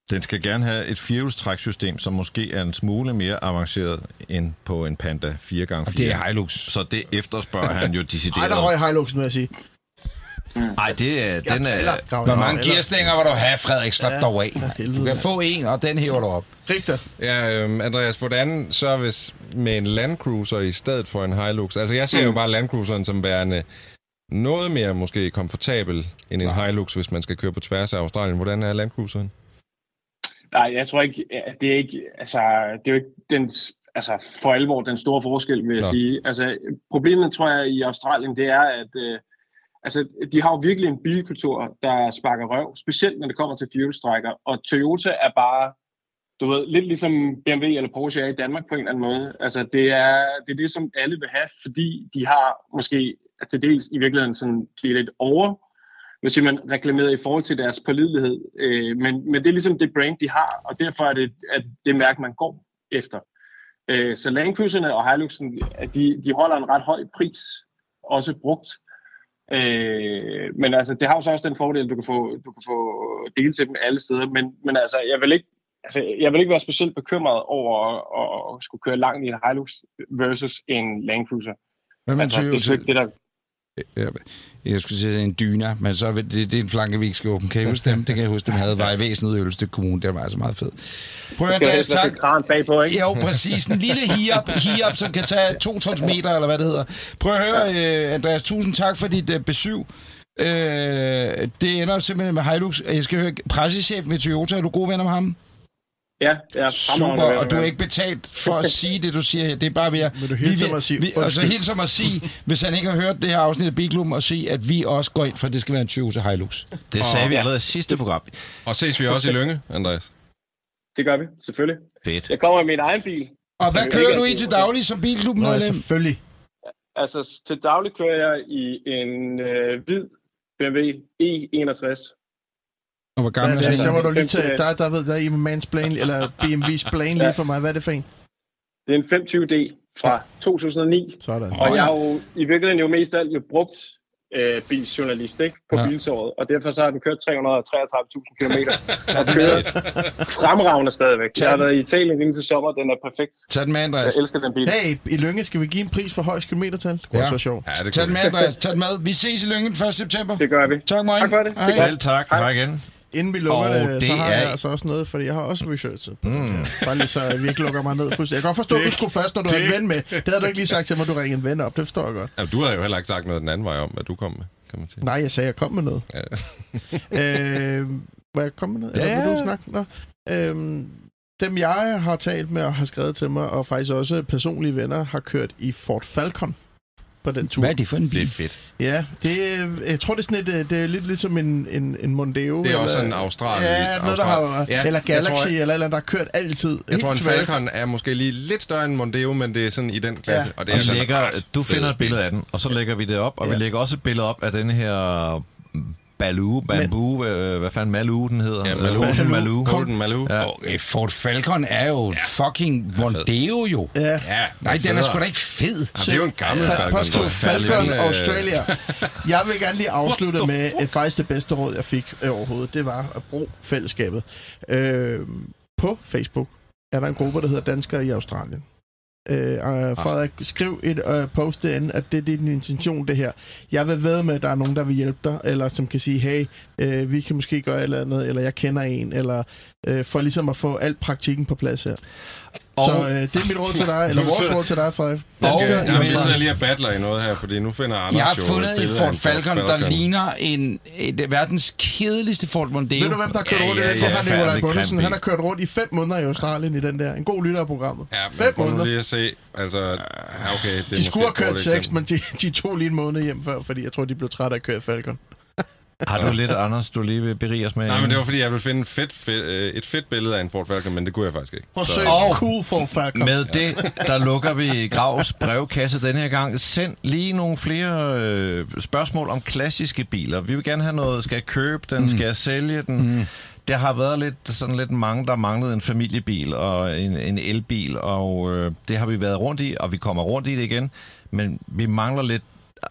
[SPEAKER 4] Den skal gerne have et firehjulstræksystem, som måske er en smule mere avanceret end på en Panda 4x4.
[SPEAKER 2] Det er Hilux.
[SPEAKER 4] Så det efterspørger han jo
[SPEAKER 5] Ej,
[SPEAKER 4] decideret.
[SPEAKER 5] der røg hejluksen, vil jeg sige.
[SPEAKER 4] Ej, det er, den er...
[SPEAKER 5] Eller, Grav,
[SPEAKER 2] Hvor
[SPEAKER 5] eller-
[SPEAKER 2] mange gearstænger vil du have, Frederik? Slap
[SPEAKER 5] Ja,
[SPEAKER 2] dog af.
[SPEAKER 5] helvede,
[SPEAKER 2] Du kan
[SPEAKER 5] mand.
[SPEAKER 2] få en, og den hæver du op.
[SPEAKER 5] Rigtig.
[SPEAKER 3] Ja, øhm, Andreas, hvordan så hvis med en Land Cruiser i stedet for en Hilux? Altså, jeg ser
[SPEAKER 4] Mm.
[SPEAKER 3] jo bare Land Cruiseren som værende noget mere måske komfortabel end en Hilux, hvis man skal køre på tværs af Australien. Hvordan er Land Cruiseren?
[SPEAKER 8] Nej, jeg tror ikke, ja, det er ikke, altså, det er jo ikke den, s- altså, for alvor den store forskel, vil jeg
[SPEAKER 3] Nå.
[SPEAKER 8] Nå. sige. Altså, problemet, tror jeg, i Australien, det er, at øh, altså, de har jo virkelig en bilkultur, der sparker røv, specielt når det kommer til firehjulstrækker, og Toyota er bare, du ved, lidt ligesom BMW eller Porsche er i Danmark på en eller anden måde. Altså, det er det, er det som alle vil have, fordi de har måske altså, til dels i virkeligheden sådan, de er lidt over hvad siger man, reklameret i forhold til deres pålidelighed. Øh, men, men det er ligesom det brand, de har, og derfor er det at det mærke, man går efter. Øh, så Land Cruiserne og Hiluxen, at de, de holder en ret høj pris, også brugt. Øh, men altså, det har jo så også den fordel, at du kan få, du kan få dele til dem alle steder. Men, men altså, jeg vil ikke Altså, jeg vil ikke være specielt bekymret over at, at skulle køre langt i en Hilux versus en Land Cruiser.
[SPEAKER 2] Hvad med
[SPEAKER 8] altså, det er
[SPEAKER 2] Toyota?
[SPEAKER 8] jo ikke det, der...
[SPEAKER 2] Ja, Jeg skulle sige en dyna, men så er det, det er en flanke, vi ikke skal åbne. Kan I huske dem? Det kan jeg huske, dem havde vejvæsenet i Ølstykke Kommune. Det var altså meget fedt. Prøv at
[SPEAKER 8] Det
[SPEAKER 2] høre,
[SPEAKER 8] er
[SPEAKER 2] Andreas, tak.
[SPEAKER 8] et kran bagpå, ikke?
[SPEAKER 2] Jo, præcis. En lille hiop, hiop som kan tage to tons meter, eller hvad det hedder. Prøv at høre, øh, Andreas, tusind tak for dit øh, besøg. Øh, det ender simpelthen med Hilux. Jeg skal høre, pressechefen ved Toyota, er du gode venner med ham?
[SPEAKER 8] Ja, ja
[SPEAKER 2] Super, og du er ikke betalt for at sige det, du siger her. Det er bare ved at...
[SPEAKER 5] Vil du hilse
[SPEAKER 2] vi vil-
[SPEAKER 5] ham og sige
[SPEAKER 2] vi, Og så
[SPEAKER 5] undskyld?
[SPEAKER 2] hilse ham og sige, hvis han ikke har hørt det her afsnit af Biglum, og sige, at vi også går ind for, at det skal være en Toyota Hilux.
[SPEAKER 4] Det sagde vi allerede i sidste program.
[SPEAKER 3] Og ses vi også i Lønge, Andreas?
[SPEAKER 8] Det gør vi, selvfølgelig.
[SPEAKER 4] Fedt.
[SPEAKER 8] Jeg kommer i min egen bil.
[SPEAKER 2] Og hvad
[SPEAKER 8] Det er
[SPEAKER 2] kører
[SPEAKER 8] ikke
[SPEAKER 2] du i
[SPEAKER 8] altid.
[SPEAKER 2] til daglig som Bilklubben
[SPEAKER 5] Nå, ja,
[SPEAKER 2] medlem?
[SPEAKER 5] selvfølgelig.
[SPEAKER 8] Altså, til daglig kører jeg i en øh, hvid BMW E61.
[SPEAKER 2] Og hvor
[SPEAKER 5] Hvad
[SPEAKER 2] gammel
[SPEAKER 5] er
[SPEAKER 2] er
[SPEAKER 5] det? Der
[SPEAKER 2] sådan
[SPEAKER 5] var
[SPEAKER 2] en?
[SPEAKER 5] du lige tage, der, der ved, der er i mansplain, eller BMW's plan lige for mig. Hvad er det for en?
[SPEAKER 8] Det er en 25D fra 2009.
[SPEAKER 5] Sådan.
[SPEAKER 8] Og jeg er jo i virkeligheden jo mest af alt jo brugt øh, biljournalist ikke? på
[SPEAKER 2] Ja.
[SPEAKER 8] ja. bilsåret, og derfor så har den kørt 333.000 km og kører fremragende stadigvæk. Jeg har været i Italien inden til sommer, den er perfekt.
[SPEAKER 2] Tag den med, Andreas.
[SPEAKER 8] Jeg elsker den bil.
[SPEAKER 5] Hey, i Lønge skal vi give en pris for højst kilometertal. Det
[SPEAKER 2] Ja.
[SPEAKER 5] kunne ja. også være sjovt.
[SPEAKER 3] Ja,
[SPEAKER 2] Tag den med, Andreas. Tag den med. Vi ses i Lyngen 1. september.
[SPEAKER 8] Det gør vi.
[SPEAKER 2] Tak, Moin.
[SPEAKER 8] Tak for det.
[SPEAKER 2] Hej.
[SPEAKER 8] Det er
[SPEAKER 4] Selv tak. Hej igen.
[SPEAKER 5] Inden vi lukker
[SPEAKER 4] Og
[SPEAKER 5] oh, det, så
[SPEAKER 4] det
[SPEAKER 5] har
[SPEAKER 4] er-
[SPEAKER 5] jeg altså også noget, fordi jeg har også researchet på mm. det her. Bare lige så vi ikke lukker mig ned fuldstændig. Jeg kan godt forstå, at du skulle først, når du har en ven med. Det havde du ikke lige sagt til mig, at du ringede en ven op. Det forstår jeg godt.
[SPEAKER 3] Ja, du har jo heller ikke sagt noget den anden vej om, hvad du kom med, kan man sige.
[SPEAKER 5] Nej, jeg sagde, at jeg kom med noget.
[SPEAKER 3] Ja.
[SPEAKER 5] øh, må jeg komme med noget? Eller vil du snakke? Nå. Øhm, dem, jeg har talt med og har skrevet til mig, og faktisk også personlige venner, har kørt i Ford Falcon på den tur.
[SPEAKER 2] Hvad er det for en bil?
[SPEAKER 3] fedt.
[SPEAKER 5] Ja, det, øh, jeg tror, det er, sådan et, øh, det er lidt ligesom en, en, en Mondeo.
[SPEAKER 3] Det er også
[SPEAKER 5] eller-
[SPEAKER 3] sådan en australisk.
[SPEAKER 5] Ja, noget, der har, ja, eller Galaxy, E tror, eller, et eller andet, der har kørt altid.
[SPEAKER 3] Jeg
[SPEAKER 5] Helt
[SPEAKER 3] tror, en
[SPEAKER 5] tilbage.
[SPEAKER 3] Falcon er måske lige lidt større end Mondeo, men det er sådan i den klasse.
[SPEAKER 5] Ja.
[SPEAKER 3] Og det er
[SPEAKER 4] Vi
[SPEAKER 3] sådan
[SPEAKER 4] lægger,
[SPEAKER 3] ret
[SPEAKER 4] du finder
[SPEAKER 3] fed.
[SPEAKER 4] et billede af den, og så lægger vi det op, og ja. vi
[SPEAKER 5] Ja.
[SPEAKER 4] lægger også et billede op af den her mm, Baloo, Bamboo, Men, øh, hvad fanden Maloo den hedder?
[SPEAKER 3] Ja,
[SPEAKER 4] Øh,
[SPEAKER 3] Maloo.
[SPEAKER 4] Golden
[SPEAKER 5] Maloo.
[SPEAKER 4] Maloo.
[SPEAKER 3] Golden Malou.
[SPEAKER 4] Ja.
[SPEAKER 2] Og, øh, Ford Falcon er jo ja. fucking Mondeo, jo.
[SPEAKER 5] Ja.
[SPEAKER 3] Ja,
[SPEAKER 2] Nej, den er sgu da ikke fed.
[SPEAKER 3] Jamen, Ah, det er jo en gammel
[SPEAKER 5] Fa-
[SPEAKER 3] Falcon.
[SPEAKER 5] påstå
[SPEAKER 3] tror jeg.
[SPEAKER 5] Falcon
[SPEAKER 3] Øh,
[SPEAKER 5] Australia. Jeg vil gerne lige afslutte med et, faktisk det bedste råd, jeg fik øh, overhovedet. Det var at bruge fællesskabet. Øh, på Facebook er der en gruppe, der hedder Danskere i Australien. Øh, og Frederik, skriv et øh, post derinde, at det, det er din intention, det her. Jeg vil ved med, at der er nogen, der vil hjælpe dig, eller som kan sige, hey, øh, vi kan måske gøre et eller andet, eller jeg kender en, eller øh, for ligesom at få alt praktikken på plads her. Og... Så
[SPEAKER 4] Og-
[SPEAKER 5] øh, det er mit råd til dig, eller
[SPEAKER 3] Nu
[SPEAKER 5] vores
[SPEAKER 3] sidder-
[SPEAKER 5] råd til dig, Frederik. øh,
[SPEAKER 3] Og,
[SPEAKER 5] Danskere i
[SPEAKER 3] ja, vi
[SPEAKER 5] Australien.
[SPEAKER 3] sidder lige og battler i noget her, fordi nu finder Anders
[SPEAKER 2] Jeg har
[SPEAKER 3] jo et
[SPEAKER 2] fundet en
[SPEAKER 3] billede af
[SPEAKER 2] Ford Falcon, der ligner en, et, verdens kedeligst Ford Mondeo.
[SPEAKER 5] Ved du, hvem der har kørt
[SPEAKER 4] Ja,
[SPEAKER 5] rundt i
[SPEAKER 4] ja,
[SPEAKER 5] den? Det
[SPEAKER 4] ja,
[SPEAKER 5] har Nikolaj
[SPEAKER 4] forfærdelig
[SPEAKER 5] Bundesen.
[SPEAKER 4] grim
[SPEAKER 5] Han har kørt rundt i fem måneder i Australien i den der. En god lytter af programmet.
[SPEAKER 3] Ja, men
[SPEAKER 5] fem
[SPEAKER 3] prøv nu
[SPEAKER 5] måneder.
[SPEAKER 3] lige at se. Altså, ja, okay, det er
[SPEAKER 5] De skulle
[SPEAKER 3] måske
[SPEAKER 5] have
[SPEAKER 3] et
[SPEAKER 5] kørt
[SPEAKER 3] dårligt
[SPEAKER 5] seks,
[SPEAKER 3] eksempel.
[SPEAKER 5] men de, de tog lige en måned hjem før, fordi jeg tror, de blev trætte af at køre i Falcon.
[SPEAKER 4] Har du lidt, Anders, du lige vil berige os med?
[SPEAKER 3] Nej, men det var fordi, jeg ville finde en fedt, fedt, øh, et fedt billede af en Ford Falcon, men det kunne jeg faktisk ikke.
[SPEAKER 5] Prøv at
[SPEAKER 3] Så-
[SPEAKER 5] søge
[SPEAKER 4] Og-
[SPEAKER 5] cool for Falcon. Med
[SPEAKER 4] Med det, der lukker vi Gravs brevkasse denne her gang. Send lige nogle flere øh, spørgsmål om klassiske biler. Vi vil gerne have noget, skal jeg købe den, mm. skal jeg sælge den? Mm. Der har været lidt, sådan lidt mange, der manglede en familiebil og en, en elbil, og øh, det har vi været rundt i, og vi kommer rundt i det igen. Men vi mangler lidt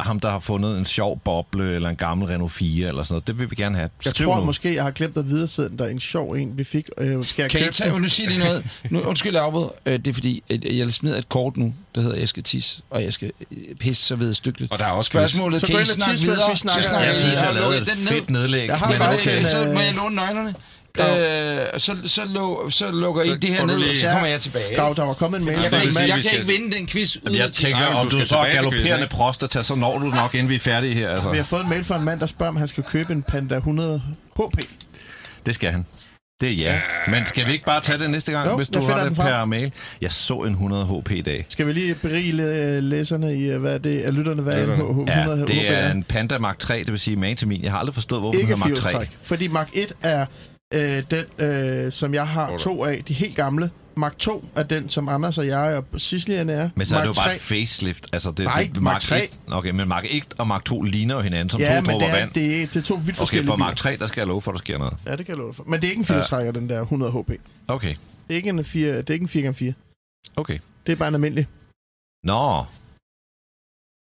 [SPEAKER 4] ham, der har fundet en sjov boble, eller en gammel Renault 4, eller sådan noget. Det vil vi gerne have.
[SPEAKER 5] Jeg
[SPEAKER 4] Skriv
[SPEAKER 5] tror
[SPEAKER 4] nu.
[SPEAKER 5] måske, jeg har glemt at videresende dig en sjov en, vi fik. Øh, skal jeg
[SPEAKER 2] Kan I
[SPEAKER 5] købe
[SPEAKER 2] tage,
[SPEAKER 5] den?
[SPEAKER 2] nu siger lige noget. Nu, undskyld, Arved. Det er fordi, at jeg smider et kort nu, der hedder, jeg skal tisse, og jeg skal øh, pisse så ved stykket.
[SPEAKER 3] Og der er også
[SPEAKER 2] Spørgsmålet,
[SPEAKER 5] quiz.
[SPEAKER 2] kan I
[SPEAKER 5] Så gå ind
[SPEAKER 2] snakke
[SPEAKER 5] og tisse, mens
[SPEAKER 2] videre?
[SPEAKER 5] vi snakker.
[SPEAKER 2] Så
[SPEAKER 5] Jeg
[SPEAKER 2] I-
[SPEAKER 5] synes,
[SPEAKER 2] har
[SPEAKER 4] jeg lavede
[SPEAKER 2] lukket
[SPEAKER 4] et
[SPEAKER 2] den ned.
[SPEAKER 4] fedt nedlæg.
[SPEAKER 5] Jeg har
[SPEAKER 4] men
[SPEAKER 5] faktisk en,
[SPEAKER 4] okay.
[SPEAKER 2] Okay,
[SPEAKER 5] øh,
[SPEAKER 2] så må jeg låne nøglerne. Øh, så, så, lå, så lukker I det her
[SPEAKER 3] går du
[SPEAKER 2] ned, og
[SPEAKER 3] lige-
[SPEAKER 2] så kommer jeg tilbage.
[SPEAKER 5] Grav, der var kommet en mail
[SPEAKER 2] Jeg
[SPEAKER 5] fra
[SPEAKER 2] kan,
[SPEAKER 5] en
[SPEAKER 2] ikke,
[SPEAKER 5] mand.
[SPEAKER 2] jeg kan ikke vinde den quiz uden
[SPEAKER 4] Jamen, jeg
[SPEAKER 2] at tisse.
[SPEAKER 4] tænker,
[SPEAKER 3] Nej, men
[SPEAKER 4] om
[SPEAKER 3] du
[SPEAKER 4] du
[SPEAKER 3] skal
[SPEAKER 4] så er
[SPEAKER 3] tilbage til quizzen,
[SPEAKER 4] galopperende
[SPEAKER 3] ikke?
[SPEAKER 4] prostata, så når du nok, inden vi er færdige her.
[SPEAKER 5] Vi
[SPEAKER 4] Altså.
[SPEAKER 5] har fået en mail fra en mand, der spørger, om han skal købe en Panda 100 HP.
[SPEAKER 4] Det skal han. Det er ja. Men skal vi ikke bare tage det næste gang,
[SPEAKER 5] Jo,
[SPEAKER 4] hvis
[SPEAKER 5] jeg
[SPEAKER 4] du
[SPEAKER 5] finder
[SPEAKER 4] har
[SPEAKER 5] den
[SPEAKER 4] det
[SPEAKER 5] frem.
[SPEAKER 4] per mail? Jeg så en 100 HP i dag.
[SPEAKER 5] Skal vi lige berige øh, læserne i, øh, hvad er det er lytterne, hvad er en H- 100
[SPEAKER 4] Ja,
[SPEAKER 5] HP?
[SPEAKER 4] det er en Panda Mark 3, det vil sige main til min. Jeg har aldrig forstået, hvorfor den
[SPEAKER 5] ikke
[SPEAKER 4] hedder Mark 3.
[SPEAKER 5] firehjulstræk. Fordi Mark 1 er øh, den, øh, som jeg har to af, de helt gamle. Mark 2 er den, som Anders og jeg og Sicilien er.
[SPEAKER 4] Men så er
[SPEAKER 5] Mark
[SPEAKER 4] det jo bare
[SPEAKER 5] 3
[SPEAKER 4] et facelift. Altså, det,
[SPEAKER 5] Nej,
[SPEAKER 4] det,
[SPEAKER 5] Mark 3.
[SPEAKER 4] 1 Okay, men Mark 1 og Mark 2 ligner jo hinanden som
[SPEAKER 5] Ja,
[SPEAKER 4] to
[SPEAKER 5] men det
[SPEAKER 4] dråber
[SPEAKER 5] er,
[SPEAKER 4] vand.
[SPEAKER 5] det, er, det er to vidt
[SPEAKER 4] Okay,
[SPEAKER 5] forskellige
[SPEAKER 4] for Mark
[SPEAKER 5] biler.
[SPEAKER 4] 3, der skal jeg love for, at der sker noget.
[SPEAKER 5] Ja, det kan jeg love dig for. Men det er ikke en firestrækker, den der 100 HP. Det
[SPEAKER 4] Okay,
[SPEAKER 5] er ikke en, 4, det er ikke en 4x4.
[SPEAKER 4] okay.
[SPEAKER 5] Det er bare en almindelig.
[SPEAKER 4] Nå.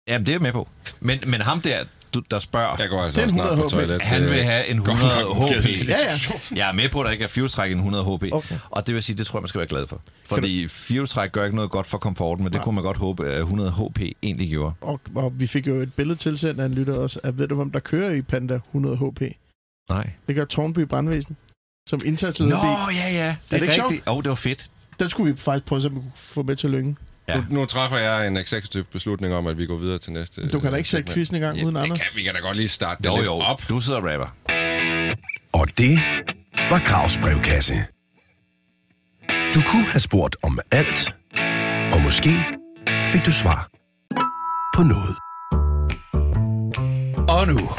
[SPEAKER 4] Jamen, det er jeg med på. Men, men ham der, du, der spørger,
[SPEAKER 3] Jeg går altså
[SPEAKER 5] øh, Det er en
[SPEAKER 3] også snart
[SPEAKER 5] 100
[SPEAKER 3] på toilet.
[SPEAKER 5] HP.
[SPEAKER 4] han vil have en 100 HP.
[SPEAKER 5] Ja, ja.
[SPEAKER 4] Jeg er med på, at der ikke er firehjulstræk i en 100 HP.
[SPEAKER 5] Okay.
[SPEAKER 4] Og det vil sige, det tror jeg, man skal være glad for. Fordi firehjulstræk gør ikke noget godt for komforten, men det kunne man godt håbe, at 100 HP egentlig gjorde.
[SPEAKER 5] Og, og vi fik jo et billede tilsendt af en lytter også, at ved du, hvem der kører i Panda 100 HP?
[SPEAKER 4] Nej.
[SPEAKER 5] Det gør Tornby Brandvæsen, som indsatsleder.
[SPEAKER 4] Nå, ja, ja. Det er,
[SPEAKER 5] det
[SPEAKER 4] det
[SPEAKER 5] ikke sjovt?
[SPEAKER 4] rigtigt. Åh, oh, det var fedt.
[SPEAKER 5] Den skulle vi faktisk prøve, så vi kunne få med til lyngen.
[SPEAKER 4] Ja.
[SPEAKER 3] Nu, nu træffer jeg en eksekutiv beslutning om, at vi går videre til næste... øh,
[SPEAKER 5] Du kan da ikke sætte
[SPEAKER 3] segment.
[SPEAKER 5] quizzen i gang uden
[SPEAKER 3] det
[SPEAKER 5] Anders.
[SPEAKER 3] Kan, vi kan da godt lige starte den
[SPEAKER 4] Jo,
[SPEAKER 3] lidt
[SPEAKER 4] jo.
[SPEAKER 3] op.
[SPEAKER 4] Du sidder og rapper.
[SPEAKER 1] Og det var Gravs brevkasse. Du kunne have spurgt om alt, og måske fik du svar på noget. Og nu,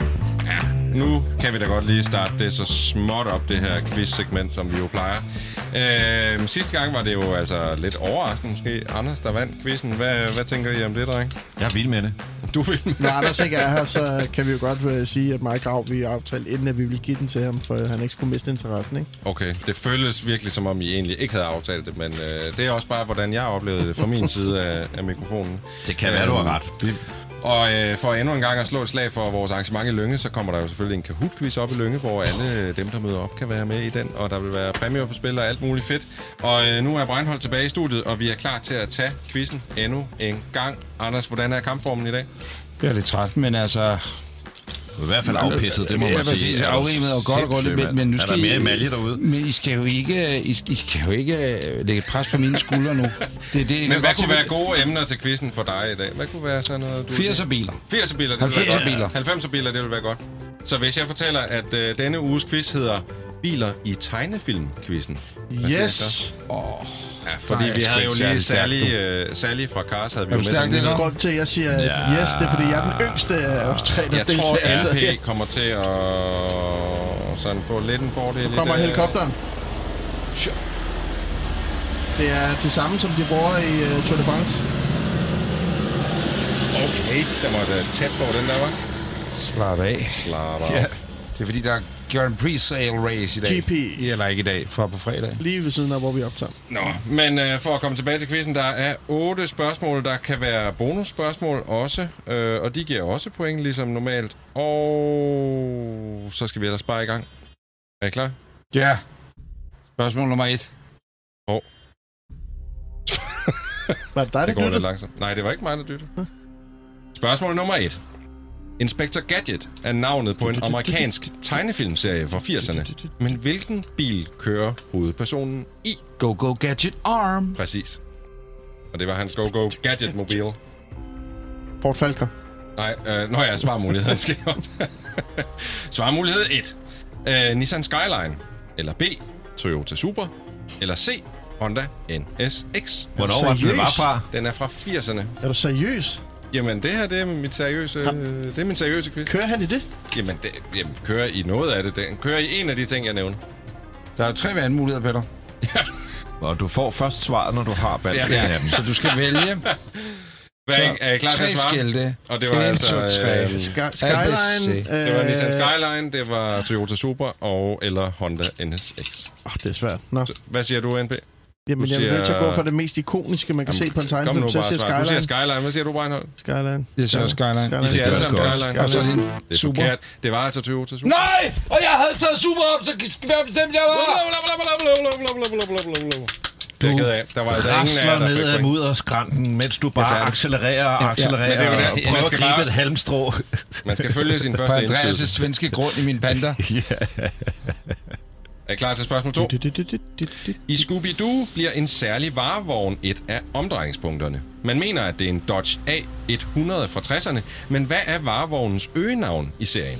[SPEAKER 3] Nu kan vi da godt lige starte det så småt op, det her quiz-segment, som vi jo plejer. Øh, sidste gang var det jo altså lidt overraskende måske. Anders, der vandt quizzen. Hvad, hvad tænker I om det, dreng?
[SPEAKER 4] Jeg er vild med det.
[SPEAKER 3] Du vil
[SPEAKER 5] Når Anders ikke er her, så kan vi jo godt øh, sige, at mig og Grav, vi har aftalt, inden at vi ville give den til ham, for han ikke skulle miste interessen, ikke?
[SPEAKER 3] Okay, det føles virkelig som om, I egentlig ikke havde aftalt det, men øh, det er også bare, hvordan jeg oplevede det fra min side af, af mikrofonen.
[SPEAKER 4] Det kan være, du har ret.
[SPEAKER 3] Vi- Og øh, for endnu en gang at slå et slag for vores arrangement i Lønge, så kommer der jo selvfølgelig en Kahoot-quiz op i Lønge, hvor alle øh, dem, der møder op, kan være med i den, og der vil være præmier på spil og alt muligt fedt. Og øh, nu er Breinholt tilbage i studiet, og vi er klar til at tage quizzen endnu en gang. Anders, hvordan er kampformen i dag?
[SPEAKER 2] Jeg er lidt træt, men altså...
[SPEAKER 4] Du er i hvert fald afpisset, det må
[SPEAKER 2] ja,
[SPEAKER 4] man
[SPEAKER 2] præcis.
[SPEAKER 4] sige.
[SPEAKER 2] Afrimet og godt og godt,
[SPEAKER 4] Sindssygt,
[SPEAKER 2] men, men nu
[SPEAKER 4] mand.
[SPEAKER 2] skal
[SPEAKER 4] Er der mere
[SPEAKER 2] I-
[SPEAKER 4] emalje derude?
[SPEAKER 2] Men I skal jo ikke, I skal, I skal jo ikke øh, lægge et pres på mine skuldre nu. Det, er det, jeg kan
[SPEAKER 3] Men hvad
[SPEAKER 2] godt
[SPEAKER 3] kunne
[SPEAKER 2] se-
[SPEAKER 3] være gode emner til quizzen for dig i dag? Hvad kunne være sådan noget? du-
[SPEAKER 2] 80'er biler.
[SPEAKER 3] 80'er biler, det
[SPEAKER 2] 90'er
[SPEAKER 3] ville
[SPEAKER 2] biler.
[SPEAKER 3] være godt. 90'er biler, det ville være godt. Så hvis jeg fortæller, at øh, denne uges quiz hedder Biler i tegnefilm-quizzen. Hvad siger I så?
[SPEAKER 5] Yes!
[SPEAKER 3] Ja, fordi
[SPEAKER 2] Nej, jeg
[SPEAKER 3] vi
[SPEAKER 2] er
[SPEAKER 3] havde
[SPEAKER 2] sgu
[SPEAKER 3] jo
[SPEAKER 2] ikke
[SPEAKER 3] lige Sally,
[SPEAKER 2] særlig stærk,
[SPEAKER 3] øh, Sally fra Cars havde vi
[SPEAKER 2] Er
[SPEAKER 3] jo
[SPEAKER 2] du
[SPEAKER 3] med.
[SPEAKER 2] stærk,
[SPEAKER 3] som
[SPEAKER 2] det er
[SPEAKER 3] nyhed.
[SPEAKER 2] godt?
[SPEAKER 5] Grunden til, at jeg siger, at
[SPEAKER 4] Ja.
[SPEAKER 5] yes, det er, fordi jeg er den yngste af os tre, der
[SPEAKER 3] Jeg tror,
[SPEAKER 5] deltager,
[SPEAKER 2] altså,
[SPEAKER 5] så
[SPEAKER 3] LP kommer til at sådan få lidt øh, en fordel.
[SPEAKER 5] her kommer
[SPEAKER 3] i det.
[SPEAKER 5] helikopteren. Det er det samme, som de bruger i uh, Tour de France.
[SPEAKER 3] Okay, der var da tæt på den der, var.
[SPEAKER 2] Slap af.
[SPEAKER 3] Slap af.
[SPEAKER 2] Ja. Det er fordi, der er gjort en pre-sale race i dag.
[SPEAKER 5] GP.
[SPEAKER 2] Eller ikke i dag, fra på fredag.
[SPEAKER 5] Lige ved siden af, hvor vi optager.
[SPEAKER 3] Nå, men øh, for at komme tilbage til quizzen, der er otte spørgsmål, der kan være bonusspørgsmål også, øh, og de giver også point, ligesom normalt. Og så skal vi ellers bare i gang. Er I klar?
[SPEAKER 2] Ja. Spørgsmål nummer et.
[SPEAKER 5] Var det dig,
[SPEAKER 3] Det går
[SPEAKER 5] der
[SPEAKER 3] lidt
[SPEAKER 5] lyttede?
[SPEAKER 3] langsomt. Nej, det var ikke mig, der dyttede. Spørgsmål nummer et. Inspector Gadget er navnet på en amerikansk tegnefilmserie fra 80'erne. Men hvilken bil kører hovedpersonen i?
[SPEAKER 2] Go, go, gadget, arm.
[SPEAKER 3] Præcis. Og det var hans Go-Go Gadget-mobil.
[SPEAKER 5] Ford Falker.
[SPEAKER 3] Nej, øh, når jeg ja, svarmuligheden skal jeg også. Svarmulighed 1. Øh, Nissan Skyline. Eller B. Toyota Supra. Eller C. Honda NSX.
[SPEAKER 4] Hvornår var det, den var
[SPEAKER 5] Seriøst?
[SPEAKER 4] fra?
[SPEAKER 3] Altså, Den er fra 80'erne.
[SPEAKER 5] Er du seriøs? Jamen,
[SPEAKER 3] Jamen, det her, det er mit seriøse, øh, det er min seriøse quiz.
[SPEAKER 5] kører han i det?
[SPEAKER 3] Jamen, det, jamen, kører I noget af det? Den kører I en af de ting, jeg nævner.
[SPEAKER 2] Der er jo tre valgmuligheder, Peter.
[SPEAKER 4] Og du får først svaret, når du har valgt
[SPEAKER 3] Ja.
[SPEAKER 4] ja, ja. dem.
[SPEAKER 2] Så du skal vælge.
[SPEAKER 3] Hvad, er, I- er I klar til
[SPEAKER 2] tre
[SPEAKER 3] at svare?
[SPEAKER 2] skilte.
[SPEAKER 3] Og det var
[SPEAKER 2] En,
[SPEAKER 3] altså...
[SPEAKER 2] to, tre.
[SPEAKER 3] Øh,
[SPEAKER 5] Sky- Skyline.
[SPEAKER 2] ABC.
[SPEAKER 5] øh,
[SPEAKER 3] det var Nissan Skyline, det var Toyota Supra og eller Honda NSX.
[SPEAKER 5] åh, det er svært. Nå.
[SPEAKER 3] Hvad siger du, NP?
[SPEAKER 5] Jamen,
[SPEAKER 3] Du
[SPEAKER 5] jeg er nødt til at
[SPEAKER 3] siger-
[SPEAKER 5] gå for det mest ikoniske, man kan se på en
[SPEAKER 3] Kom nu
[SPEAKER 5] tegnefilm. Så
[SPEAKER 3] bare
[SPEAKER 5] siger
[SPEAKER 3] og svar. Du siger
[SPEAKER 5] Skyline.
[SPEAKER 3] Skyline. Hvad siger du, Breinholt?
[SPEAKER 5] Skyline.
[SPEAKER 2] Jeg siger Skyline.
[SPEAKER 3] I siger alle sammen
[SPEAKER 4] Skyline.
[SPEAKER 3] Skyline.
[SPEAKER 2] Og så er det en
[SPEAKER 3] Det er
[SPEAKER 2] super.
[SPEAKER 3] forkert. Det var altså Toyota Super.
[SPEAKER 2] Nej! Og jeg havde taget super op, så hvad bestemte jeg var?
[SPEAKER 3] Det er jeg ked af. Der var altså ingen af jer,
[SPEAKER 4] rasler
[SPEAKER 3] der fik
[SPEAKER 4] ned ad
[SPEAKER 3] point.
[SPEAKER 4] mudderskranten, mens du bare
[SPEAKER 3] fandme.
[SPEAKER 4] accelererer og accelererer
[SPEAKER 3] men det er jo der-
[SPEAKER 4] og
[SPEAKER 3] man
[SPEAKER 4] prøver at
[SPEAKER 3] skal
[SPEAKER 4] gribe
[SPEAKER 3] bare-
[SPEAKER 4] et halmstrå.
[SPEAKER 3] Man skal følge sin
[SPEAKER 2] På
[SPEAKER 3] første
[SPEAKER 2] Andreas'
[SPEAKER 3] indskydelse.
[SPEAKER 2] svenske grund i min panter.
[SPEAKER 3] Er I klar til spørgsmål 2? I Scooby-Doo bliver en særlig varevogn et af omdrejningspunkterne. Man mener, at det er en Dodge A100 fra 60'erne, men hvad er varevognens øgenavn i serien?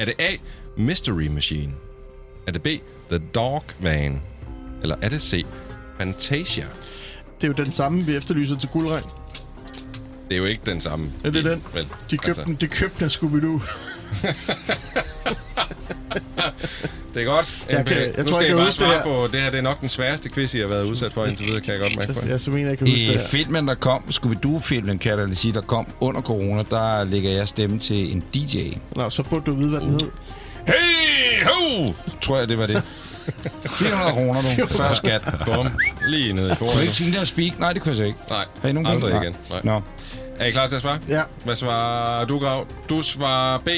[SPEAKER 3] Er det A. Mystery Machine? Er det B. The Dog Van? Eller er det C. Fantasia?
[SPEAKER 5] Det er jo den samme, vi efterlyser til guldregn.
[SPEAKER 3] Det er jo ikke den samme.
[SPEAKER 5] Er det
[SPEAKER 3] bil,
[SPEAKER 5] den?
[SPEAKER 3] Vel, Altså,
[SPEAKER 5] De købte den, de købte den af Scooby-Doo.
[SPEAKER 3] Det er godt.
[SPEAKER 5] Jeg
[SPEAKER 3] NB.
[SPEAKER 5] kan- jeg
[SPEAKER 3] nu
[SPEAKER 5] tror
[SPEAKER 3] skal
[SPEAKER 5] ikke,
[SPEAKER 3] I
[SPEAKER 5] jeg
[SPEAKER 3] bare
[SPEAKER 5] husker det
[SPEAKER 3] svare
[SPEAKER 5] her.
[SPEAKER 3] på, det her det er nok den sværeste quiz, I har været udsat for indtil videre, kan jeg godt mærke på.
[SPEAKER 5] Altså, jeg så mener, jeg kan huske
[SPEAKER 2] I
[SPEAKER 5] det her.
[SPEAKER 2] filmen, der kom, Scooby-Doo-filmen, kan jeg da lige sige, der kom under corona, der lægger jeg stemme til en DJ.
[SPEAKER 5] Nå, så burde du vide, hvad den
[SPEAKER 3] Uh,
[SPEAKER 5] hed.
[SPEAKER 3] Hey, ho!
[SPEAKER 2] Tror jeg, det var det. 400 kroner, du. Før skat.
[SPEAKER 3] Bum. Lige ned i
[SPEAKER 2] Kunne du ikke
[SPEAKER 3] forhånden.
[SPEAKER 2] tænke dig at speak? Nej, det kunne jeg så ikke.
[SPEAKER 3] Nej,
[SPEAKER 2] Har I nogen
[SPEAKER 3] aldrig
[SPEAKER 2] penge?
[SPEAKER 3] igen. Nej.
[SPEAKER 2] Nå.
[SPEAKER 3] Er I klar til at svare?
[SPEAKER 5] Ja.
[SPEAKER 3] Hvad svarer du, Grav? Du svarer B.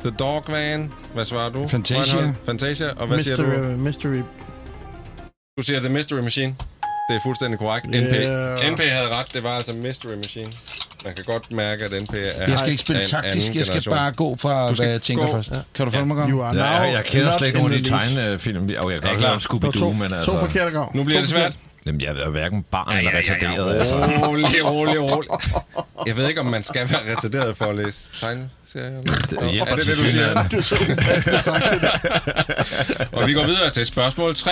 [SPEAKER 3] The Dog Van. Hvad svarer du?
[SPEAKER 2] Fantasia.
[SPEAKER 3] Reinhold? Fantasia. Og hvad siger du?
[SPEAKER 5] Mystery, mystery.
[SPEAKER 3] Du siger The Mystery Machine. Det er fuldstændig korrekt. NP.
[SPEAKER 5] Yeah.
[SPEAKER 3] NP havde ret. Det var altså Mystery Machine. Man kan godt mærke, at NP er
[SPEAKER 2] Jeg skal ikke spille
[SPEAKER 3] af en
[SPEAKER 2] taktisk,
[SPEAKER 3] anden
[SPEAKER 2] jeg skal
[SPEAKER 3] generation.
[SPEAKER 2] bare gå fra,
[SPEAKER 3] Du skal
[SPEAKER 2] hvad jeg tænker
[SPEAKER 3] gå-
[SPEAKER 2] først. Kan du følge mig
[SPEAKER 5] You
[SPEAKER 2] godt?
[SPEAKER 5] are
[SPEAKER 4] Ja,
[SPEAKER 5] now
[SPEAKER 4] jeg, jeg kender
[SPEAKER 5] not
[SPEAKER 4] slet ikke
[SPEAKER 5] in
[SPEAKER 4] nogen af de
[SPEAKER 5] the league.
[SPEAKER 4] tegnefilm. Okay, jeg kan
[SPEAKER 3] I
[SPEAKER 4] godt
[SPEAKER 3] klar?
[SPEAKER 4] høre om
[SPEAKER 5] Der var to,
[SPEAKER 4] Scooby-Doo, men altså...
[SPEAKER 5] to forkerte grav.
[SPEAKER 3] Nu bliver det svært.
[SPEAKER 4] Jamen, jeg er hverken barn eller retarderet, altså.
[SPEAKER 3] Rolig, rolig, rolig. Jeg ved ikke, om man skal være retarderet for at læse tegneserier.
[SPEAKER 4] hjælper
[SPEAKER 3] Er det det, du
[SPEAKER 4] tilsyneladende.
[SPEAKER 3] siger? Og vi går videre til spørgsmål 3.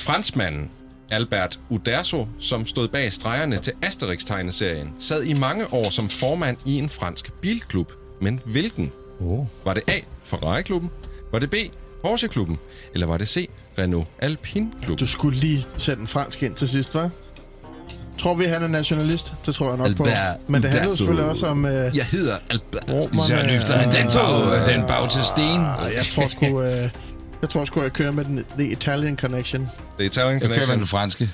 [SPEAKER 3] Franskmanden Albert Uderzo, som stod bag stregerne til Asterix-tegneserien, sad i mange år som formand i en fransk bilklub. Men hvilken? Oh. Var det A. Ferrari-klubben? Var det B. Porsche-klubben? Eller var det C. Renault Alpine-klubben?
[SPEAKER 5] Du skulle lige sætte en fransk ind til sidst, hva'? Tror vi, han er nationalist? Det tror jeg nok på.
[SPEAKER 2] Albert
[SPEAKER 5] Men det handler
[SPEAKER 2] Uderzo.
[SPEAKER 5] jo selvfølgelig også om... Øh,
[SPEAKER 2] Jeg hedder Albert.
[SPEAKER 5] Romerne
[SPEAKER 2] Så løfter han den
[SPEAKER 5] er-
[SPEAKER 2] bag, den bag til sten.
[SPEAKER 5] ah, jeg tror sgu... Øh, jeg tror sgu, jeg kører med den, The Italian Connection.
[SPEAKER 3] Det er Italian
[SPEAKER 2] Jeg kører med
[SPEAKER 3] Connection.
[SPEAKER 2] den franske.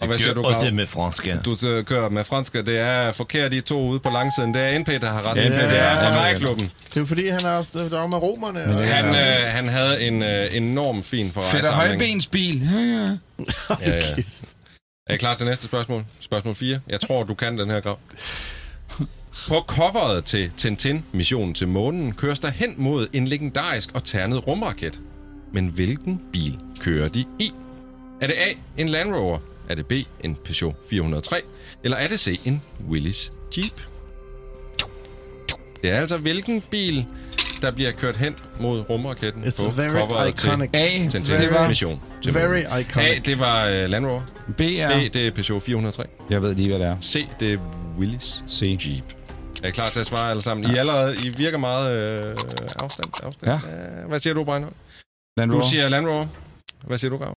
[SPEAKER 3] Og hvad siger du, Claus?
[SPEAKER 4] Også med fransk, ja.
[SPEAKER 3] du øh, kører med franske, det er forkert de to ude på langsiden. Det er NP, der har ret.
[SPEAKER 4] Ja,
[SPEAKER 3] Ja,
[SPEAKER 4] NP,
[SPEAKER 3] det
[SPEAKER 4] ja,
[SPEAKER 3] er
[SPEAKER 4] ja.
[SPEAKER 3] Ferrari-klubben.
[SPEAKER 5] Det er jo fordi, han er også der er jo med romerne. Og,
[SPEAKER 3] Han, øh, han havde en øh, enorm fin
[SPEAKER 2] Fedt og
[SPEAKER 3] Ferrari-samling.
[SPEAKER 2] højbens bil. Ja, ja.
[SPEAKER 3] Ja, ja. Er I klar til næste spørgsmål? Spørgsmål 4. Jeg tror, du kan den her, Grav. På coveret til Tintin, missionen til månen, køres der hen mod en legendarisk og ternet rumraket. Men hvilken bil kører de i? Er det A, en Land Rover? Er det B, en Peugeot 403? Eller er det C, en Willys Jeep? Det er altså hvilken bil, der bliver kørt hen mod rumraketten
[SPEAKER 5] It's
[SPEAKER 3] på
[SPEAKER 5] a very
[SPEAKER 3] coveret
[SPEAKER 5] iconic.
[SPEAKER 2] A,
[SPEAKER 3] til
[SPEAKER 2] det var
[SPEAKER 3] Tintin-mission. til
[SPEAKER 5] Very
[SPEAKER 3] månen. A,
[SPEAKER 5] iconic.
[SPEAKER 3] det var øh, Land Rover.
[SPEAKER 2] B er...
[SPEAKER 3] B, det er Peugeot 403.
[SPEAKER 2] Jeg ved lige, hvad det er.
[SPEAKER 3] C, det er Willys
[SPEAKER 2] C.
[SPEAKER 3] Jeep. Er I klar til at svare alle sammen? I, er allerede, I virker meget øh, afstand. afstand.
[SPEAKER 2] Ja.
[SPEAKER 3] Ja. Hvad siger du, Breinholt?
[SPEAKER 2] Land
[SPEAKER 3] Du
[SPEAKER 2] Rover.
[SPEAKER 3] siger Land Rover. Hvad siger du, Gav?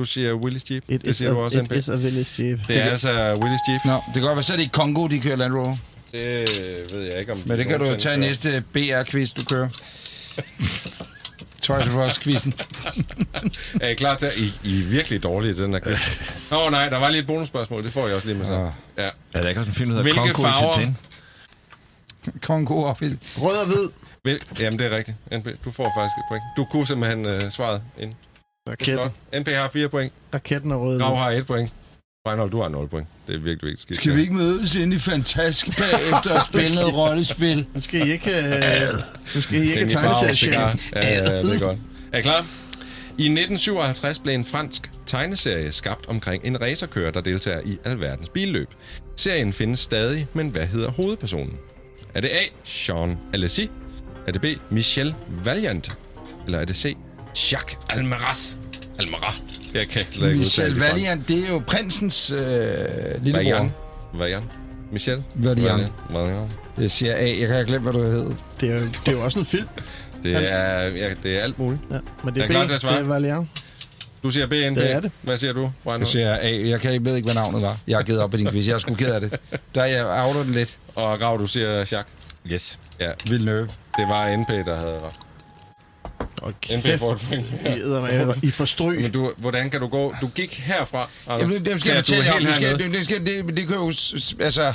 [SPEAKER 3] Du siger Willys Jeep.
[SPEAKER 5] It
[SPEAKER 3] det
[SPEAKER 5] is,
[SPEAKER 3] siger du
[SPEAKER 5] a,
[SPEAKER 3] også,
[SPEAKER 5] it
[SPEAKER 3] NP.
[SPEAKER 5] is a village jeep.
[SPEAKER 3] Det er altså Willys Jeep.
[SPEAKER 2] Nå, det kan godt være, så er det i Kongo, de kører Land Rover.
[SPEAKER 3] Det øh, ved jeg ikke, om de
[SPEAKER 2] Men det kan du jo
[SPEAKER 3] nogensinde
[SPEAKER 2] tage i
[SPEAKER 3] kører.
[SPEAKER 2] næste BR-quiz, du kører. Toys R Us-quizzen.
[SPEAKER 3] Er I klar til at... I, I er virkelig dårlige til den her quiz. Åh oh, nej, der var lige et bonusspørgsmål. Det får jeg også lige med
[SPEAKER 2] Ah.
[SPEAKER 3] sig. Ja.
[SPEAKER 4] Er der ikke også en film, der hedder
[SPEAKER 3] Hvilke
[SPEAKER 4] Kongo i
[SPEAKER 3] farver?
[SPEAKER 4] Tintin?
[SPEAKER 2] Kongo op i...
[SPEAKER 5] Rød og hvid.
[SPEAKER 3] Vel, jamen, det er rigtigt. NP, du får faktisk et point. Du kunne simpelthen øh, svaret ind.
[SPEAKER 5] Raketten,
[SPEAKER 3] Flot. NP har fire point.
[SPEAKER 2] Mm.
[SPEAKER 5] raketten og rød. og
[SPEAKER 3] Grav
[SPEAKER 5] hvid.
[SPEAKER 3] har et point. Reinhold, du har 0 point. Det er virkelig, virkelig skidt.
[SPEAKER 2] Skal vi ikke mødes inde i Fantask bagefter og spille noget rollespil?
[SPEAKER 5] Nu skal I ikke... Øh, nu skal I ikke
[SPEAKER 3] Ind i farve,
[SPEAKER 5] tegne
[SPEAKER 3] cigar. Ja, ja, ja, det er godt. Er I klar? I 1957 blev en fransk tegneserie skabt omkring en racerkører, der deltager i alverdens billøb. Serien findes stadig, men hvad hedder hovedpersonen? Er det A. Jean Alessi? Er det B. Michel Valiant? Eller er det C. Jacques Almaraz? Almaraz. Jeg kan slet ikke udtale
[SPEAKER 2] Michel
[SPEAKER 3] det fransk.
[SPEAKER 2] Valiant, det er jo prinsens øh, lillebror.
[SPEAKER 3] Valiant. Valiant. Michel?
[SPEAKER 2] Valiant.
[SPEAKER 3] Valiant.
[SPEAKER 2] Jeg siger A. Jeg kan have glemt, hvad du hed.
[SPEAKER 5] Det er, jo, det er jo også en film.
[SPEAKER 3] Det er, ja, det er alt muligt.
[SPEAKER 5] Ja, men det
[SPEAKER 3] Er I
[SPEAKER 5] er, B,
[SPEAKER 3] klar til at svare?
[SPEAKER 5] det er Valiant.
[SPEAKER 3] Du siger BNP.
[SPEAKER 5] Det er det.
[SPEAKER 3] Hvad siger du, Reinhold?
[SPEAKER 2] Jeg siger A. Jeg kan ikke ved ikke, hvad navnet var. Jeg har givet op på din quiz. Jeg er sgu ked af det. Der jeg outer den lidt.
[SPEAKER 3] Og Grav, du siger Jacques.
[SPEAKER 4] Yes.
[SPEAKER 3] Ja,
[SPEAKER 2] Villeneuve.
[SPEAKER 3] det var NP, der havde ret.
[SPEAKER 5] Hold
[SPEAKER 3] NB får et point.
[SPEAKER 5] I, eddermame- I forstryg.
[SPEAKER 3] Men du, hvordan kan du gå? Du gik herfra, Anders,
[SPEAKER 2] Jamen, det, det,
[SPEAKER 3] til
[SPEAKER 2] skal jeg
[SPEAKER 3] at du er
[SPEAKER 2] fortælle jer om.
[SPEAKER 3] helt
[SPEAKER 2] Det, skal,
[SPEAKER 3] hernede.
[SPEAKER 2] det, det, skal, det, det kan jo... s- s- Altså,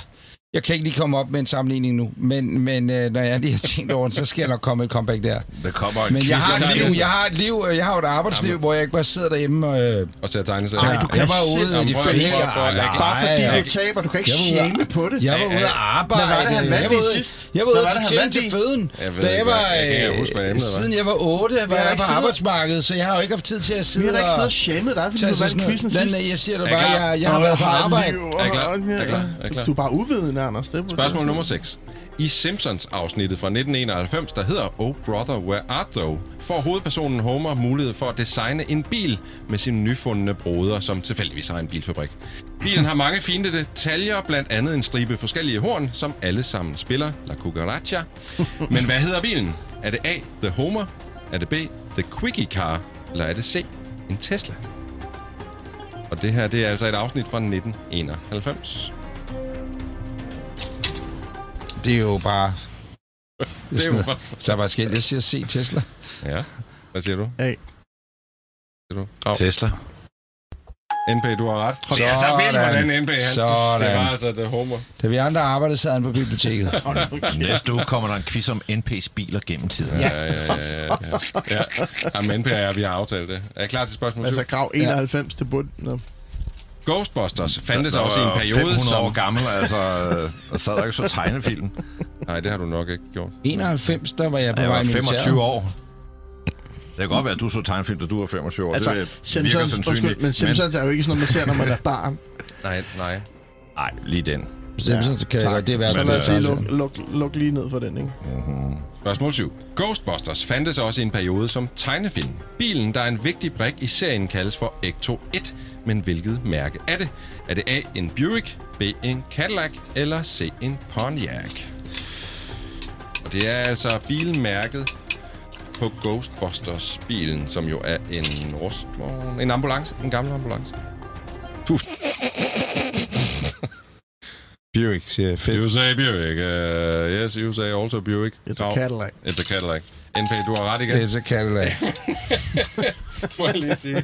[SPEAKER 2] jeg kan ikke lige komme op med en sammenligning nu, men, men øh, når jeg lige har tænkt over det, så skal jeg nok komme et comeback der.
[SPEAKER 4] Der kommer en
[SPEAKER 2] Men
[SPEAKER 4] quiz,
[SPEAKER 2] jeg har,
[SPEAKER 4] så tager
[SPEAKER 2] et
[SPEAKER 4] vi
[SPEAKER 2] liv,
[SPEAKER 4] næste.
[SPEAKER 2] jeg har et liv, øh, jeg har jo et arbejdsliv, hvor jeg ikke bare sidder derhjemme og... Øh,
[SPEAKER 3] Og til at tegne sig.
[SPEAKER 2] Nej, du kan
[SPEAKER 3] jeg
[SPEAKER 2] ikke
[SPEAKER 3] var
[SPEAKER 2] sætte-
[SPEAKER 3] ude i de
[SPEAKER 2] Prøv at
[SPEAKER 3] fælde.
[SPEAKER 2] lige prøve at prøve at lægge-
[SPEAKER 5] Bare fordi
[SPEAKER 2] Ej,
[SPEAKER 5] du
[SPEAKER 2] ja.
[SPEAKER 5] taber, du kan ikke
[SPEAKER 2] Jeg var ude
[SPEAKER 5] shame
[SPEAKER 2] at-
[SPEAKER 5] på det.
[SPEAKER 2] jeg var ude at arbejde.
[SPEAKER 5] Hvad var det, han vandt
[SPEAKER 2] jeg var
[SPEAKER 5] i
[SPEAKER 2] ude-
[SPEAKER 5] sidst?
[SPEAKER 2] Jeg var ude
[SPEAKER 5] Hvad var
[SPEAKER 2] til tjene
[SPEAKER 5] det, han vandt
[SPEAKER 2] til
[SPEAKER 5] i?
[SPEAKER 2] føden.
[SPEAKER 3] Jeg ved
[SPEAKER 2] da
[SPEAKER 3] ikke,
[SPEAKER 2] jeg
[SPEAKER 3] hvad-
[SPEAKER 2] var,
[SPEAKER 3] jeg kan ikke huske, hvad
[SPEAKER 2] øh,
[SPEAKER 3] emnet var.
[SPEAKER 2] siden jeg var 8, var
[SPEAKER 5] har
[SPEAKER 2] jeg
[SPEAKER 5] ikke
[SPEAKER 2] på
[SPEAKER 5] siddet-
[SPEAKER 2] arbejdsmarkedet, så jeg har jo ikke haft tid til at
[SPEAKER 5] Vi
[SPEAKER 2] sidde
[SPEAKER 5] har da ikke
[SPEAKER 2] og-
[SPEAKER 5] siddet og shamed dig, fordi
[SPEAKER 2] tage
[SPEAKER 5] du
[SPEAKER 2] sig
[SPEAKER 5] vandt
[SPEAKER 2] sådan
[SPEAKER 5] quizzen
[SPEAKER 2] noget.
[SPEAKER 5] sidst.
[SPEAKER 2] Den, jeg siger dig
[SPEAKER 3] Er I
[SPEAKER 2] bare,
[SPEAKER 3] klar?
[SPEAKER 2] jeg, jeg har været på arbejde.
[SPEAKER 3] Er I klar? Er I klar? Er I klar?
[SPEAKER 5] Du er bare uvidende, Anders. Det er
[SPEAKER 3] Spørgsmål nummer 6. I Simpsons-afsnittet fra 1991, der hedder Oh Brother, Where Art Thou, får hovedpersonen Homer mulighed for at designe en bil med sin nyfundne broder, som tilfældigvis har en bilfabrik. Bilen har mange fine detaljer, blandt andet en stribe forskellige horn, som alle sammen spiller La Cucaracha. Men hvad hedder bilen? Er det A, The Homer? Er det B, The Quickie Car? Eller er det C, en Tesla? Og det her, det er altså et afsnit fra 1991.
[SPEAKER 2] Det er jo bare...
[SPEAKER 3] Det er jo bare...
[SPEAKER 2] Så er bare skæld. Jeg siger, se Tesla.
[SPEAKER 3] Ja. Hvad siger du?
[SPEAKER 5] A.
[SPEAKER 3] Siger du? Grav.
[SPEAKER 4] Tesla.
[SPEAKER 3] NP, du har ret.
[SPEAKER 2] Det er altså vildt, hvordan NP, han-
[SPEAKER 3] Sådan.
[SPEAKER 2] Det
[SPEAKER 3] Det
[SPEAKER 2] var
[SPEAKER 3] var altså det homer.
[SPEAKER 2] Da vi andre arbejdede, sad han på biblioteket.
[SPEAKER 4] Næste uge kommer der en quiz om NP's biler gennem tiden.
[SPEAKER 3] Ja, ja, ja. ja, ja. ja. Jamen, NP og jeg, vi har aftalt det. Er I klar til spørgsmål 7?
[SPEAKER 5] Altså, grav 91 til bunden. Nå.
[SPEAKER 3] Ghostbusters fandtes
[SPEAKER 4] Der
[SPEAKER 3] også i en
[SPEAKER 4] var
[SPEAKER 3] periode,
[SPEAKER 4] 500 år
[SPEAKER 3] som...
[SPEAKER 4] gammel, altså. Og så er der ikke så tegnefilm.
[SPEAKER 3] Nej, det har du nok ikke gjort.
[SPEAKER 2] 91, der var jeg på
[SPEAKER 4] Jeg
[SPEAKER 2] vej
[SPEAKER 4] var
[SPEAKER 2] i militæret.
[SPEAKER 4] 25 år. Det kan godt være, at du så tegnefilm, da du var 25 år.
[SPEAKER 5] Altså,
[SPEAKER 4] det virker
[SPEAKER 5] Simpsons, undskyld, men Simpsons er jo ikke sådan noget, man ser, når man er barn.
[SPEAKER 3] Nej, nej.
[SPEAKER 4] Nej, lige den.
[SPEAKER 2] Simpsons kan jeg godt, det er værd.
[SPEAKER 5] Men altså, luk, luk, luk lige ned for den, ikke?
[SPEAKER 3] Spørgsmål 7. Ghostbusters fandtes også i en periode som tegnefilm. Bilen, der er en vigtig brik i serien, kaldes for Ecto 1. Men hvilket mærke er det? Er det A, en Buick, B, en Cadillac eller C, en Pontiac? Og det er altså bilmærket på Ghostbusters-bilen, som jo er en rustvogn... En ambulance. En gammel ambulance. Tusind.
[SPEAKER 2] Buick, siger jeg. Fedt.
[SPEAKER 3] You say Buick. Uh, yes, you say also Buick.
[SPEAKER 5] It's a
[SPEAKER 3] Nå,
[SPEAKER 5] Cadillac.
[SPEAKER 3] It's a Cadillac. NP, du har ret igen.
[SPEAKER 2] Det er så Cadillac.
[SPEAKER 3] må jeg lige sige.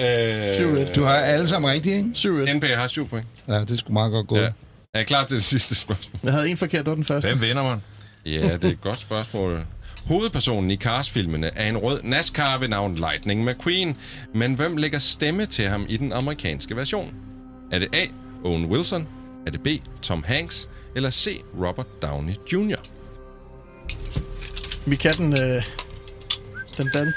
[SPEAKER 3] Øh,
[SPEAKER 5] 7-1.
[SPEAKER 2] Du har alle sammen rigtigt, ikke?
[SPEAKER 5] 7-1.
[SPEAKER 3] NB har 7 point.
[SPEAKER 2] Ja, det skulle meget godt gå.
[SPEAKER 3] Ja. Er I klar til det sidste spørgsmål?
[SPEAKER 5] Jeg havde en forkert, det var den første.
[SPEAKER 4] Hvem vinder man?
[SPEAKER 3] Ja, det er et godt spørgsmål. Hovedpersonen i Cars-filmene er en rød NASCAR ved navn Lightning McQueen, men hvem lægger stemme til ham i den amerikanske version? Er det A. Owen Wilson? Er det B. Tom Hanks? Eller C. Robert Downey Jr.?
[SPEAKER 5] Vi kan den, øh, den dans.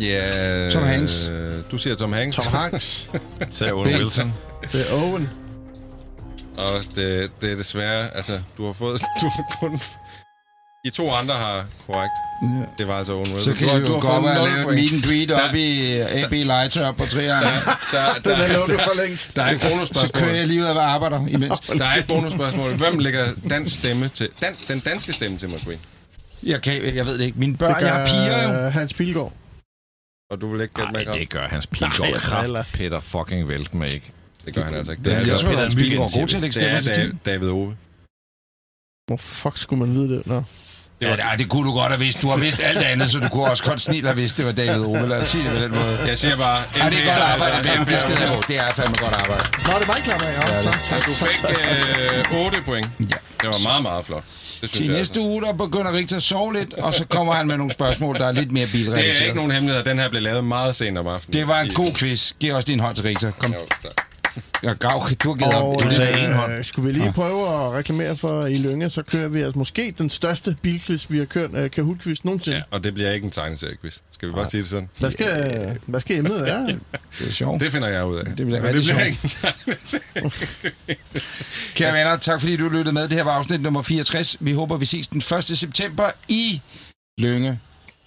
[SPEAKER 3] Ja,
[SPEAKER 2] Tom Hanks.
[SPEAKER 3] øh, Du siger Tom Hanks.
[SPEAKER 5] Tom Hanks.
[SPEAKER 4] Sagde Owen Wilson.
[SPEAKER 5] Det er Owen.
[SPEAKER 3] Og det, det er desværre, altså, du har fået, du har kun, I to andre har korrekt.
[SPEAKER 2] Ja.
[SPEAKER 3] Det var altså Owen Wilson.
[SPEAKER 2] Så kan
[SPEAKER 3] du, har-
[SPEAKER 2] I jo
[SPEAKER 3] har
[SPEAKER 2] gå
[SPEAKER 3] fået
[SPEAKER 2] op og
[SPEAKER 3] nul
[SPEAKER 2] lave en
[SPEAKER 3] point.
[SPEAKER 2] meet and greet
[SPEAKER 3] Der-
[SPEAKER 2] op i øh, AB Legetøj på Triangle.
[SPEAKER 3] Der, der,
[SPEAKER 5] Den
[SPEAKER 3] der,
[SPEAKER 5] lå du for længst.
[SPEAKER 3] der er et
[SPEAKER 2] Så
[SPEAKER 3] bonusspørgsmål.
[SPEAKER 2] kører jeg lige ud og arbejder imens.
[SPEAKER 3] Der er et bonusspørgsmål. Hvem lægger dansk stemme til, dan, den danske stemme til McQueen?
[SPEAKER 2] Jeg, kan, jeg ved det ikke. Mine børn, jeg har piger jo.
[SPEAKER 5] Øh, Hans Pilgaard.
[SPEAKER 3] Og du vil ikke gætte
[SPEAKER 4] Nej,
[SPEAKER 3] med
[SPEAKER 4] det gør hans Pilgaard. Kraft Peter fucking Veltmer ikke.
[SPEAKER 3] det gør han altså ikke. Det er,
[SPEAKER 2] Jeg
[SPEAKER 3] altså,
[SPEAKER 2] tror, at Myggen var
[SPEAKER 4] Myggen
[SPEAKER 2] god til at lægge
[SPEAKER 3] det
[SPEAKER 2] stemmer
[SPEAKER 3] er
[SPEAKER 2] til ting.
[SPEAKER 3] da, David Ove.
[SPEAKER 5] Hvor fuck skulle man vide det? Nå.
[SPEAKER 2] Ja, nej, det kunne du godt have vidst. Du har vidst alt andet, så du kunne også godt snille have vidst, det var David Ove. Lad os sige det på den måde.
[SPEAKER 3] Jeg siger bare...
[SPEAKER 2] Ja, det er godt arbejde, Pam. Det skal jeg
[SPEAKER 3] jeg
[SPEAKER 2] love. Det er fandme godt arbejde.
[SPEAKER 5] Nå, det var ikke klart, ja. Tak, tak.
[SPEAKER 3] Du fik øh, 8 point.
[SPEAKER 2] Ja.
[SPEAKER 3] Det var meget, meget flot. Det synes
[SPEAKER 2] Til
[SPEAKER 3] jeg altså.
[SPEAKER 2] næste uge, der begynder Rigtig at sove lidt, og så kommer han med nogle spørgsmål, der er lidt mere
[SPEAKER 3] Det er
[SPEAKER 2] bilrelateret.
[SPEAKER 3] ikke nogen hemmelighed, at den her blev lavet meget sent om aftenen.
[SPEAKER 2] Det var en
[SPEAKER 3] I-
[SPEAKER 2] god quiz. Giv også din hånd til Rigtig. Kom,
[SPEAKER 3] Jo, tak.
[SPEAKER 2] og Grav, du har givet ham.
[SPEAKER 5] Og
[SPEAKER 2] Du sagde en hånd.
[SPEAKER 5] øh, skulle vi lige prøve at reklamere for i Lønge, så kører vi altså måske den største bilquiz, vi har kørt, øh, Kahoot-quiz nogensinde.
[SPEAKER 3] Ja, og det bliver ikke en tegneseriequiz. Skal vi bare sige det sådan?
[SPEAKER 5] Hvad skal, øh, hvad skal emnet være?
[SPEAKER 2] Det er sjovt.
[SPEAKER 3] Det finder jeg ud af.
[SPEAKER 2] Det bliver
[SPEAKER 3] Men
[SPEAKER 2] rigtig
[SPEAKER 3] det bliver
[SPEAKER 2] sjovt.
[SPEAKER 3] ikke en tegneserie.
[SPEAKER 2] Kære venner, tak fordi du lyttede med. Det her var afsnit nummer 64. Vi håber, vi ses den 1. september i Lønge.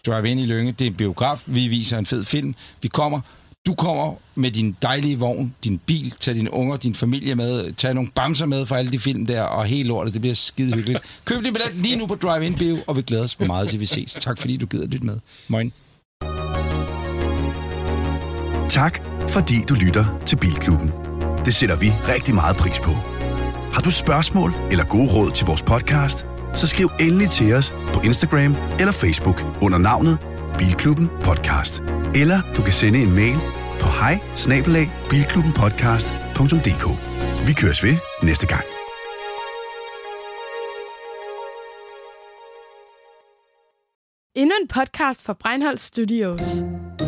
[SPEAKER 2] Drive ind i Lønge. Det er en biograf. Vi viser en fed film. Vi kommer. Du kommer med din dejlige vogn, din bil, tag dine unger, din familie med, tag nogle bamser med fra alle de film der, og hele lortet, det bliver skide hyggeligt. Køb din billet lige nu på Drive In Bio, og vi glæder os meget til, vi ses. Tak fordi du gider lytte med. Moin.
[SPEAKER 1] Tak, fordi du lytter til Bilklubben. Det sætter vi rigtig meget pris på. Har du spørgsmål eller gode råd til vores podcast, så skriv endelig til os på Instagram eller Facebook under navnet Bilklubben Podcast. Eller du kan sende en mail på hej snabelag, bilklubbenpodcast.dk. Vi køres ved næste gang.
[SPEAKER 7] Endnu en podcast fra Breinholt Studios.